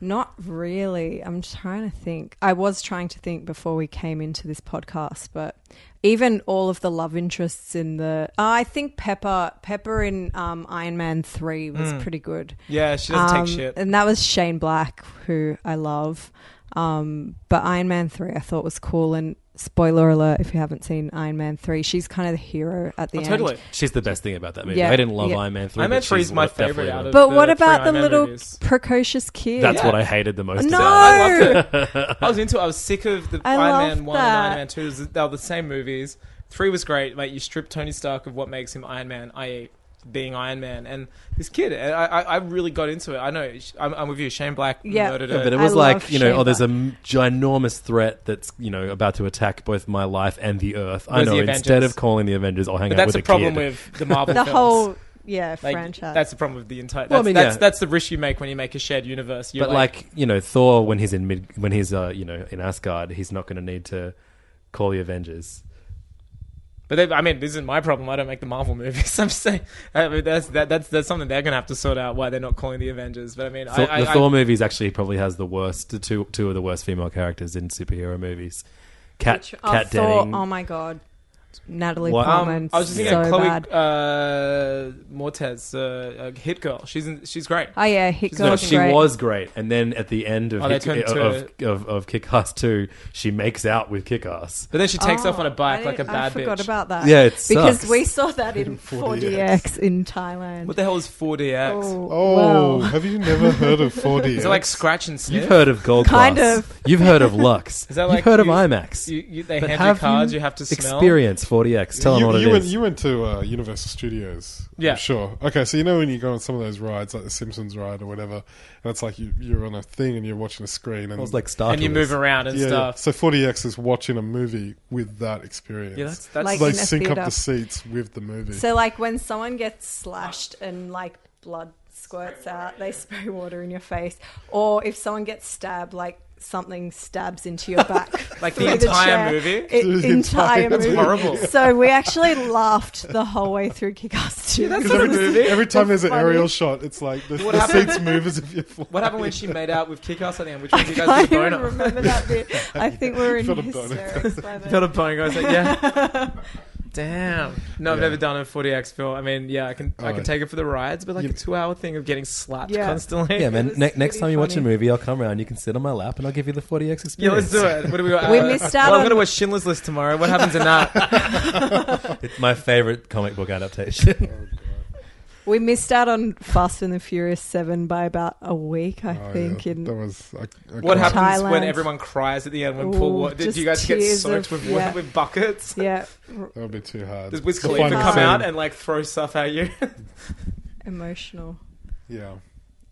Speaker 2: Not really. I'm trying to think. I was trying to think before we came into this podcast, but even all of the love interests in the, I think Pepper, Pepper in um, Iron Man three was pretty good.
Speaker 3: Hmm. yeah, she doesn't
Speaker 2: Um,
Speaker 3: take shit.
Speaker 2: And that was Shane Black, who I love. Um, but Iron Man 3 I thought was cool. And spoiler alert if you haven't seen Iron Man 3, she's kind of the hero at the
Speaker 3: Oh,
Speaker 2: end.
Speaker 3: totally.
Speaker 1: She's the best thing about that movie.
Speaker 2: Yeah,
Speaker 1: I didn't love
Speaker 2: yeah.
Speaker 1: Iron Man 3.
Speaker 3: Iron Man
Speaker 1: but
Speaker 3: 3
Speaker 1: she's
Speaker 3: is my
Speaker 1: what- definitely
Speaker 3: favorite
Speaker 1: one
Speaker 3: out
Speaker 1: of-
Speaker 3: of
Speaker 2: But
Speaker 3: the
Speaker 2: what
Speaker 3: three
Speaker 2: about the
Speaker 3: Iron Man
Speaker 2: little
Speaker 3: movies.
Speaker 2: precocious kid?
Speaker 1: That's
Speaker 3: Yeah.
Speaker 1: what I hated the most.
Speaker 2: No!
Speaker 1: about it.
Speaker 3: I loved
Speaker 1: [laughs]
Speaker 3: it. I was into it. I was sick of the
Speaker 2: I love
Speaker 3: Iron Man 1
Speaker 2: that.
Speaker 3: and Iron Man 2. It was- They were the same movies. 3 was great. Like, you strip Tony Stark of what makes him Iron Man, i.e., being Iron Man. And this kid, and I, I, I really got into it. I know. I'm, I'm with you. Shane Black
Speaker 2: Yeah.
Speaker 3: murdered
Speaker 2: Yeah,
Speaker 3: her.
Speaker 1: But it
Speaker 2: I
Speaker 1: was like,
Speaker 2: love
Speaker 1: you know,
Speaker 2: Shane
Speaker 1: oh, there's a m- ginormous threat that's, you know, about to attack both my life and the Earth. I
Speaker 3: Where's the
Speaker 1: know,
Speaker 3: Avengers?
Speaker 1: instead of calling the Avengers, I'll hang
Speaker 3: But that's
Speaker 1: out with
Speaker 3: the
Speaker 1: a
Speaker 3: problem
Speaker 1: kid.
Speaker 3: with the Marvel
Speaker 2: [laughs] The
Speaker 3: films.
Speaker 2: whole yeah
Speaker 3: Like,
Speaker 2: franchise.
Speaker 3: That's the problem with the entire. That's,
Speaker 1: Well, I mean,
Speaker 3: that's,
Speaker 1: yeah.
Speaker 3: that's the risk you make when you make a shared universe. You're
Speaker 1: but like, you know, Thor when he's in mid when he's uh you know in Asgard, he's not going to need to call the Avengers.
Speaker 3: But they, I mean, this isn't my problem. I don't make the Marvel [laughs] movies. I'm just saying I mean, that's that, that's that's something they're gonna have to sort out. Why they're not calling the Avengers? But I mean,
Speaker 1: Thor,
Speaker 3: I, I,
Speaker 1: the Thor movies actually probably has the worst the two two of the worst female characters in superhero movies. Cat
Speaker 2: Which I
Speaker 1: Cat
Speaker 2: thought,
Speaker 1: Denning.
Speaker 2: oh my god, Natalie
Speaker 1: What?
Speaker 3: I,
Speaker 2: Portman.
Speaker 3: um, I was just thinking
Speaker 2: so
Speaker 3: of Chloe
Speaker 2: bad.
Speaker 3: uh, Mortez, uh, uh, Hit Girl. She's in, she's great.
Speaker 2: Oh yeah, Hit
Speaker 3: She's
Speaker 2: Girl.
Speaker 1: no,
Speaker 2: was
Speaker 1: she
Speaker 2: great.
Speaker 1: was great, and then at the end of
Speaker 3: Oh, they
Speaker 1: Hick-
Speaker 3: turned
Speaker 1: of,
Speaker 3: to
Speaker 1: of, of, Kick Ass Two, she makes out with Kick Ass.
Speaker 3: But then she takes off on a
Speaker 2: Oh,
Speaker 3: bike
Speaker 2: I
Speaker 3: like a
Speaker 2: didn't-
Speaker 3: bad
Speaker 2: I forgot
Speaker 3: bitch.
Speaker 2: about that.
Speaker 1: Yeah, it
Speaker 2: because
Speaker 1: sucks.
Speaker 2: we saw that
Speaker 1: [laughs]
Speaker 2: in 4DX in Thailand.
Speaker 3: what the hell is 4Dx?
Speaker 2: Oh,
Speaker 4: Oh,
Speaker 2: wow.
Speaker 4: have you never heard of 4D?
Speaker 3: [laughs] Is it like scratch and sniff?
Speaker 1: You've heard of Gold
Speaker 2: Kind
Speaker 1: Class.
Speaker 2: of.
Speaker 1: You've heard of
Speaker 3: [laughs]
Speaker 1: Lux.
Speaker 3: Is that
Speaker 1: You've
Speaker 3: like
Speaker 1: heard
Speaker 3: you-
Speaker 1: of IMAX.
Speaker 3: you, you, they
Speaker 1: But
Speaker 3: hand you
Speaker 1: have
Speaker 3: cards. You have to smell.
Speaker 1: experience 40x. Tell
Speaker 4: you,
Speaker 1: them what it is.
Speaker 4: you went, You went to uh, Universal Studios. I'm
Speaker 3: Yeah.
Speaker 4: sure. Okay, so you know when you go on some of those rides, like the Simpsons ride or whatever, and it's like you, you're on a thing and you're watching a screen, and
Speaker 1: It was like Star
Speaker 3: and you
Speaker 1: Tours.
Speaker 3: move around and
Speaker 4: yeah, yeah.
Speaker 3: stuff.
Speaker 4: So 40x is watching a movie with that experience.
Speaker 3: Yeah, that's, that's
Speaker 4: So
Speaker 2: Like
Speaker 4: they
Speaker 2: in a
Speaker 4: sync up
Speaker 2: theater.
Speaker 4: the seats with the
Speaker 1: Mm.
Speaker 4: movie.
Speaker 2: So like when someone gets slashed and like blood squirts out, they spray water in your face, or if someone gets stabbed, like something stabs into your back,
Speaker 3: [laughs] Like the
Speaker 2: through
Speaker 3: entire
Speaker 2: chair.
Speaker 3: movie?
Speaker 2: It-
Speaker 4: Through the
Speaker 2: entire
Speaker 4: entire- That's
Speaker 2: movie.
Speaker 3: horrible.
Speaker 2: So we actually laughed the whole way through Kick-Ass 2.
Speaker 3: that's
Speaker 4: 'Cause every,
Speaker 3: movie.
Speaker 4: every time there's an
Speaker 2: funny.
Speaker 4: aerial shot, it's like the,
Speaker 3: What
Speaker 4: the
Speaker 3: happened-
Speaker 4: seats move as if you're flying.
Speaker 3: What happened when she made out with Kick Ass at the
Speaker 2: [laughs]
Speaker 3: end? Which one did you
Speaker 2: I
Speaker 3: guys
Speaker 2: don't
Speaker 3: do
Speaker 2: even
Speaker 3: boner?
Speaker 2: remember that bit.
Speaker 3: [laughs]
Speaker 2: I think we were in
Speaker 4: Felt a boner.
Speaker 2: hysterics by then.
Speaker 3: Felt a bone. I was like, yeah.
Speaker 2: [laughs]
Speaker 3: Damn. No, I've never done a 40x film. I mean, yeah, I can I can
Speaker 4: Alright.
Speaker 3: take it for the rides, but like
Speaker 4: You-
Speaker 3: a two hour thing of getting slapped
Speaker 2: Yeah.
Speaker 3: constantly.
Speaker 1: Yeah, man.
Speaker 2: was
Speaker 1: Ne- next
Speaker 2: pretty
Speaker 1: time you watch a
Speaker 2: funny.
Speaker 1: movie, I'll come around. You can sit on my lap, and I'll give you the 40x experience.
Speaker 3: [laughs] Yeah, let's do it. What do we? [laughs] Uh,
Speaker 2: We missed out
Speaker 3: Well,
Speaker 2: on-
Speaker 3: I'm gonna watch Schindler's List tomorrow. What happens in that?
Speaker 4: [laughs]
Speaker 1: [laughs] It's my favorite comic book adaptation.
Speaker 3: Oh,
Speaker 1: [laughs]
Speaker 2: We missed out on Fast and the Furious 7 by about a week, I
Speaker 4: Oh,
Speaker 2: think.
Speaker 4: yeah,
Speaker 2: in-
Speaker 4: that was I, I
Speaker 3: What
Speaker 4: can't-
Speaker 3: happens when
Speaker 2: Thailand.
Speaker 3: everyone cries at the end? When
Speaker 2: Ooh,
Speaker 3: Paul, Wa- did
Speaker 2: just
Speaker 3: you guys get
Speaker 2: tears
Speaker 3: soaked
Speaker 2: of-
Speaker 3: with
Speaker 2: yeah.
Speaker 3: water with buckets?
Speaker 2: yeah, r-
Speaker 4: That would be too hard.
Speaker 3: Does Wiz
Speaker 4: The
Speaker 3: Khalifa
Speaker 4: final
Speaker 3: come
Speaker 4: scene.
Speaker 3: out and like throw stuff at you? [laughs]
Speaker 2: emotional.
Speaker 4: Yeah.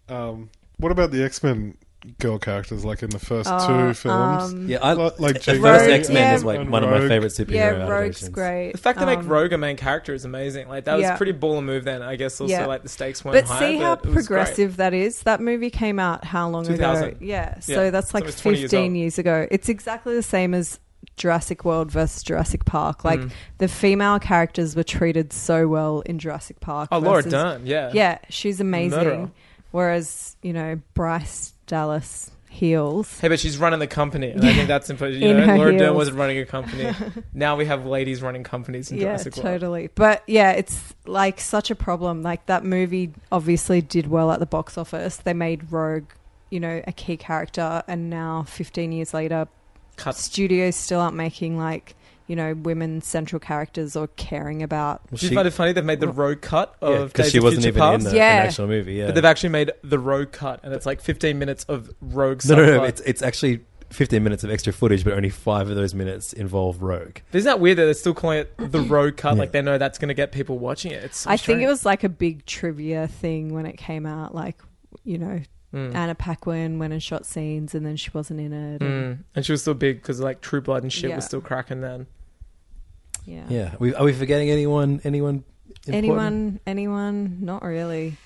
Speaker 4: Um, what about the X Men girl characters, like in the first
Speaker 2: Uh,
Speaker 4: two films?
Speaker 2: um,
Speaker 1: yeah, I
Speaker 4: Li- like
Speaker 1: the
Speaker 4: Jane
Speaker 1: first
Speaker 2: Rogue,
Speaker 1: X Men
Speaker 2: yeah.
Speaker 1: is like
Speaker 4: and
Speaker 1: one of my
Speaker 4: Rogue.
Speaker 1: favorite superhero
Speaker 2: Yeah, Rogue's
Speaker 1: adaptations.
Speaker 2: great.
Speaker 3: the fact they make
Speaker 2: Um,
Speaker 3: Rogue a main character is amazing. Like that
Speaker 2: Yeah.
Speaker 3: was pretty baller move then. I guess also
Speaker 2: Yeah.
Speaker 3: like the stakes weren't
Speaker 2: But
Speaker 3: high.
Speaker 2: see how
Speaker 3: it was great.
Speaker 2: progressive that is. That movie came out how long ago?
Speaker 3: 2000.
Speaker 2: Yeah, so
Speaker 3: Yeah.
Speaker 2: that's
Speaker 3: So
Speaker 2: like
Speaker 3: it's 20 years
Speaker 2: 15
Speaker 3: old.
Speaker 2: years ago. It's exactly the same as Jurassic World versus Jurassic Park. Like
Speaker 3: Mm.
Speaker 2: the female characters were treated so well in Jurassic Park.
Speaker 3: Oh, Laura
Speaker 2: versus-
Speaker 3: Dern, yeah.
Speaker 2: Yeah, she's amazing.
Speaker 3: Murderer.
Speaker 2: Whereas you know Bryce Dallas heels.
Speaker 3: Hey, but she's running the company, and I think that's
Speaker 2: [laughs]
Speaker 3: important. You
Speaker 2: In
Speaker 3: know,
Speaker 2: her
Speaker 3: Laura Dern
Speaker 2: heels.
Speaker 3: wasn't running a
Speaker 2: [laughs]
Speaker 3: company. now we have ladies running companies in
Speaker 2: Yeah,
Speaker 3: Jurassic World.
Speaker 2: totally. But yeah, it's like such a problem. Like that movie obviously did well at the box office. They made Rogue, you know, a key character, and now 15 years later,
Speaker 3: Cuts.
Speaker 2: studios still aren't making like you know women central characters or caring about.
Speaker 1: Well,
Speaker 3: Do you
Speaker 1: she-
Speaker 3: find it funny they've made the rogue cut
Speaker 1: yeah,
Speaker 3: of
Speaker 1: 'cause
Speaker 3: Days
Speaker 1: she
Speaker 3: of
Speaker 1: wasn't
Speaker 3: Future
Speaker 1: even in
Speaker 3: Past,
Speaker 1: the,
Speaker 2: Past? Yeah.
Speaker 1: an actual movie. Yeah,
Speaker 3: but they've actually made the rogue cut, and it's like 15 minutes of rogue.
Speaker 1: no, no, no.
Speaker 3: subplot.
Speaker 1: It's it's actually 15 minutes of extra footage, but only five of those minutes involve Rogue.
Speaker 3: But isn't that weird that they're still calling it
Speaker 1: [clears throat]
Speaker 3: the rogue cut?
Speaker 1: Yeah.
Speaker 3: Like they know that's going to get people watching it. It's so
Speaker 2: I think it
Speaker 3: strange.
Speaker 2: was like a big trivia thing when it came out. Like you know
Speaker 1: Hmm.
Speaker 3: Mm.
Speaker 2: Anna Paquin went and shot scenes, and then she wasn't in it. and-
Speaker 1: Hmm.
Speaker 3: Mm. And she was still big because like True Blood and shit
Speaker 2: Yeah.
Speaker 3: was still cracking then.
Speaker 2: Yeah.
Speaker 1: Yeah, we, are we forgetting anyone? Anyone? Important?
Speaker 2: Anyone? Anyone? Not really.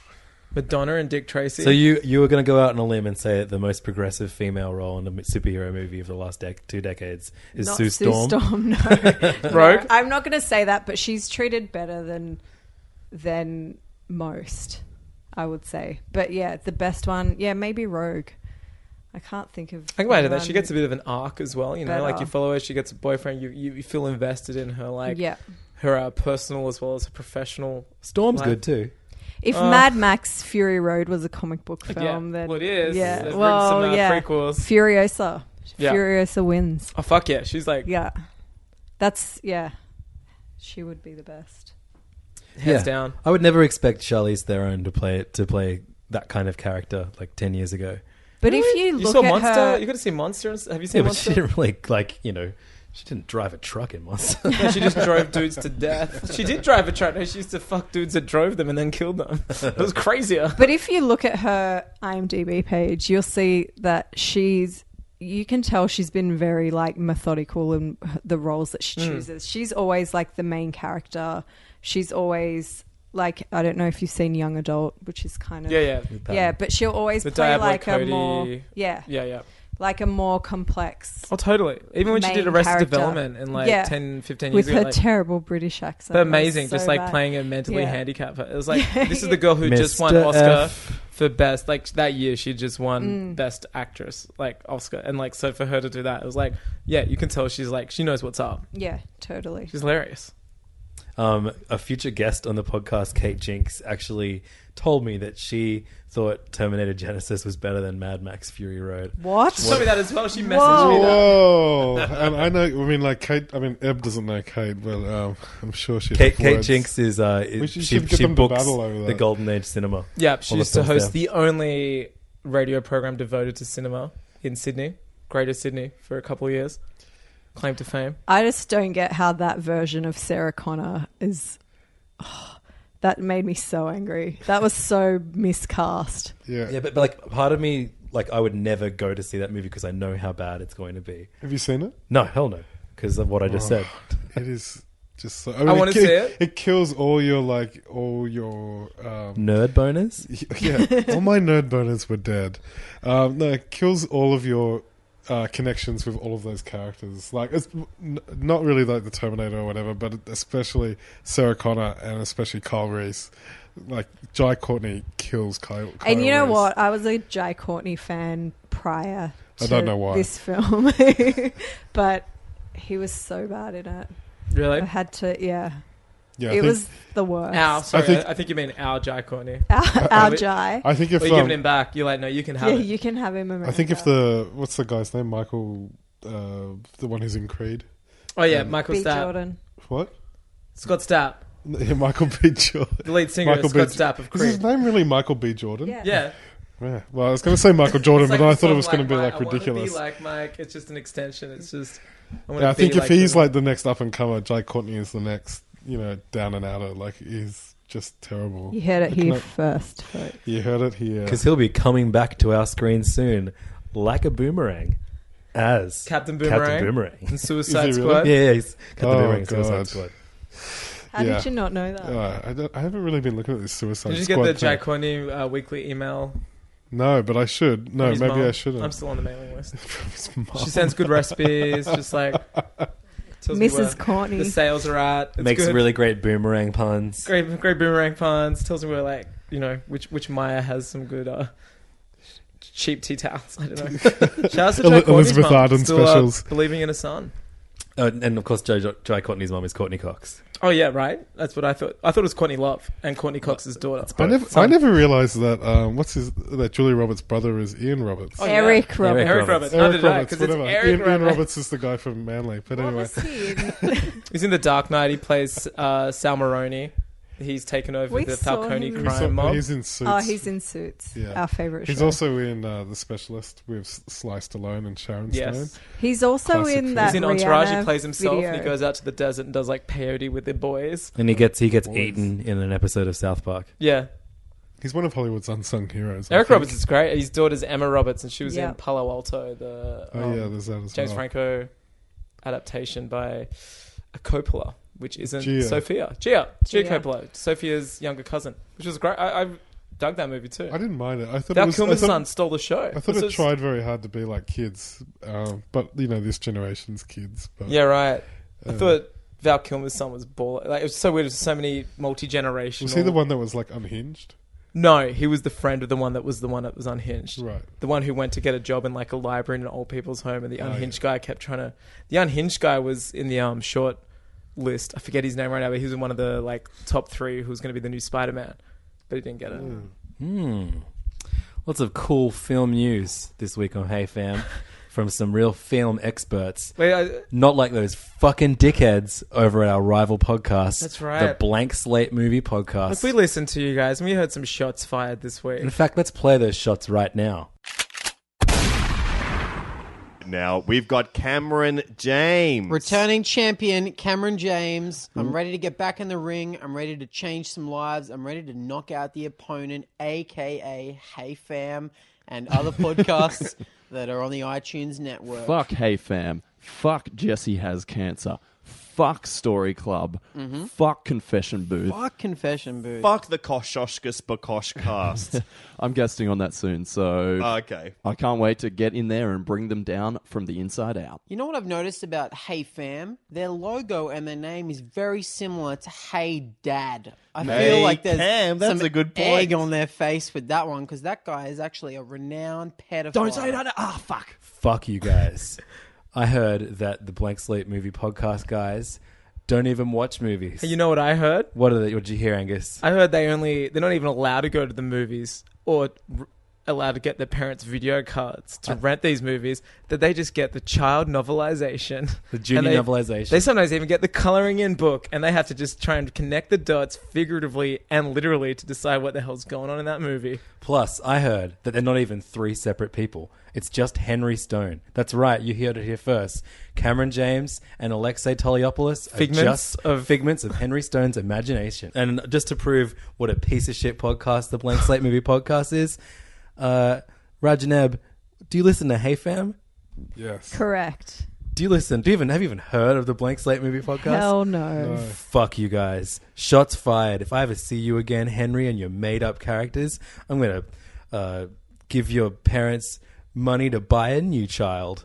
Speaker 3: Madonna and Dick Tracy.
Speaker 1: So you you were going to go out on a limb and say that the most progressive female role in a m- superhero movie of the last dec- two decades is
Speaker 2: Not
Speaker 1: Sue Storm. [laughs]
Speaker 2: no. [laughs] No,
Speaker 3: Rogue?
Speaker 2: I'm not going to say that, but she's treated better than than most, I would say. But yeah, the best one, yeah, maybe Rogue. I can't think of.
Speaker 3: Think about it. That
Speaker 2: anyone
Speaker 3: she gets a bit of an arc as well. You know, like
Speaker 2: Better.
Speaker 3: you follow her, she gets a boyfriend. You you, you feel invested in her, like
Speaker 2: yeah.
Speaker 3: her uh, personal as well as her professional.
Speaker 1: Storm's
Speaker 3: Like-
Speaker 1: good too.
Speaker 2: If
Speaker 3: Uh,
Speaker 2: Mad Max Fury Road was a comic book film,
Speaker 3: yeah.
Speaker 2: then
Speaker 3: Well, it is.
Speaker 2: Yeah.
Speaker 3: They've written
Speaker 2: well,
Speaker 3: some, uh,
Speaker 2: yeah.
Speaker 3: prequels.
Speaker 2: Furiosa.
Speaker 3: Yeah.
Speaker 2: Furiosa wins.
Speaker 3: Oh fuck yeah, she's like
Speaker 2: Yeah. That's, yeah. She would be the best.
Speaker 3: hands down.
Speaker 1: I would never expect Charlize Theron to play to play that kind of character like ten years ago.
Speaker 2: But if you
Speaker 3: You
Speaker 2: look
Speaker 3: saw
Speaker 2: at
Speaker 3: Monster.
Speaker 2: her,
Speaker 3: You got to see Monster. and s- Have you seen
Speaker 1: Yeah, but
Speaker 3: Monster?
Speaker 1: she [laughs] didn't really like you know she didn't drive a truck in Monster.
Speaker 3: No, she just drove
Speaker 1: [laughs]
Speaker 3: dudes to death. She did drive a truck. No, she used to fuck dudes that drove them and then killed them. [laughs] It was crazier.
Speaker 2: But if you look at her IMDb page, you'll see that she's. You can tell she's been very like methodical in the roles that
Speaker 3: Hmm.
Speaker 2: she chooses. She's always like the main character. She's always like I don't know if you've seen Young Adult, which is kind of
Speaker 3: Yeah, yeah,
Speaker 1: um,
Speaker 2: yeah. But she'll always
Speaker 3: The
Speaker 2: play
Speaker 3: Diablo
Speaker 2: like a
Speaker 3: Cody-
Speaker 2: more yeah,
Speaker 3: yeah, yeah.
Speaker 2: like a more complex
Speaker 3: Oh, totally. Even when she did
Speaker 2: main
Speaker 3: Arrested
Speaker 2: character.
Speaker 3: Development in like
Speaker 2: Yeah.
Speaker 3: 10, 15 years
Speaker 2: with
Speaker 3: ago,
Speaker 2: her
Speaker 3: like,
Speaker 2: terrible British accent.
Speaker 3: but
Speaker 2: It was
Speaker 3: amazing.
Speaker 2: so
Speaker 3: just like
Speaker 2: bad.
Speaker 3: playing a mentally
Speaker 2: Yeah.
Speaker 3: handicapped. It was
Speaker 2: [laughs]
Speaker 3: like
Speaker 2: Yeah,
Speaker 3: this is
Speaker 2: yeah.
Speaker 3: the girl who just won
Speaker 1: Mr.
Speaker 3: Oscar
Speaker 1: F.
Speaker 3: for best. Like that year, she just
Speaker 2: Mm.
Speaker 3: won best actress, like Oscar, and like so for her to do that, it was like yeah, you can tell she's like she knows what's up.
Speaker 2: Yeah, totally.
Speaker 3: She's hilarious.
Speaker 1: Um, a future guest on the podcast, Kate Jinks, actually told me that she thought Terminator Genesis was better than Mad Max Fury Road.
Speaker 2: What?
Speaker 3: She told me that as well. She messaged me that.
Speaker 4: Whoa! [laughs] and I know. I mean, like Kate. I mean, Eb doesn't know Kate, but um, I'm sure she.
Speaker 1: Kate, Kate Jinks is uh,
Speaker 4: We
Speaker 1: is-
Speaker 4: should-
Speaker 1: she,
Speaker 4: should get
Speaker 1: she
Speaker 4: them to
Speaker 1: books
Speaker 4: battle over
Speaker 1: the
Speaker 4: that.
Speaker 1: Golden Age cinema.
Speaker 3: Yeah, she
Speaker 1: All the
Speaker 3: used to
Speaker 1: films
Speaker 3: host
Speaker 1: there.
Speaker 3: the only radio program devoted to cinema in Sydney, Greater Sydney, for a couple of years. Claim to fame.
Speaker 2: I just don't get how that version of Sarah Connor is. oh, that made me so angry. That was so miscast.
Speaker 4: Yeah.
Speaker 1: Yeah, but, but like part of me, like I would never go to see that movie because I know how bad it's going to be.
Speaker 4: Have you seen it?
Speaker 1: No, hell no, because of what [laughs] I just said.
Speaker 4: Oh, It is just. So, I, mean,
Speaker 3: wanna
Speaker 4: ki-
Speaker 3: see it.
Speaker 4: It kills all your like all your. Um,
Speaker 1: Nerd bonus.
Speaker 4: [laughs] yeah, all my nerd boners were dead. Um, no, it kills all of your uh, connections with all of those characters. Like, it's n- not really like the Terminator or whatever, but especially Sarah Connor and especially Kyle Reese. Like, Jai Courtney kills Kyle. Kyle
Speaker 2: and you know
Speaker 4: Reese.
Speaker 2: what? I was a Jai Courtney fan prior to
Speaker 4: I don't know why.
Speaker 2: this film, [laughs] but he was so bad in it. I
Speaker 3: Really?
Speaker 2: had to, yeah.
Speaker 4: Yeah, I
Speaker 2: it
Speaker 4: think,
Speaker 2: was the worst.
Speaker 3: Ow. Sorry, I think,
Speaker 4: think-
Speaker 3: I, think you mean our Jai Courtney.
Speaker 2: [laughs] Our, our Jai.
Speaker 4: I think if
Speaker 3: We're giving
Speaker 4: um,
Speaker 3: him back. You're like, no, you can have
Speaker 2: Yeah,
Speaker 3: it.
Speaker 2: you can have him. Amanda.
Speaker 4: I think if the what's the guy's name? Michael, uh, the one who's in Creed.
Speaker 3: oh, yeah, Michael
Speaker 2: B.
Speaker 3: Stapp.
Speaker 2: Jordan.
Speaker 4: What?
Speaker 3: Scott Stapp,
Speaker 4: Yeah, Michael B. Jordan.
Speaker 3: the lead singer,
Speaker 4: Michael
Speaker 3: of Scott
Speaker 4: B.
Speaker 3: Stapp of
Speaker 4: Is his
Speaker 3: Creed.
Speaker 4: name really Michael B. Jordan?
Speaker 2: Yeah.
Speaker 3: Yeah.
Speaker 4: Yeah. Well, I was going to
Speaker 3: [laughs]
Speaker 4: say Michael Jordan,
Speaker 3: It's like
Speaker 4: but I
Speaker 3: the
Speaker 4: thought it
Speaker 3: song,
Speaker 4: was going to be
Speaker 3: Mike,
Speaker 4: like
Speaker 3: I wanna
Speaker 4: ridiculous.
Speaker 3: Be like Mike. It's just an extension. It's just. I, wanna
Speaker 4: yeah, I
Speaker 3: be
Speaker 4: think if
Speaker 3: like
Speaker 4: he's
Speaker 3: them.
Speaker 4: like the next up and comer, Jai Courtney is the next, you know, down and outer. Like he's just terrible.
Speaker 2: You heard it
Speaker 4: Looking
Speaker 2: here
Speaker 4: up-
Speaker 2: first, folks.
Speaker 4: You heard it here.
Speaker 1: Because he'll be coming back to our screen soon, like a boomerang, as
Speaker 3: Captain Boomerang?
Speaker 1: Captain [laughs] Boomerang.
Speaker 3: in Suicide
Speaker 4: Is he really?
Speaker 3: Squad.
Speaker 1: Yeah, yeah, he's Captain
Speaker 4: Oh,
Speaker 1: Boomerang, in Suicide
Speaker 4: God.
Speaker 1: Squad.
Speaker 2: How
Speaker 4: Yeah.
Speaker 2: did you not know that?
Speaker 4: Uh, I, don't- I haven't really been looking at this Suicide
Speaker 3: Did you
Speaker 4: Squad
Speaker 3: get the
Speaker 4: thing.
Speaker 3: Jai Courtney uh, weekly email?
Speaker 4: No, but I should. No,
Speaker 3: from his
Speaker 4: maybe
Speaker 3: mom?
Speaker 4: I shouldn't.
Speaker 3: I'm still on the mailing
Speaker 4: [laughs]
Speaker 3: list.
Speaker 4: His mom.
Speaker 3: She sends good recipes, just
Speaker 4: [laughs]
Speaker 3: like tells me
Speaker 2: Mrs.
Speaker 3: where
Speaker 2: Courtney.
Speaker 3: the sales are at. It's
Speaker 1: Makes
Speaker 3: good.
Speaker 1: really great boomerang puns.
Speaker 3: great, great boomerang puns. Tells me where like you know which which Maya has some good uh, cheap tea towels. [laughs] I
Speaker 4: [laughs]
Speaker 3: don't know. Shout out to
Speaker 4: Eli-
Speaker 3: Jack Courtney's
Speaker 4: Elizabeth
Speaker 3: mum.
Speaker 4: Arden
Speaker 3: Still, uh,
Speaker 4: specials.
Speaker 3: believing in a son.
Speaker 1: Oh, and of course, Jai, Jai Courtney's mom is Courtney Cox.
Speaker 3: Oh yeah, right. That's what I thought. I thought it was Courtney Love and Courtney Cox's daughter.
Speaker 4: I never,
Speaker 3: Son.
Speaker 4: I never realized that. Um, what's his? That Julie Roberts' brother is Ian Roberts.
Speaker 3: Oh, yeah.
Speaker 2: Eric Roberts.
Speaker 3: Eric Roberts.
Speaker 1: Roberts.
Speaker 3: Neither did I, 'cause it's
Speaker 4: whatever.
Speaker 3: Eric
Speaker 4: Ian, Ian
Speaker 3: Roberts.
Speaker 4: Roberts is the guy from Manly. But
Speaker 2: What
Speaker 4: anyway,
Speaker 2: was he in?
Speaker 3: [laughs] He's in the Dark Knight. He plays uh, Sal Maroni. He's taken over
Speaker 2: We
Speaker 3: the
Speaker 2: saw
Speaker 3: Falcone
Speaker 2: him in-
Speaker 3: crime
Speaker 4: We saw-
Speaker 3: mob.
Speaker 4: he's in suits.
Speaker 2: Oh, he's in Suits.
Speaker 4: Yeah.
Speaker 2: Our favorite
Speaker 4: He's
Speaker 2: show.
Speaker 4: also in uh, The Specialist with Sly Stallone and Sharon Stone.
Speaker 3: Yes,
Speaker 2: he's also
Speaker 4: Classic
Speaker 2: in
Speaker 4: film.
Speaker 2: that
Speaker 3: he's in Entourage. He
Speaker 2: Rihanna
Speaker 3: plays himself,
Speaker 2: video.
Speaker 3: and he goes out to the desert and does like peyote with the boys.
Speaker 1: And he gets he gets
Speaker 4: Boys.
Speaker 1: eaten in an episode of South Park.
Speaker 3: Yeah,
Speaker 4: He's one of Hollywood's unsung heroes. I
Speaker 3: Eric
Speaker 4: think.
Speaker 3: Roberts is great. His daughter's Emma Roberts, and she was
Speaker 2: Yeah.
Speaker 3: in Palo Alto, the
Speaker 4: Oh
Speaker 3: um,
Speaker 4: yeah, there's that as
Speaker 3: James
Speaker 4: well.
Speaker 3: Franco adaptation by a Coppola, which isn't
Speaker 4: Gia.
Speaker 3: Sophia. Gia. Gia
Speaker 2: Gia.
Speaker 3: Coppola, Sophia's younger cousin, which was great. I, I dug that movie too.
Speaker 4: I didn't mind it. I thought
Speaker 3: Val
Speaker 4: it was. I
Speaker 3: Kilmer's
Speaker 4: thought,
Speaker 3: son stole the show.
Speaker 4: I thought
Speaker 3: This
Speaker 4: it
Speaker 3: is-
Speaker 4: tried very hard to be like kids, um, but you know this generation's kids. But,
Speaker 3: Yeah, right. I
Speaker 4: uh,
Speaker 3: thought Val Kilmer's son was baller. Like it was so weird. There's so many multi
Speaker 4: Was he the
Speaker 3: generational.
Speaker 4: one that was like unhinged?
Speaker 3: No, he was the friend of the one that was the one that was unhinged.
Speaker 4: Right.
Speaker 3: the one who went to get a job in like a library in an old people's home, and the
Speaker 4: Oh,
Speaker 3: unhinged guy kept trying to. The unhinged guy was in the um short list. I forget his name right now, but he was in one of the like top three who was going to be the new Spider Man, but he didn't get it.
Speaker 4: Hmm.
Speaker 3: [laughs]
Speaker 1: Hmm. Lots of cool film news this week on Hey Fam. from some real film experts.
Speaker 3: Wait, I,
Speaker 1: Not like those fucking dickheads over at our rival podcast.
Speaker 3: That's right.
Speaker 1: The Blank Slate Movie Podcast.
Speaker 3: look, we listened to you guys and we heard some shots fired this week.
Speaker 1: In fact, let's play those shots right now.
Speaker 9: Now we've got Cameron James.
Speaker 10: Returning champion Cameron James. I'm ready to get back in the ring. I'm ready to change some lives. I'm ready to knock out the opponent, aka Hey Fam, and other podcasts that are on the iTunes network.
Speaker 11: Fuck Hey Fam. Fuck Jesse Has Cancer. Fuck Story Club.
Speaker 2: Mm-hmm.
Speaker 11: Fuck Confession Booth.
Speaker 10: Fuck confession booth.
Speaker 9: Fuck the Koshoshkas Bakosh cast.
Speaker 11: [laughs] I'm guesting on that soon, so
Speaker 9: okay.
Speaker 11: I can't wait to get in there and bring them down from the inside out.
Speaker 10: You know what I've noticed about Hey Fam? Their logo and their name is very similar to Hey Dad. I
Speaker 9: Hey
Speaker 10: feel like there's
Speaker 9: Cam, that's
Speaker 10: some
Speaker 9: a good point.
Speaker 10: egg on their face with that one because that guy is actually a renowned pedophile.
Speaker 11: Don't say that. Ah, fuck.
Speaker 1: Fuck
Speaker 3: [laughs]
Speaker 1: you guys. I heard that the Blank Slate Movie Podcast guys don't even watch movies.
Speaker 3: Hey, you know what I heard?
Speaker 1: what, are they, what did you hear, Angus?
Speaker 3: I heard they only they're not even allowed to go to the movies or r- allowed to get their parents' video cards
Speaker 1: Uh.
Speaker 3: to rent these movies. That they just get the child novelization,
Speaker 1: The
Speaker 3: [laughs]
Speaker 1: junior
Speaker 3: And they-
Speaker 1: novelization.
Speaker 3: They sometimes even get the coloring in book, and they have to just try and connect the dots figuratively and literally to decide what the hell's going on in that movie.
Speaker 1: Plus, I heard that they're not even three separate people. It's just Henry Stone. That's right, you heard it here first. Cameron James and Alexei Toliopoulos
Speaker 3: Figments
Speaker 1: are just
Speaker 3: of-
Speaker 1: figments of Henry Stone's imagination. And just to prove what a piece of shit podcast the Blank Slate Movie Podcast is, uh, Rajaneb, do you listen to Hey Fam?
Speaker 4: Yes.
Speaker 2: Correct.
Speaker 1: Do you listen? Do you even have you even heard of the Blank Slate Movie Podcast?
Speaker 2: Hell no.
Speaker 1: Fuck you guys. Shots fired. If I ever see you again, Henry, and your made up characters, I'm going to uh, give your parents money to buy a new child.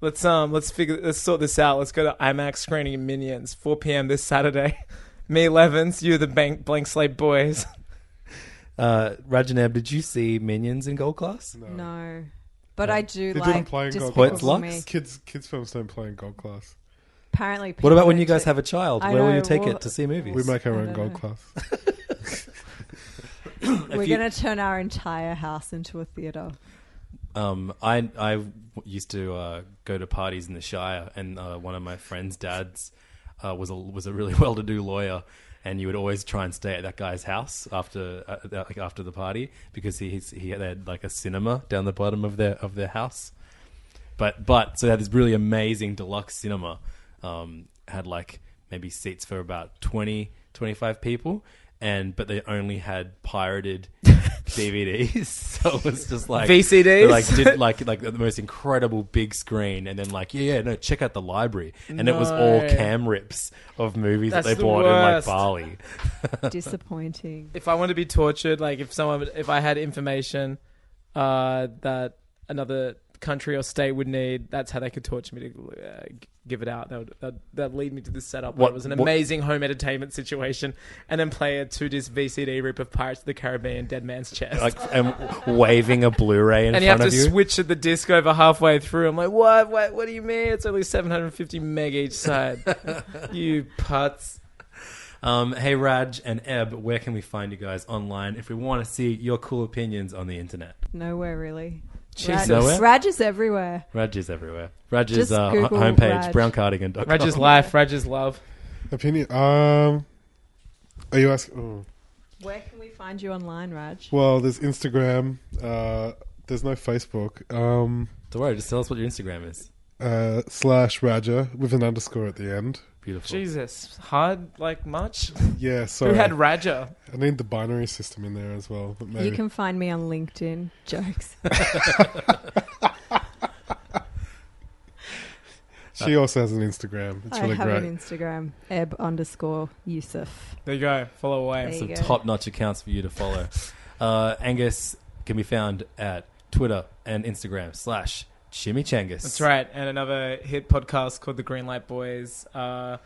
Speaker 3: Let's um let's figure let's sort this out. Let's go to IMAX screening in Minions, 4 p.m. this Saturday. [laughs] May 11th, you the bank blank slate boys. [laughs]
Speaker 1: Uh, Rajaneb, did you see Minions in Gold Class?
Speaker 2: No. But I do
Speaker 4: They didn't
Speaker 2: like
Speaker 4: play in
Speaker 2: just
Speaker 4: gold class.
Speaker 1: Hoyt's
Speaker 2: Hoyt's
Speaker 1: Lux?
Speaker 2: me.
Speaker 4: Kids, kids films don't play in gold class.
Speaker 2: Apparently.
Speaker 1: What about when you
Speaker 2: people
Speaker 1: guys
Speaker 2: don't
Speaker 1: have a child?
Speaker 2: I
Speaker 1: Where will
Speaker 2: know,
Speaker 1: you take
Speaker 2: well-
Speaker 1: it to see movies?
Speaker 4: We make our
Speaker 2: I
Speaker 4: own
Speaker 2: don't
Speaker 4: gold
Speaker 2: know.
Speaker 4: class.
Speaker 2: do- We're
Speaker 1: you-
Speaker 2: going to turn our entire house into a theater.
Speaker 1: Um, I I w- used to uh, go to parties in the Shire, and uh, one of my friends' dads uh, was a was a really [laughs] well to do lawyer, and you would always try and stay at that guy's house after uh, uh, like after the party because he he's- he had, they had like a cinema down the bottom of their of their house, but but so they had this really amazing deluxe cinema, um, had like maybe seats for about 20, 25 people. And but they only had pirated DVDs, [laughs] so it was just like
Speaker 3: VCDs?
Speaker 1: they, like
Speaker 3: [laughs]
Speaker 1: did like like the most incredible big screen, and then like yeah, yeah, no, check out the library, and it was all
Speaker 3: No.
Speaker 1: cam rips of movies
Speaker 3: That's
Speaker 1: that they
Speaker 3: the
Speaker 1: bought in like
Speaker 3: worst. [laughs]
Speaker 1: Bali.
Speaker 2: Disappointing.
Speaker 3: if I want to be tortured, like if someone, if I had information uh, that another country or state would need, that's how they could torture me to uh, g- give it out. That would that'd, that'd lead me to this setup. What
Speaker 1: What-
Speaker 3: it was an
Speaker 1: what-
Speaker 3: amazing home entertainment situation, and then play a two disc VCD rip of Pirates of the Caribbean, Dead Man's Chest.
Speaker 1: Like and waving a Blu-ray in
Speaker 3: and you
Speaker 1: front
Speaker 3: have to
Speaker 1: of you.
Speaker 3: switch the disc over halfway through. I'm like, what? What? What do you mean? It's only 750 meg each side.
Speaker 1: [laughs]
Speaker 3: you putz.
Speaker 1: um, hey Raj and Eb, where can we find you guys online if we want to see your cool opinions on the internet?
Speaker 2: Nowhere really.
Speaker 3: Jesus.
Speaker 1: Nowhere?
Speaker 2: Raj, Raj is everywhere.
Speaker 1: Raj is everywhere. Raj's
Speaker 2: Just
Speaker 1: uh,
Speaker 2: Google
Speaker 1: ho- homepage
Speaker 2: Raj.
Speaker 1: browncardigan.com.
Speaker 3: Raj's life, Raj's love.
Speaker 4: Opinion. Um, are you asking? oh.
Speaker 2: Where can we find you online, Raj?
Speaker 4: Well, there's Instagram. Uh, there's no Facebook. Um,
Speaker 1: Don't worry, just tell us what your Instagram is.
Speaker 4: uh, slash Raja with an underscore at the end.
Speaker 1: Beautiful.
Speaker 3: Jesus, hard like
Speaker 1: [laughs]
Speaker 3: much.
Speaker 4: Yeah,
Speaker 3: [laughs]
Speaker 4: sorry.
Speaker 3: Who had Raja?
Speaker 4: I need the binary system in there as well. But maybe.
Speaker 2: You can find me on LinkedIn. [laughs] Jokes.
Speaker 4: [laughs] she also has an Instagram. It's
Speaker 2: I
Speaker 4: really
Speaker 2: have
Speaker 4: great.
Speaker 2: an Instagram. Eb underscore Yusuf.
Speaker 3: There you go. Follow away.
Speaker 2: There you go.
Speaker 1: top notch accounts for you to follow. Uh, Angus can be found at Twitter and Instagram slash Chimichangas.
Speaker 3: That's right. And another hit podcast called The Greenlight Boys. Uh,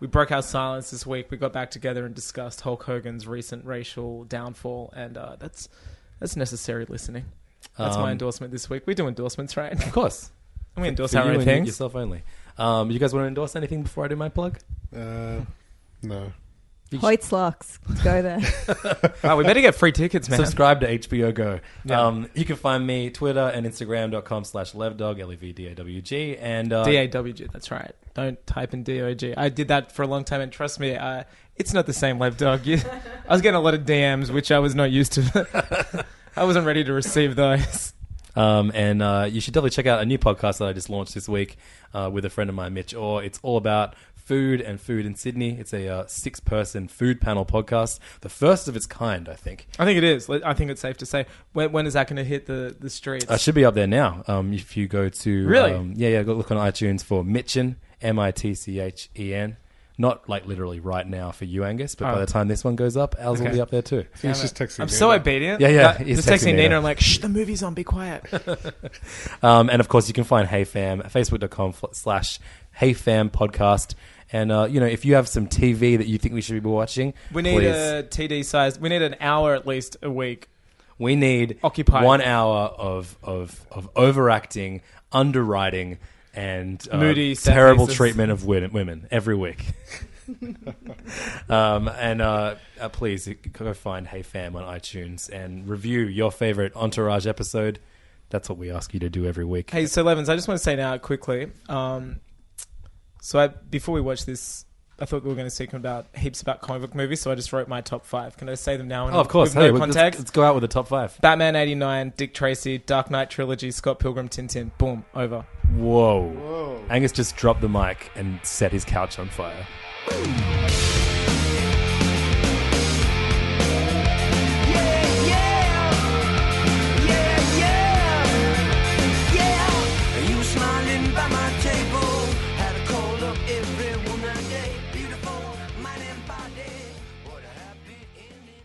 Speaker 3: we broke our silence this week. We got back together and discussed Hulk Hogan's recent racial downfall, and uh, that's that's necessary listening. That's
Speaker 1: Um,
Speaker 3: my endorsement this week. We do endorsements, right?
Speaker 1: Of course.
Speaker 3: And [laughs] we endorse
Speaker 1: For
Speaker 3: our
Speaker 1: you
Speaker 3: own
Speaker 1: and
Speaker 3: things.
Speaker 1: Yourself only. Um, you guys want to endorse anything before I do my plug?
Speaker 4: Uh, no.
Speaker 2: Hoyt's Locks. Go there.
Speaker 1: [laughs]
Speaker 3: Wow, we better get free tickets, man.
Speaker 1: Subscribe to HBO Go. Um, you can find me Twitter and Instagram.com slash levdog, L-E-V-D-A-W-G. And uh,
Speaker 3: D-A-W-G, that's right. Don't type in D-O-G. I did that for a long time, and trust me, uh, it's not the same lab dog. [laughs] You- I was getting a lot of DMs, which I was not used to. [laughs] I wasn't ready to receive those.
Speaker 1: Um, and uh, you should definitely check out a new podcast that I just launched this week uh, with a friend of mine, Mitch Orr. It's all about food and food in Sydney. It's a uh, six person food panel podcast, the first of its kind, I think.
Speaker 3: I think it is. I think it's safe to say. When, when is that going to hit the, the streets?
Speaker 1: I should be up there now. Um, if you go to
Speaker 3: Really?
Speaker 1: um, yeah, yeah, go look on iTunes for Mitchen, M I T C H E N. Not like literally right now for you, Angus, but by
Speaker 3: Oh.
Speaker 1: the time this one goes up, ours will
Speaker 3: Okay.
Speaker 1: be up there too.
Speaker 3: Damn it. I'm so
Speaker 1: so
Speaker 3: obedient.
Speaker 1: Yeah, yeah,
Speaker 3: That-
Speaker 1: he's
Speaker 3: just texting,
Speaker 1: texting
Speaker 3: Nina.
Speaker 1: Nina.
Speaker 3: I'm like, shh, the movie's on. Be
Speaker 1: [laughs]
Speaker 3: quiet.
Speaker 1: Um, and of course, you can find Hey Fam at facebook.com fl- slash Hey Fam podcast. And, uh, you know, if you have some TV that you think we should be watching,
Speaker 3: We need
Speaker 1: please.
Speaker 3: a TD size. We need an hour at least a week.
Speaker 1: we need
Speaker 3: Occupied.
Speaker 1: one hour of, of, of overacting, underwriting, and uh,
Speaker 3: Moody
Speaker 1: terrible
Speaker 3: Southeasters.
Speaker 1: treatment of women, women every week. [laughs] um, and uh, uh, please go find Hey Fam on iTunes and review your favorite Entourage episode. That's what we ask you to do every week.
Speaker 3: Hey, so Levins, I just want to say now quickly. Um, so I, before we watch this, I thought we were going to speak about heaps about comic book movies. So I just wrote my top five. Can I say them now? in-
Speaker 1: Oh, of course.
Speaker 3: With
Speaker 1: Hey,
Speaker 3: no
Speaker 1: let's-
Speaker 3: context.
Speaker 1: let's go out with the top five.
Speaker 3: Batman '89, Dick Tracy, Dark Knight trilogy, Scott Pilgrim, Tintin. Boom, over.
Speaker 1: Whoa. Angus just dropped the mic and set his couch on fire.
Speaker 12: You smiling by my table. Had a cold up every woman day. Beautiful, mind and body. What a happy ending.